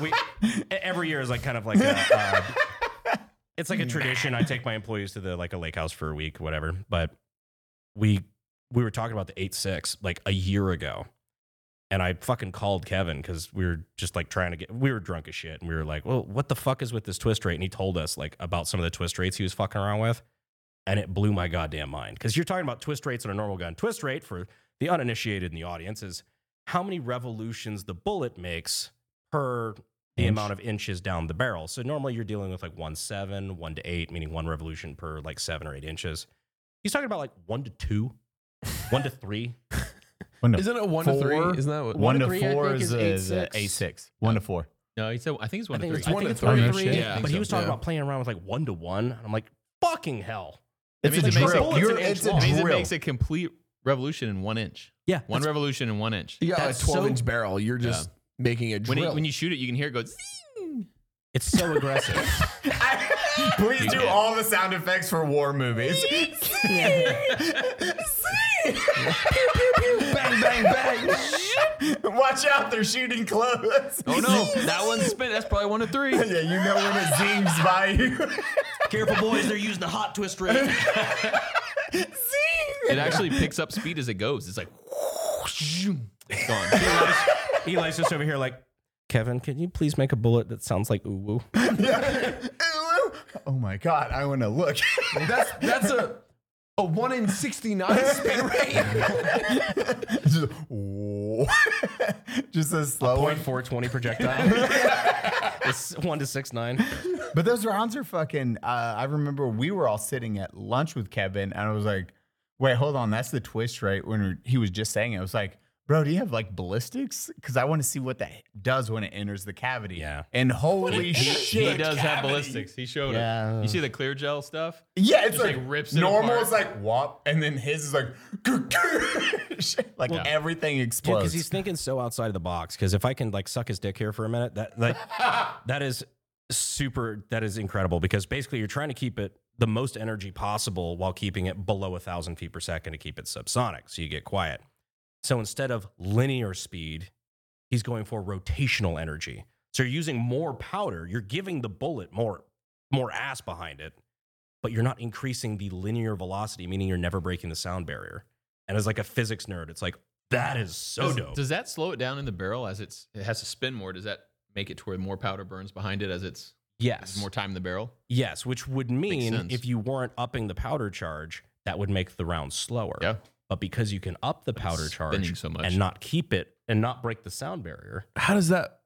Speaker 3: We e- every year is like kind of like a, uh, it's like a tradition. I take my employees to the like a lake house for a week, whatever. But we we were talking about the eight six like a year ago, and I fucking called Kevin because we were just like trying to get we were drunk as shit, and we were like, well, what the fuck is with this twist rate? And he told us like about some of the twist rates he was fucking around with, and it blew my goddamn mind because you're talking about twist rates on a normal gun. Twist rate for the uninitiated in the audience is how many revolutions the bullet makes per the
Speaker 1: Inch.
Speaker 3: amount of inches down the barrel. So normally you're dealing with like one seven, one to eight, meaning one revolution per like seven or eight inches. He's talking about like one to two, one to three.
Speaker 1: One to,
Speaker 2: Isn't it one to
Speaker 1: Four.
Speaker 2: three? Isn't that what?
Speaker 1: one to
Speaker 4: three, I
Speaker 1: four
Speaker 4: think,
Speaker 1: is, is
Speaker 4: is
Speaker 1: a
Speaker 4: 8-6.
Speaker 1: a six. One to four.
Speaker 4: No, he said I think it's one
Speaker 3: I
Speaker 4: to
Speaker 3: think
Speaker 4: three.
Speaker 3: it's one
Speaker 2: to
Speaker 4: I think
Speaker 2: three.
Speaker 4: it's one to
Speaker 2: Yeah, I
Speaker 4: I
Speaker 3: But
Speaker 4: think
Speaker 3: he
Speaker 4: so.
Speaker 3: was talking
Speaker 2: yeah.
Speaker 3: about playing around with like one to one. And I'm like, fucking hell.
Speaker 4: That
Speaker 1: It's
Speaker 4: means
Speaker 1: a
Speaker 4: it makes
Speaker 1: drill.
Speaker 4: it-
Speaker 1: You're,
Speaker 3: it's an
Speaker 1: it's
Speaker 3: inch
Speaker 1: a
Speaker 3: long.
Speaker 4: Means it
Speaker 1: drill.
Speaker 4: makes a complete revolution in one inch.
Speaker 3: Yeah.
Speaker 4: One revolution in one inch.
Speaker 2: You got a
Speaker 3: That's
Speaker 2: twelve
Speaker 3: so-
Speaker 2: inch barrel. You're just making a drill.
Speaker 4: When, you when you shoot it, you can hear it go. zing.
Speaker 3: It's so aggressive.
Speaker 1: Please do
Speaker 4: can.
Speaker 1: all the sound effects for war movies. bang, bang, bang. Watch out, they're shooting close.
Speaker 4: Oh no, that one's spin. That's probably one to three.
Speaker 1: yeah, you know when it zings by you.
Speaker 3: Careful, boys. They're using the hot twist rate.
Speaker 4: It actually picks up speed as it goes. It's like. It's gone.
Speaker 3: Eli's just over here like, Kevin, can you please make a bullet that sounds like ooh woo?
Speaker 1: oh my god, I want to look.
Speaker 2: that's that's a a one in sixty nine spin rate.
Speaker 1: just, whoa. Just a
Speaker 4: Oh,
Speaker 1: slow one.
Speaker 3: 0.420 projectile. it's one to six nine.
Speaker 1: But those rounds are fucking. Uh, I remember we were all sitting at lunch with Kevin, and I was like, "Wait, hold on, that's the twist, right?" When we- he was just saying it, I was like, "Bro, do you have like ballistics? Because I want to see what that does when it enters the cavity."
Speaker 3: Yeah.
Speaker 1: And holy
Speaker 4: he
Speaker 1: shit,
Speaker 4: does have
Speaker 1: cavity.
Speaker 4: ballistics. He showed
Speaker 1: Yeah.
Speaker 4: it. You see the clear gel stuff?
Speaker 1: Yeah, it's
Speaker 4: Just,
Speaker 1: like,
Speaker 4: like, rips it
Speaker 1: normal
Speaker 4: apart.
Speaker 1: is like whop, and then his is like shit, like everything
Speaker 3: Dude,
Speaker 1: explodes.
Speaker 3: because he's thinking so outside of the box. Because if I can like suck his dick here for a minute, that like that is super. That is incredible. Because basically, you're trying to keep it the most energy possible while keeping it below a thousand feet per second to keep it subsonic, so you get quiet. So instead of linear speed, he's going for rotational energy. So you're using more powder. You're giving the bullet more more ass behind it, but you're not increasing the linear velocity, meaning you're never breaking the sound barrier. And as like a physics nerd, it's like that is so
Speaker 4: does,
Speaker 3: dope.
Speaker 4: does that slow it down in the barrel as it's it has to spin more? Does that make it to where more powder burns behind it as it's
Speaker 3: yes,
Speaker 4: more time in the barrel?
Speaker 3: yes, which would mean
Speaker 4: sense.
Speaker 3: if you weren't upping the powder charge, that would make the round slower.
Speaker 4: Yeah.
Speaker 3: But because you can up the powder
Speaker 4: spinning
Speaker 3: charge
Speaker 4: so much.
Speaker 3: and not keep it and not break the sound barrier,
Speaker 2: How does that?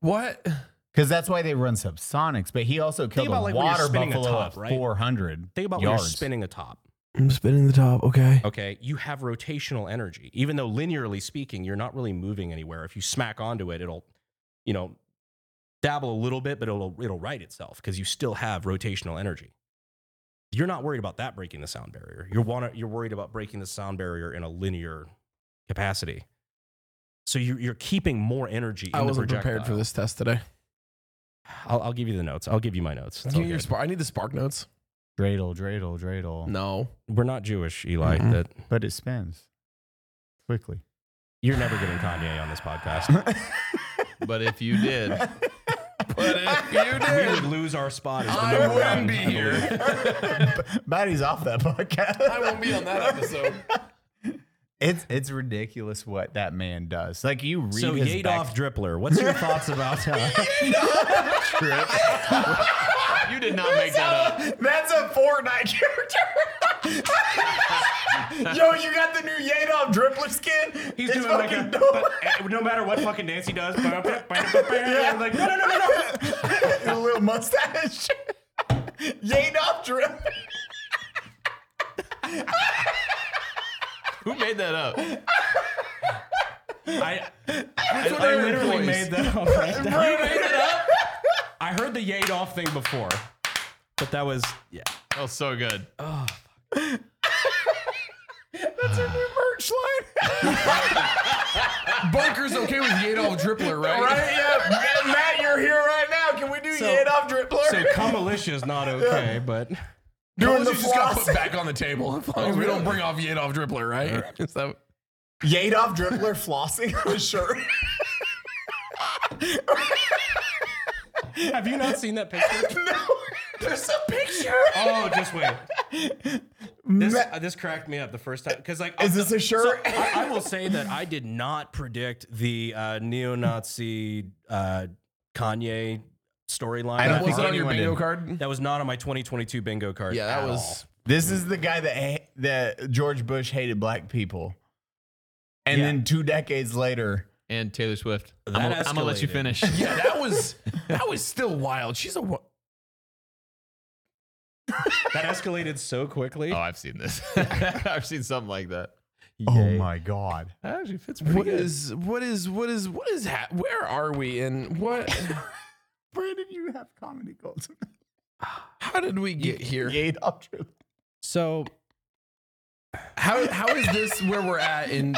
Speaker 2: What?
Speaker 1: because that's why they run subsonics. But he also killed a
Speaker 3: about, like, when you're
Speaker 1: water
Speaker 3: spinning a
Speaker 1: buffalo
Speaker 3: top,
Speaker 1: at
Speaker 3: right?
Speaker 1: 400.
Speaker 3: think about when
Speaker 1: yards.
Speaker 3: you're spinning a top.
Speaker 2: I'm spinning the top. Okay.
Speaker 3: Okay, you have rotational energy. Even though linearly speaking, you're not really moving anywhere. If you smack onto it, it'll, you know, dabble a little bit, but it'll it'll right itself because you still have rotational energy. you're not worried about that breaking the sound barrier. You're want you're worried about breaking the sound barrier in a linear capacity. So you're, you're keeping more energy. In
Speaker 6: I wasn't
Speaker 3: the projectile.
Speaker 6: prepared for this test today.
Speaker 3: I'll, I'll give you the notes. I'll give you my notes. It's
Speaker 6: Give
Speaker 3: all
Speaker 6: me your
Speaker 3: good. Oh.
Speaker 6: spark. I need the spark notes.
Speaker 1: Dreidel, dreidel, dreidel.
Speaker 6: No.
Speaker 3: We're not Jewish, Eli.
Speaker 6: Mhm.
Speaker 3: That
Speaker 1: But it spins quickly.
Speaker 3: you're never getting Kanye on this podcast.
Speaker 4: But if you did,
Speaker 6: But if you
Speaker 3: we would
Speaker 6: did,
Speaker 3: lose our spot. As the
Speaker 6: I
Speaker 3: number
Speaker 6: wouldn't
Speaker 3: one,
Speaker 6: be
Speaker 3: I believe.
Speaker 6: here.
Speaker 1: Batty's off that podcast.
Speaker 6: I won't be on that episode.
Speaker 1: It's it's ridiculous what that man does. Like you read
Speaker 3: So
Speaker 1: his
Speaker 3: Yadoff
Speaker 1: back-
Speaker 3: Drippler, what's your thoughts about? Uh,
Speaker 4: you did not make that up.
Speaker 1: That's a Fortnite character. Yo, you got the new Yadoff Drippler skin.
Speaker 7: He's
Speaker 1: It's
Speaker 7: doing like a,
Speaker 1: fucking dope.
Speaker 7: but, eh, no matter what fucking dance he does, yeah. like no, no, no, no, no.
Speaker 1: a little mustache. Yadoff Drippler.
Speaker 4: Who made that up?
Speaker 7: I, I,
Speaker 6: what
Speaker 7: I
Speaker 6: our
Speaker 7: literally
Speaker 6: employees-
Speaker 7: made that up. Right now. I heard the Yadoff thing before, but that was yeah.
Speaker 4: Oh, so good.
Speaker 1: Merch line.
Speaker 6: Bunker's okay with Adolf Drippler, right?
Speaker 1: Right? Yeah. Matt, you're here right now. Can we do Yadoff Drippler?
Speaker 7: So Kamalish is not okay, but
Speaker 1: Doing
Speaker 6: Those
Speaker 1: the
Speaker 6: you just got
Speaker 1: floss.
Speaker 6: put back on the table. As long as we don't bring off Adolf Drippler, right? Is that-
Speaker 1: Yadoff Drippler flossing on his shirt.
Speaker 7: have you not seen that picture?
Speaker 1: no, there's a picture.
Speaker 7: Oh, just wait. This,
Speaker 1: Ma-
Speaker 7: uh, this cracked me up the first time because like
Speaker 1: Is this a shirt?
Speaker 3: I, I will say that I did not predict the uh, neo-Nazi uh, Kanye
Speaker 1: don't
Speaker 3: storyline. I
Speaker 1: think
Speaker 3: think
Speaker 6: was it on your
Speaker 3: anyone
Speaker 6: bingo
Speaker 3: did.
Speaker 6: card?
Speaker 3: That was not on my 2022 bingo card.
Speaker 6: Yeah, that
Speaker 3: at
Speaker 6: was.
Speaker 1: This is the guy that ha- that George Bush hated black people, and
Speaker 3: Yeah.
Speaker 1: then two decades later,
Speaker 4: And Taylor Swift. I'm
Speaker 3: That
Speaker 4: gonna- I'm gonna let you
Speaker 3: escalated.
Speaker 4: finish.
Speaker 6: Yeah, that was that was still wild. She's a wo-
Speaker 3: all. That escalated so quickly.
Speaker 4: Oh, I've seen this. I've seen something like that.
Speaker 1: oh my god,
Speaker 4: That actually fits pretty
Speaker 6: What
Speaker 4: good.
Speaker 6: is what is what is what is ha- where are we and what
Speaker 1: Brandon, you have comedy goals.
Speaker 6: how did we get here?
Speaker 1: Yadoff Drippler.
Speaker 3: so
Speaker 6: How how is this where we're at in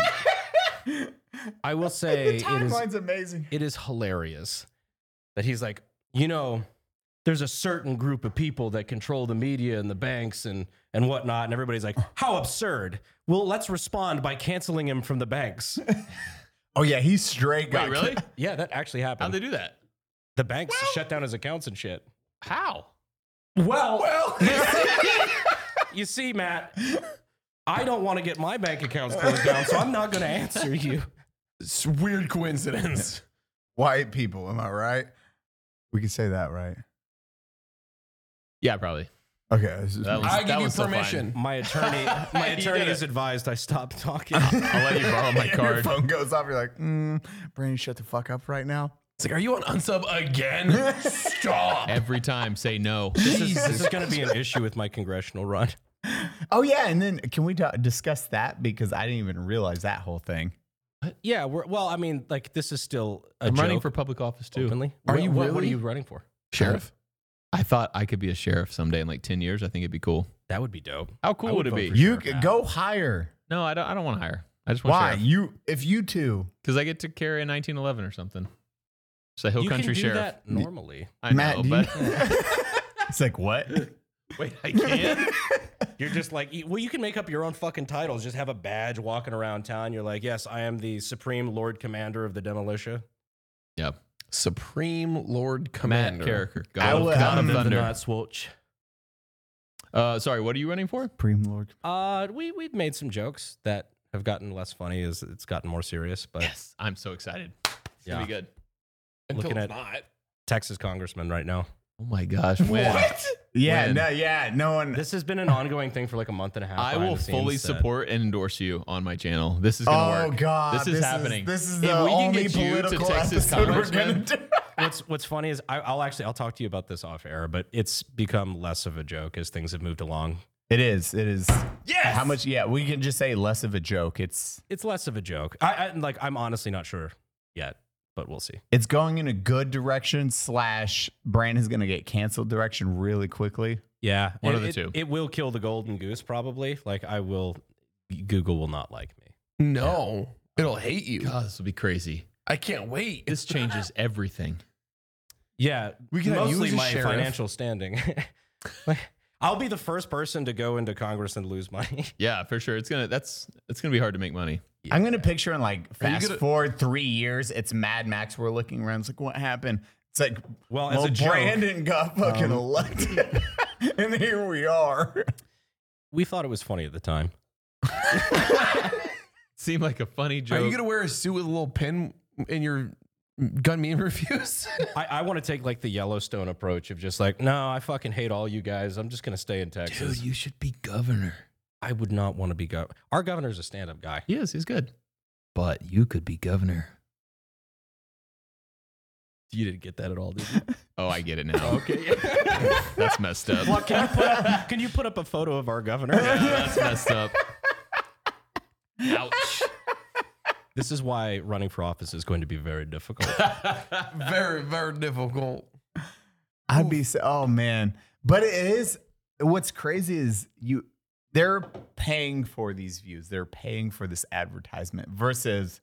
Speaker 3: I will say it is
Speaker 1: Timeline's amazing.
Speaker 3: it is hilarious that he's like, you know, there's a certain group of people that control the media and the banks and and whatnot, and everybody's like, how absurd. Well, let's respond by canceling him from the banks.
Speaker 1: Oh yeah, he's straight.
Speaker 4: Wait, really?
Speaker 3: yeah, that actually
Speaker 4: How'd
Speaker 3: happened.
Speaker 4: they do that?
Speaker 3: the banks shut down his accounts and shit.
Speaker 4: How?
Speaker 3: Well, you see, Matt, I don't want to get my bank accounts closed down, so I'm not going to answer you.
Speaker 6: this weird coincidence?
Speaker 1: White people, am I right? We can say that, right?
Speaker 4: Yeah, probably.
Speaker 1: Okay. this is-
Speaker 4: That was,
Speaker 6: I
Speaker 4: that
Speaker 6: give you
Speaker 4: was so fine.
Speaker 6: permission.
Speaker 3: My attorney, my
Speaker 4: You did
Speaker 3: attorney
Speaker 4: it.
Speaker 3: is advised I stop talking.
Speaker 4: I'll let you borrow my
Speaker 1: Your
Speaker 4: card.
Speaker 1: phone goes off. You're like, mm, Brandon, shut the fuck up right now.
Speaker 6: It's like, are you on unsub again? Stop.
Speaker 4: Every time, say no.
Speaker 3: This is, this is going to be an issue with my congressional run.
Speaker 1: Oh yeah, and then can we ta- discuss that because I didn't even realize that whole thing.
Speaker 3: Yeah, we're well. I mean, like this is still a
Speaker 4: I'm running
Speaker 3: joke
Speaker 4: for public office too.
Speaker 3: openly.
Speaker 6: Are
Speaker 3: What-
Speaker 6: you
Speaker 3: what, what are
Speaker 6: really?
Speaker 3: you running for?
Speaker 6: Sheriff.
Speaker 4: I thought I could be a sheriff someday in like 10 years. I think it'd be cool.
Speaker 3: That would be dope.
Speaker 4: How cool
Speaker 3: I
Speaker 4: would
Speaker 3: would
Speaker 4: it
Speaker 3: vote
Speaker 4: be?
Speaker 3: for
Speaker 1: You
Speaker 3: Sure,
Speaker 1: c-
Speaker 3: Matt.
Speaker 1: go higher.
Speaker 4: No, I don't, I don't want to hire. I just want
Speaker 1: Why you? If you two,
Speaker 4: Because I get to carry a 1911 or something. It's a hill
Speaker 3: you
Speaker 4: country
Speaker 3: can do
Speaker 4: sheriff.
Speaker 3: that normally.
Speaker 4: I
Speaker 1: Matt,
Speaker 4: know,
Speaker 1: do
Speaker 4: but
Speaker 1: you- it's like what?
Speaker 4: wait, I can't.
Speaker 3: You're just like, you- well, you can make up your own fucking titles. Just have a badge walking around town. You're like, yes, I am the supreme lord commander of the demolition.
Speaker 4: yep.
Speaker 6: Supreme Lord
Speaker 4: Matt
Speaker 6: Commander.
Speaker 4: Carricker,
Speaker 1: I
Speaker 4: God, of-
Speaker 1: will-
Speaker 4: God of
Speaker 1: I'm in the
Speaker 4: Thunder.
Speaker 3: Nightwatch.
Speaker 4: Uh, sorry, what are you running for?
Speaker 1: Supreme Lord.
Speaker 3: Uh, we we've made some jokes that have gotten less funny as it's gotten more serious. But
Speaker 4: Yes, I'm so excited. It's gonna
Speaker 3: Yeah.
Speaker 4: be good.
Speaker 6: Until
Speaker 3: Looking
Speaker 6: it's
Speaker 3: at-
Speaker 6: not.
Speaker 3: Texas congressman right now.
Speaker 4: Oh my gosh, when?
Speaker 1: Yeah,
Speaker 4: When?
Speaker 1: no, yeah, no one.
Speaker 3: This has been an ongoing thing for like a month and a half.
Speaker 4: I
Speaker 3: behind
Speaker 4: will
Speaker 3: the scenes
Speaker 4: fully
Speaker 3: that-
Speaker 4: support and endorse you on my channel. This is gonna
Speaker 1: oh
Speaker 4: work.
Speaker 1: God,
Speaker 4: this is happening.
Speaker 1: This is
Speaker 4: If
Speaker 1: the
Speaker 4: we can
Speaker 1: only
Speaker 4: get you to
Speaker 1: political
Speaker 4: Texas
Speaker 1: episode we're gonna
Speaker 4: Congressman-
Speaker 1: do.
Speaker 3: What's What's funny is I, I'll actually I'll talk to you about this off air, but it's become less of a joke as things have moved along.
Speaker 1: It is. It is. Yeah. How much? Yeah, we can just say less of a joke. It's
Speaker 3: It's less of a joke. I, I like I'm honestly not sure yet, but we'll see.
Speaker 1: it's going in a good direction. Slash, Brandon's gonna get canceled direction really quickly.
Speaker 3: Yeah,
Speaker 4: One
Speaker 3: it-
Speaker 4: of the
Speaker 3: it-
Speaker 4: two.
Speaker 3: It will kill the golden goose probably. Like I will. Google will not like me.
Speaker 2: No, it'll hate you.
Speaker 4: God, this will be crazy.
Speaker 2: I can't wait.
Speaker 4: This changes everything.
Speaker 3: Yeah,
Speaker 2: We could have you
Speaker 3: mostly
Speaker 2: as a
Speaker 3: my
Speaker 2: sheriff.
Speaker 3: financial standing. Like, I'll be the first person to go into Congress and lose money.
Speaker 4: Yeah, for sure. It's gonna that's it's gonna be hard to make money.
Speaker 1: I'm gonna picture in like
Speaker 2: Are you
Speaker 1: fast
Speaker 2: gonna-
Speaker 1: forward three years, it's Mad Max. We're looking around, it's like what happened? It's like
Speaker 3: Well, as
Speaker 1: well,
Speaker 3: a joke-
Speaker 1: Brandon got fucking elected, and here we are.
Speaker 3: We thought it was funny at the time.
Speaker 4: Seemed like a funny
Speaker 2: Are
Speaker 4: joke.
Speaker 2: you gonna wear a suit with a little pin in your gun meme reviews?
Speaker 3: I, I want to take like the Yellowstone approach of just like, no, I fucking hate all you guys. I'm just gonna stay in Texas.
Speaker 4: you should be governor.
Speaker 3: I would not want to be governor. Our governor's a stand-up guy.
Speaker 4: He is. He's good.
Speaker 6: But you could be governor.
Speaker 4: You didn't get that at all, did you? oh, I get it now. okay. that's messed up.
Speaker 3: can you put up? Can you put up a photo of our governor?
Speaker 4: That's messed up. Ouch.
Speaker 3: This is why running for office is going to be very difficult.
Speaker 2: very, very difficult.
Speaker 1: I'd be so, oh man. But it is what's crazy is you they're paying for these views. They're paying for this advertisement versus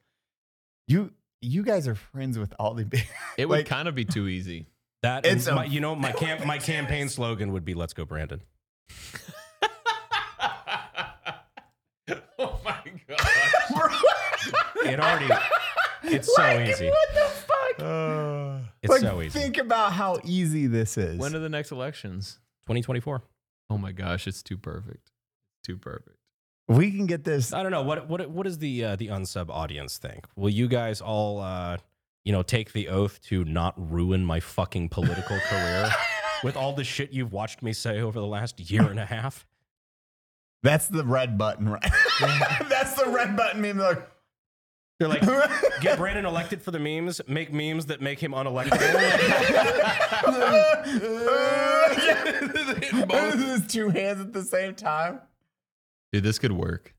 Speaker 1: you you guys are friends with all the big
Speaker 4: It would
Speaker 1: Like-
Speaker 4: kind of be too easy.
Speaker 3: That
Speaker 1: It's a-
Speaker 3: my, you know my camp my campaign slogan would be "Let's go, Brandon."
Speaker 4: oh my god.
Speaker 3: It already. It's so easy. Uh,
Speaker 1: What the fuck?
Speaker 3: It's
Speaker 1: like,
Speaker 3: so easy.
Speaker 1: Think about how easy this is.
Speaker 4: When are the next elections?
Speaker 3: 2024.
Speaker 4: Oh my gosh, it's too perfect. Too perfect.
Speaker 1: we can get this.
Speaker 3: I don't know what what what does the uh, the unsub audience think? Will you guys all uh, you know take the oath to not ruin my fucking political career with all the shit you've watched me say over the last year and a half?
Speaker 1: That's the red button, right? That's the red button meme. Like,
Speaker 3: They're like, get Brandon elected for the memes, make memes that make him unelectable.
Speaker 1: Both his two hands at the same time.
Speaker 4: Dude, this could work.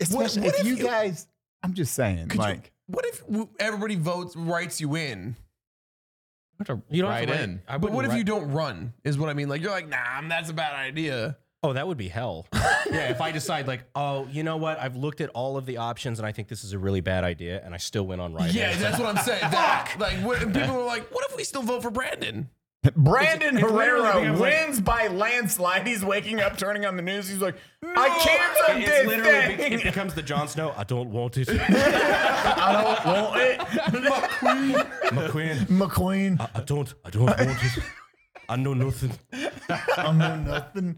Speaker 1: Especially
Speaker 2: what
Speaker 1: if,
Speaker 2: if
Speaker 1: you
Speaker 2: you-
Speaker 1: guys, I'm just saying,
Speaker 2: Could you-
Speaker 1: like,
Speaker 2: What if w- everybody votes writes you in?
Speaker 3: you
Speaker 4: Right
Speaker 3: write-
Speaker 4: in.
Speaker 3: I
Speaker 2: But
Speaker 3: wouldn't
Speaker 2: what if
Speaker 3: write-
Speaker 2: you don't run? Is what I mean. Like you're like, nah, that's a bad idea.
Speaker 3: Oh, that would be hell. yeah, if I decide like, oh, you know what? I've looked at all of the options and I think this is a really bad idea, and I still went on right.
Speaker 2: Yeah, that's what I'm saying. That, like, what, and people are like, what if we still vote for Brandon?
Speaker 1: Brandon
Speaker 3: It's- it literally
Speaker 1: Herrera
Speaker 3: becomes like-
Speaker 1: wins by landslide. He's waking up, turning on the news. He's like, I
Speaker 3: It-
Speaker 1: can't
Speaker 3: it's
Speaker 1: do
Speaker 3: literally be-
Speaker 1: this
Speaker 3: it
Speaker 1: thing.
Speaker 3: becomes the Jon Snow. I don't want it,
Speaker 1: I don't want it.
Speaker 3: McQueen.
Speaker 1: McQueen,
Speaker 3: I, I don't. I don't want it. I know nothing.
Speaker 1: I know nothing.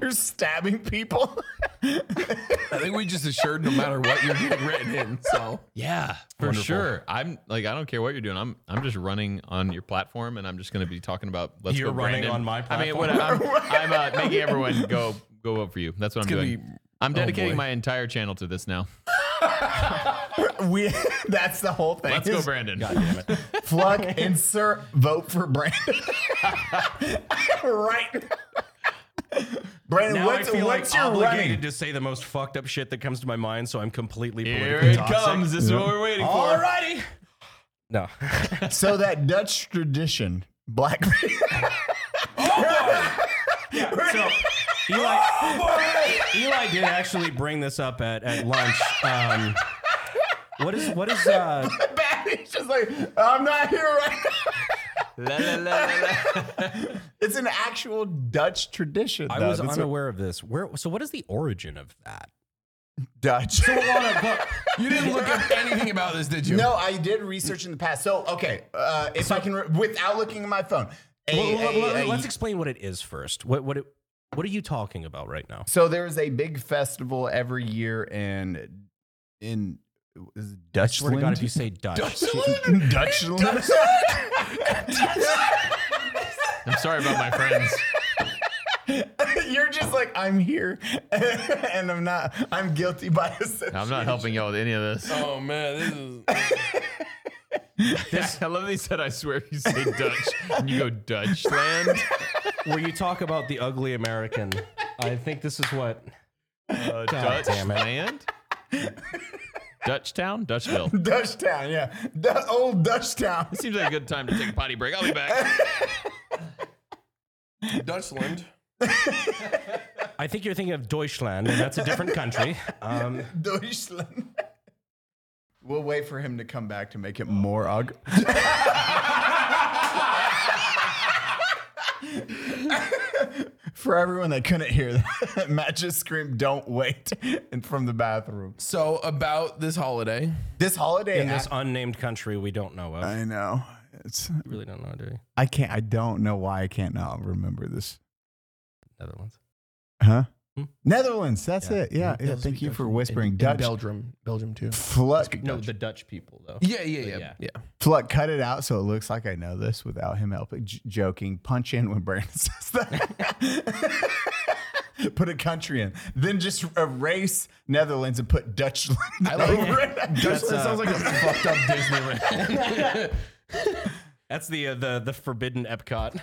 Speaker 1: You're stabbing people.
Speaker 2: I think we just assured no matter what you're getting written in. So
Speaker 4: Yeah, for sure. I'm like, I don't care what you're doing. I'm, I'm just running on your platform, and I'm just going to be talking about. Let's
Speaker 3: You're
Speaker 4: go
Speaker 3: running
Speaker 4: Brandon.
Speaker 3: on my
Speaker 4: I mean, what, I'm, I'm uh, making everyone go go vote for you. That's what I'm
Speaker 2: gonna
Speaker 4: doing.
Speaker 2: be-
Speaker 3: oh,
Speaker 4: I'm dedicating
Speaker 2: boy.
Speaker 4: my entire channel to this now.
Speaker 1: We, that's the whole thing.
Speaker 4: Let's go, Brandon.
Speaker 1: Plug, insert, vote for Brandon. right. Brandon,
Speaker 3: Now
Speaker 1: what's,
Speaker 3: I feel
Speaker 1: what's
Speaker 3: like
Speaker 1: your
Speaker 3: obligated
Speaker 1: running?
Speaker 3: to say the most fucked up shit that comes to my mind, so I'm completely
Speaker 4: Here
Speaker 3: politically
Speaker 4: it
Speaker 3: toxic.
Speaker 4: comes. This is what we're waiting for.
Speaker 3: Alrighty. No.
Speaker 1: So that Dutch tradition, black.
Speaker 3: So Eli, Eli did actually bring this up at, at lunch. Um, what is what is uh,
Speaker 1: He's just like, I'm not here right now.
Speaker 4: La, la, la, la, la.
Speaker 1: It's an actual Dutch tradition.
Speaker 3: I
Speaker 1: though.
Speaker 3: was
Speaker 1: That's what-
Speaker 3: unaware of this. Where so what is the origin of that?
Speaker 1: Dutch.
Speaker 2: you didn't look up anything about this, did you?
Speaker 1: no, I did research in the past. So okay, uh, if I can, re- without looking at my phone. A-
Speaker 3: Well, well,
Speaker 1: a-
Speaker 3: well,
Speaker 1: a-
Speaker 3: let's explain what it is first. What what it, what are you talking about right now?
Speaker 1: so there is a big festival every year in in is it
Speaker 3: Swear to God, if you
Speaker 1: Dutchland.
Speaker 3: say Dutch,
Speaker 1: Dutchland.
Speaker 4: I'm sorry about my friends.
Speaker 1: You're just like I'm here, and I'm not. I'm guilty by association.
Speaker 4: I'm not helping y'all with any of this.
Speaker 2: Oh man, this is.
Speaker 4: I love that he said, I swear if you say Dutch and you go Dutchland.
Speaker 3: where you talk about the ugly American. I think this is what
Speaker 4: Uh,
Speaker 3: God damn it.
Speaker 4: Dutchland? Dutchtown? Dutchville.
Speaker 3: Uh.
Speaker 1: Dutch town, yeah, Du- old Dutch town.
Speaker 4: Seems like a good time to take a potty break. I'll be back.
Speaker 2: Dutchland.
Speaker 3: I think you're thinking of Deutschland, and that's a different country. Um,
Speaker 1: Deutschland. We'll wait for him to come back to make it more ugly. for everyone that couldn't hear that, Matt just screamed, "Don't wait!" and from the bathroom.
Speaker 2: So about this holiday,
Speaker 1: This holiday,
Speaker 3: in this
Speaker 1: I,
Speaker 3: unnamed country we don't know of.
Speaker 1: I know. It's
Speaker 3: You really don't know, do you?
Speaker 1: I can't. I don't know why I can't not remember this.
Speaker 3: Netherlands.
Speaker 1: Huh?
Speaker 3: Hmm?
Speaker 1: Netherlands. That's
Speaker 3: Yeah.
Speaker 1: it. Yeah. yeah thank you for whispering.
Speaker 2: Dutch.
Speaker 1: Dutch.
Speaker 2: Belgium, Belgium too.
Speaker 1: Fluck,
Speaker 3: No, the Dutch people, though.
Speaker 2: Yeah, yeah, yeah,
Speaker 3: Yeah.
Speaker 2: yeah.
Speaker 1: Fluck, cut it out so it looks like I know this without him helping. J- joking. Punch in when Brandon says that. put a country in. Then just erase Netherlands and put Dutchland. I
Speaker 2: Dutchland sounds like a fucked up Disneyland.
Speaker 3: That's the uh, the the forbidden Epcot.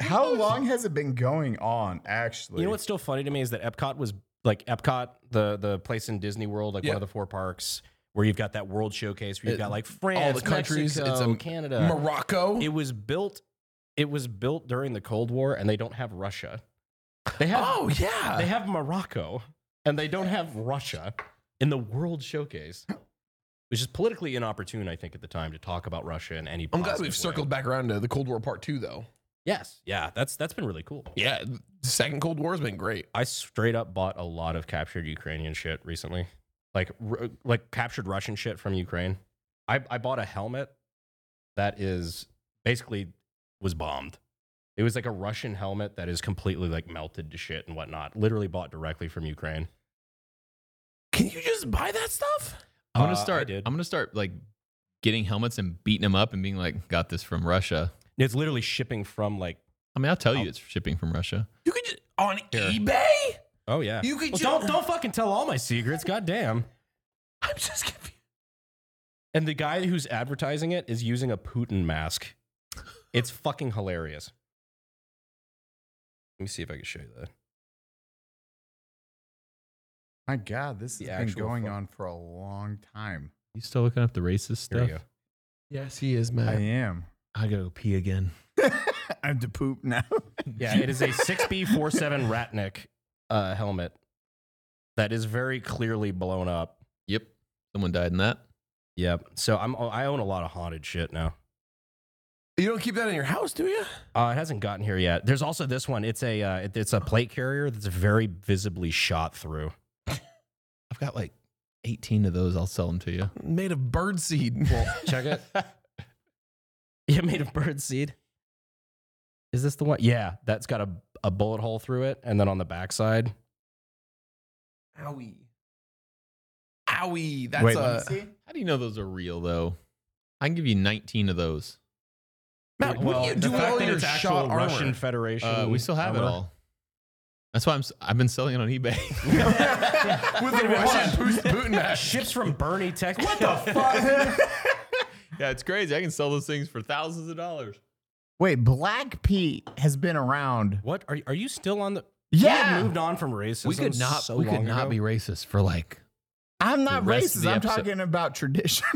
Speaker 1: How long has it been going on, actually?
Speaker 3: You know what's still funny to me is that Epcot was like Epcot, the the place in Disney World, like
Speaker 2: Yeah.
Speaker 3: one of the four parks where you've got that world showcase where you've
Speaker 2: It-
Speaker 3: got like France,
Speaker 2: the countries,
Speaker 3: Mexico,
Speaker 2: it's, um,
Speaker 3: Canada,
Speaker 2: Morocco.
Speaker 3: It was built. It was built during the Cold War, and they don't have Russia. They have.
Speaker 2: Oh yeah.
Speaker 3: They have Morocco, and they don't have Russia in the World Showcase, which is politically inopportune, I think, at the time to talk about Russia in any.
Speaker 2: I'm glad
Speaker 3: positive
Speaker 2: we've
Speaker 3: way.
Speaker 2: circled back around to the Cold War part two, though.
Speaker 3: Yes. Yeah. That's that's been really cool.
Speaker 2: Yeah, the second Cold War has been great.
Speaker 3: I straight up bought a lot of captured Ukrainian shit recently, like r- like captured Russian shit from Ukraine. I I bought a helmet that is basically was bombed. It was like a Russian helmet that is completely like melted to shit and whatnot. Literally bought directly from Ukraine.
Speaker 2: Can you just buy that stuff?
Speaker 4: I'm
Speaker 3: Uh,
Speaker 4: gonna
Speaker 3: I
Speaker 4: start.
Speaker 3: did.
Speaker 4: I'm gonna start like getting helmets and beating them up and being like, "Got this from Russia."
Speaker 3: It's literally shipping from like
Speaker 4: I mean, I'll tell you, it's shipping from Russia.
Speaker 2: You could just, on
Speaker 3: Here.
Speaker 2: eBay.
Speaker 3: Oh yeah.
Speaker 2: You could
Speaker 3: Well,
Speaker 2: ju-
Speaker 3: don't don't fucking tell all my secrets. goddamn.
Speaker 2: I'm just confused.
Speaker 3: And the guy who's advertising it is using a Putin mask. It's fucking hilarious. Let me see if I can show you that.
Speaker 1: My God, this
Speaker 3: The
Speaker 1: has been
Speaker 3: actual
Speaker 1: going
Speaker 3: fu-
Speaker 1: on for a long time.
Speaker 4: You still looking up the racist
Speaker 3: Here
Speaker 4: stuff?
Speaker 3: you go.
Speaker 6: Yes, he is,
Speaker 4: Uh,
Speaker 1: I
Speaker 6: man.
Speaker 1: am.
Speaker 6: I, gotta go pee again.
Speaker 1: I have to poop now.
Speaker 3: Yeah, it is a 6B47 Ratnik uh, helmet that is very clearly blown up.
Speaker 4: Yep. Someone died in that.
Speaker 3: Yep. So I'm oh, I own a lot of haunted shit now.
Speaker 2: You don't keep that in your house, do you?
Speaker 3: Uh, it hasn't gotten here yet. There's also this one. It's a uh, it- it's a plate carrier that's very visibly shot through.
Speaker 4: I've got like 18 of those. I'll sell them to you.
Speaker 2: Made of bird seed.
Speaker 3: Check it. yeah, made of bird seed. Is this the one? Yeah, that's got a, a bullet hole through it, and then on the backside.
Speaker 2: Owie. Owie. That's uh,
Speaker 1: Wait,
Speaker 2: a.
Speaker 1: let me see.
Speaker 4: How do you know those are real though? I can give you 19 of those.
Speaker 2: Matt, what do you do
Speaker 3: the
Speaker 2: with
Speaker 3: fact
Speaker 2: all
Speaker 3: that
Speaker 2: your
Speaker 3: it's actual
Speaker 2: shot armor?
Speaker 3: Russian Federation.
Speaker 4: Uh, we still have it
Speaker 3: armor-
Speaker 4: all. That's why I'm. s- I've been selling it on eBay.
Speaker 2: with the Russian Putin Putin mask.
Speaker 3: Ships from Bernie, Texas. What the fuck?
Speaker 4: yeah, it's crazy. I can sell those things for thousands of dollars.
Speaker 1: Wait, Black Pete has been around.
Speaker 3: What are you, are you still on the?
Speaker 1: Yeah.
Speaker 3: You had moved on from racism.
Speaker 6: We could not.
Speaker 3: So
Speaker 6: we could
Speaker 3: long
Speaker 6: not
Speaker 3: ago.
Speaker 6: be racist for like.
Speaker 1: I'm not
Speaker 4: The rest of
Speaker 1: racist.
Speaker 4: the
Speaker 1: I'm
Speaker 4: episode-
Speaker 1: talking about tradition.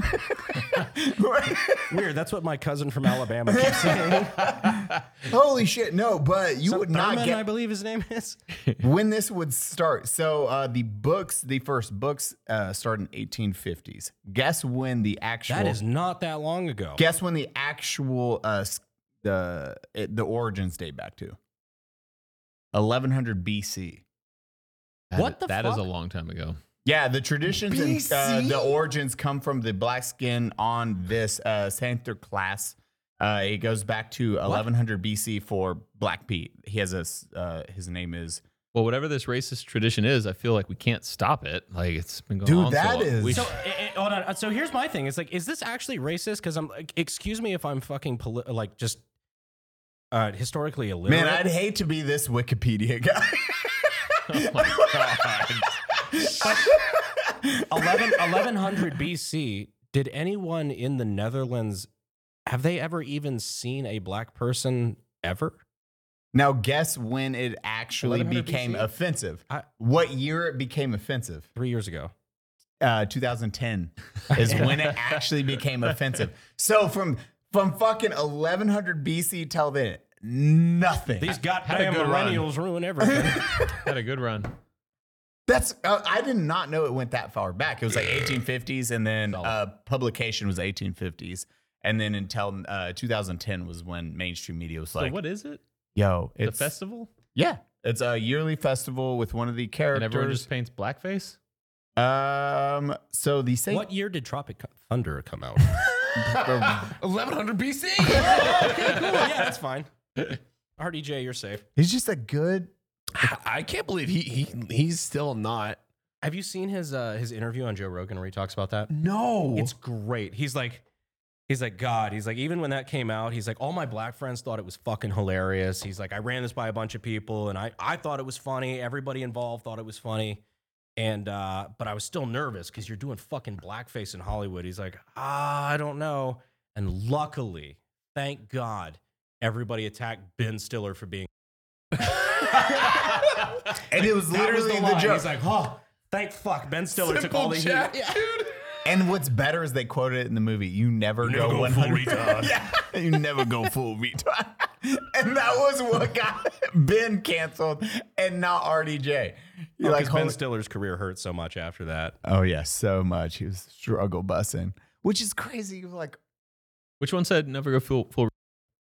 Speaker 3: weird. That's what my cousin from Alabama keeps saying.
Speaker 1: Holy shit! No, but you
Speaker 3: Some
Speaker 1: would not
Speaker 3: Thurman,
Speaker 1: get
Speaker 3: I believe his name is.
Speaker 1: when this would start. So uh, the books, the first books, uh, start in 1850s. Guess when the actual
Speaker 3: That is not that long ago.
Speaker 1: guess when the actual uh, s- the it, the origins date back to 1100 BC.
Speaker 4: That-
Speaker 3: What the
Speaker 4: That is a
Speaker 3: fuck?
Speaker 4: long time ago.
Speaker 1: Yeah, the traditions and uh, the origins come from the black skin on this uh, Santa class. Uh, it goes back to 1100 BC for Black Pete. He has a s- uh, his name is
Speaker 4: Well, whatever this racist tradition is, I feel like we can't stop it. Like it's been going
Speaker 1: Dude,
Speaker 4: on.
Speaker 1: that
Speaker 4: so long.
Speaker 1: is-
Speaker 4: We-
Speaker 3: So eh, eh, hold on. Uh, So here's my thing. It's like, is this actually racist? Because I'm. like, Excuse me if I'm fucking poli- like just uh, historically illiterate.
Speaker 1: man. I'd hate to be this Wikipedia guy.
Speaker 4: oh my God.
Speaker 3: 11, 1100 BC. Did anyone in the Netherlands have they ever even seen a black person ever?
Speaker 1: now guess when it actually
Speaker 3: 1100
Speaker 1: became
Speaker 3: BC?
Speaker 1: offensive.
Speaker 3: I-
Speaker 1: what year it became offensive?
Speaker 3: Three years ago.
Speaker 1: uh, 2010 is when it actually became offensive. So from from fucking 1100 BC till then, nothing.
Speaker 7: These
Speaker 4: a
Speaker 7: goddamn
Speaker 4: good run.
Speaker 7: millennials ruin everything.
Speaker 4: Had a good run.
Speaker 1: That's uh, I did not know it went that far back. It was like 1850s, and then uh, publication was 1850s, and then until uh, 2010 was when mainstream media was like,
Speaker 4: so what is it?
Speaker 1: "Yo,
Speaker 4: The
Speaker 1: it's
Speaker 4: festival?
Speaker 1: yeah, it's a yearly festival with one of the
Speaker 4: And everyone
Speaker 1: characters."
Speaker 4: just paints blackface?
Speaker 1: um, so the same
Speaker 3: What year did Tropic Thunder come out?
Speaker 2: 1100 BC.
Speaker 3: yeah, that's fine. RDJ, you're safe.
Speaker 1: he's just a good.
Speaker 2: I can't believe he, he he's still not.
Speaker 3: Have you seen his uh, his interview on Joe Rogan where he talks about that?
Speaker 2: No.
Speaker 3: It's great. He's like, he's like, God. He's like, even when that came out, he's like, all my black friends thought it was fucking hilarious. He's like, I ran this by a bunch of people, and I I thought it was funny. Everybody involved thought it was funny, and uh, but I was still nervous because you're doing fucking blackface in Hollywood. He's like, ah, I don't know. And luckily, thank God, everybody attacked Ben Stiller for being.
Speaker 1: And it was
Speaker 3: That was
Speaker 1: literally the,
Speaker 3: line.
Speaker 1: joke.
Speaker 3: He's like, oh, thank fuck, Ben Stiller took all the heat.
Speaker 2: dude.
Speaker 1: and what's better is they quoted it in the movie. You never,
Speaker 3: never
Speaker 1: go,
Speaker 3: go full
Speaker 1: 100.
Speaker 3: retard.
Speaker 1: yeah, you never go full retard. And that was what got Ben canceled, and not RDJ. You're
Speaker 3: Because
Speaker 1: holy-
Speaker 3: Oh, Ben Stiller's career hurt so much after that.
Speaker 1: Oh yeah, so much. He was struggle bussing, which is crazy. You're Like
Speaker 4: Which one said never go full full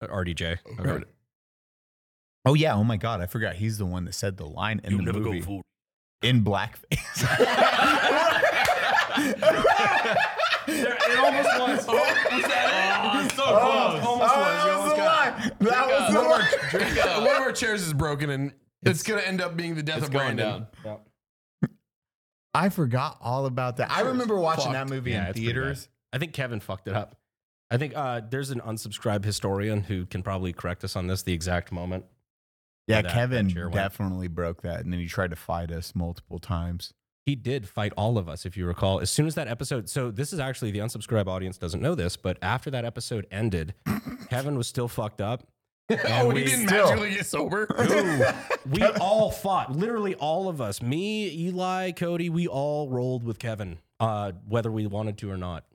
Speaker 3: RDJ.
Speaker 1: Oh yeah, oh my god, I forgot he's the one that said the line in the movie in blackface.
Speaker 3: It almost was. Oh, was that it? so close. Almost was.
Speaker 1: that
Speaker 3: You
Speaker 1: oh, was
Speaker 3: almost
Speaker 1: the
Speaker 3: got
Speaker 1: line. Oh, That was the
Speaker 2: One of,
Speaker 1: line.
Speaker 2: our, one of our chairs is broken and it's, gonna end up being the death
Speaker 4: It's
Speaker 2: of
Speaker 4: going
Speaker 2: Brandon.
Speaker 4: down.
Speaker 1: I forgot all about that. I remember watching
Speaker 2: Fucked.
Speaker 1: that movie in
Speaker 3: Yeah, it's pretty bad.
Speaker 1: theaters.
Speaker 3: I think Kevin fucked it up. I think uh, there's an unsubscribed historian who can probably correct us on this the exact moment.
Speaker 1: Yeah,
Speaker 3: That- that
Speaker 1: Kevin
Speaker 3: chair went.
Speaker 1: definitely broke that, and then he tried to fight us multiple times.
Speaker 3: He did fight all of us, if you recall. As soon as that episode, so this is actually the unsubscribe audience doesn't know this, but after that episode ended, Kevin was still fucked up.
Speaker 2: Oh, he
Speaker 3: we
Speaker 2: didn't
Speaker 1: still-
Speaker 2: magically get sober.
Speaker 3: We all fought, literally all of us. Me, Eli, Cody, we all rolled with Kevin, uh, whether we wanted to or not.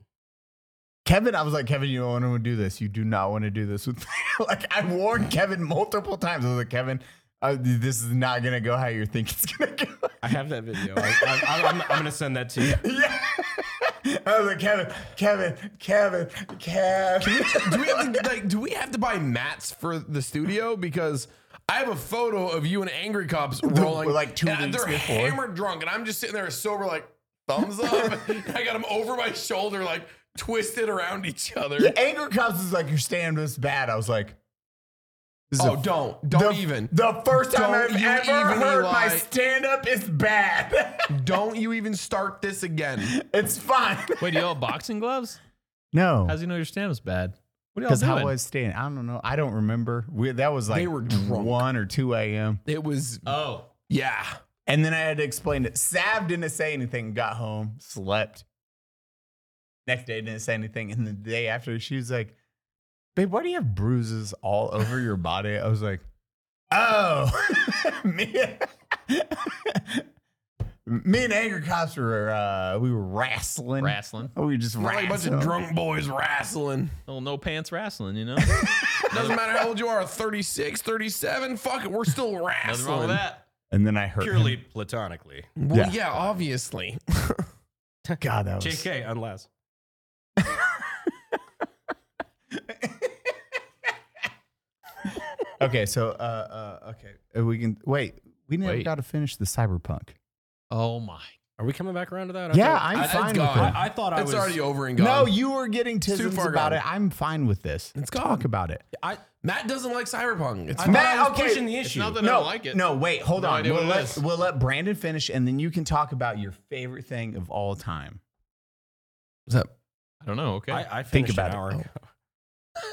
Speaker 1: Kevin, I was like, Kevin, you don't want to do this. You do not want to do this with me. like I warned Kevin multiple times. I was like, Kevin, uh, this is not gonna go how you think it's gonna go.
Speaker 3: I have that video. I, am going to send that to you.
Speaker 1: yeah. I was like, Kevin, Kevin, Kevin, Kevin.
Speaker 2: do we have to, like do we have to buy mats for the studio because I have a photo of you and Angry Cops rolling
Speaker 1: like, two
Speaker 2: and
Speaker 1: weeks
Speaker 2: they're
Speaker 1: before.
Speaker 2: hammered drunk and I'm just sitting there sober like thumbs up. I got them over my shoulder like twisted around each other.
Speaker 1: Yeah, Anger Cops is like, your stand was bad. I was like, this is
Speaker 2: Oh,
Speaker 1: a-
Speaker 2: don't don't
Speaker 1: the,
Speaker 2: even
Speaker 1: The first time
Speaker 2: Don't
Speaker 1: I've
Speaker 2: you
Speaker 1: ever
Speaker 2: even,
Speaker 1: heard my
Speaker 2: Eli.
Speaker 1: stand up is bad.
Speaker 2: don't you even start this again.
Speaker 1: it's fine.
Speaker 4: Wait, do y'all have boxing gloves?
Speaker 1: No.
Speaker 4: How's he know your stand was bad? What are y'all
Speaker 1: Oh. Because
Speaker 4: doing?
Speaker 1: how was Stan? I don't know. I don't remember. We, that was like
Speaker 2: They were drunk.
Speaker 1: one or two a.m.
Speaker 2: It was
Speaker 4: oh.
Speaker 2: yeah.
Speaker 1: And then I had to explain it. Sav didn't say anything. Got home, slept. Next day didn't say anything. And the day after, she was like, "Babe, why do you have bruises all over your body?" I was like, "Oh, me." Me and Anger Cops were uh, we were wrestling. Oh,
Speaker 4: Wrestling.
Speaker 1: we were just
Speaker 2: We're like a bunch
Speaker 1: wrestling.
Speaker 2: of drunk boys wrestling.
Speaker 4: Little no pants wrestling, you know?
Speaker 2: Doesn't matter how old you are, 36, 37, fuck it, we're still
Speaker 4: Nothing wrong
Speaker 2: wrestling.
Speaker 4: with that.
Speaker 1: And then I hurt
Speaker 3: Purely
Speaker 1: purely.
Speaker 3: platonically.
Speaker 2: Well,
Speaker 1: Yeah.
Speaker 2: yeah, obviously.
Speaker 1: God, that was
Speaker 3: JK, unless.
Speaker 1: Okay, so uh, uh, okay, Uh, we can wait. We never
Speaker 4: Wait.
Speaker 1: got to finish the cyberpunk.
Speaker 4: Oh my.
Speaker 3: Are we coming back around to that? I
Speaker 1: Yeah,
Speaker 3: thought-
Speaker 1: I'm
Speaker 2: I- it's
Speaker 1: fine with
Speaker 2: gone.
Speaker 1: it.
Speaker 3: I, I thought I
Speaker 2: it's
Speaker 3: was.
Speaker 2: already over and gone.
Speaker 1: no, you were getting
Speaker 2: too
Speaker 1: tisms
Speaker 2: far
Speaker 1: about
Speaker 2: gone.
Speaker 1: it. I'm fine with this. Let's talk
Speaker 2: gone.
Speaker 1: about it.
Speaker 3: I,
Speaker 2: Matt doesn't like cyberpunk. It's
Speaker 3: I thought
Speaker 1: Matt,
Speaker 3: I was
Speaker 1: okay.
Speaker 3: pushing the issue.
Speaker 4: not that I
Speaker 1: No,
Speaker 4: don't like it.
Speaker 1: no, wait, hold
Speaker 4: No
Speaker 1: on.
Speaker 4: idea
Speaker 1: We'll
Speaker 4: what it
Speaker 1: let,
Speaker 4: is.
Speaker 1: we'll let Brandon finish, and then you can talk about your favorite thing of all time.
Speaker 4: I don't know. Okay.
Speaker 3: I, I
Speaker 1: Think
Speaker 3: finished
Speaker 1: about
Speaker 3: an
Speaker 1: it.
Speaker 3: hour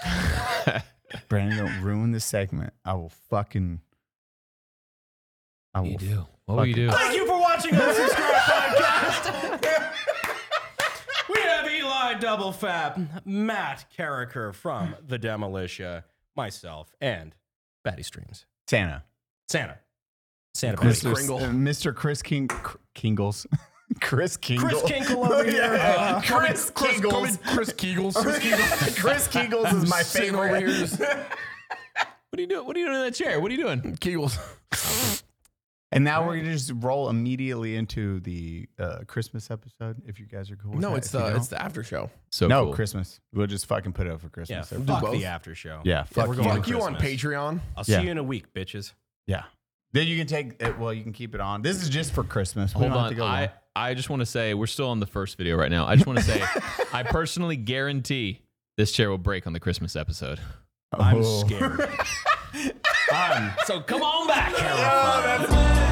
Speaker 1: Oh.
Speaker 3: ago.
Speaker 1: Brandon, don't ruin this segment. I will fucking. I will.
Speaker 4: do. What will you do?
Speaker 3: Thank you for watching Unsubscribe Podcast. we have Eli Double Fab, Matt Carricker from The Demolition, myself, and Batty Streams.
Speaker 1: Santa.
Speaker 3: Santa. Santa Batty.
Speaker 1: Mr.
Speaker 2: Kringle.
Speaker 1: uh, Mr. Chris King Kr- Kingles. Chris Kingle.
Speaker 3: Chris Kinkle over here.
Speaker 1: Yeah.
Speaker 3: Uh,
Speaker 1: Chris
Speaker 2: Chris, call me
Speaker 1: Kingles.
Speaker 2: Chris Kegels.
Speaker 1: Chris Kegels is my
Speaker 2: Sitting over
Speaker 1: favorite.
Speaker 2: here just-
Speaker 4: What are you doing? What are you doing in that chair? What are you doing?
Speaker 2: Kegels.
Speaker 1: And now we're gonna just roll immediately into the uh, Christmas episode. If you guys are cool. With
Speaker 2: No,
Speaker 1: that.
Speaker 2: it's
Speaker 1: If you
Speaker 4: uh,
Speaker 2: the
Speaker 1: don't-
Speaker 2: it's the after show.
Speaker 4: So
Speaker 1: no
Speaker 4: cool.
Speaker 1: Christmas. We'll just fucking put it up for
Speaker 3: Yeah,
Speaker 1: Christmas.
Speaker 3: fuck
Speaker 2: both.
Speaker 3: the after show.
Speaker 1: yeah, fuck
Speaker 3: we're
Speaker 1: you.
Speaker 3: going
Speaker 2: Fuck you on
Speaker 3: Christmas.
Speaker 2: Patreon.
Speaker 3: I'll
Speaker 1: Yeah.
Speaker 3: see you in a week, bitches.
Speaker 1: Yeah. Then you can take it. Well, you can keep it on. This is just for Christmas. We
Speaker 4: Hold
Speaker 1: don't have to
Speaker 4: on.
Speaker 1: go long.
Speaker 4: I, I just want to say we're still on the first video right now. I just want to say I personally guarantee this chair will break on the Christmas episode.
Speaker 3: I'm
Speaker 1: Oh.
Speaker 3: scared. I'm- so come on back, Caroline.
Speaker 2: Oh, that's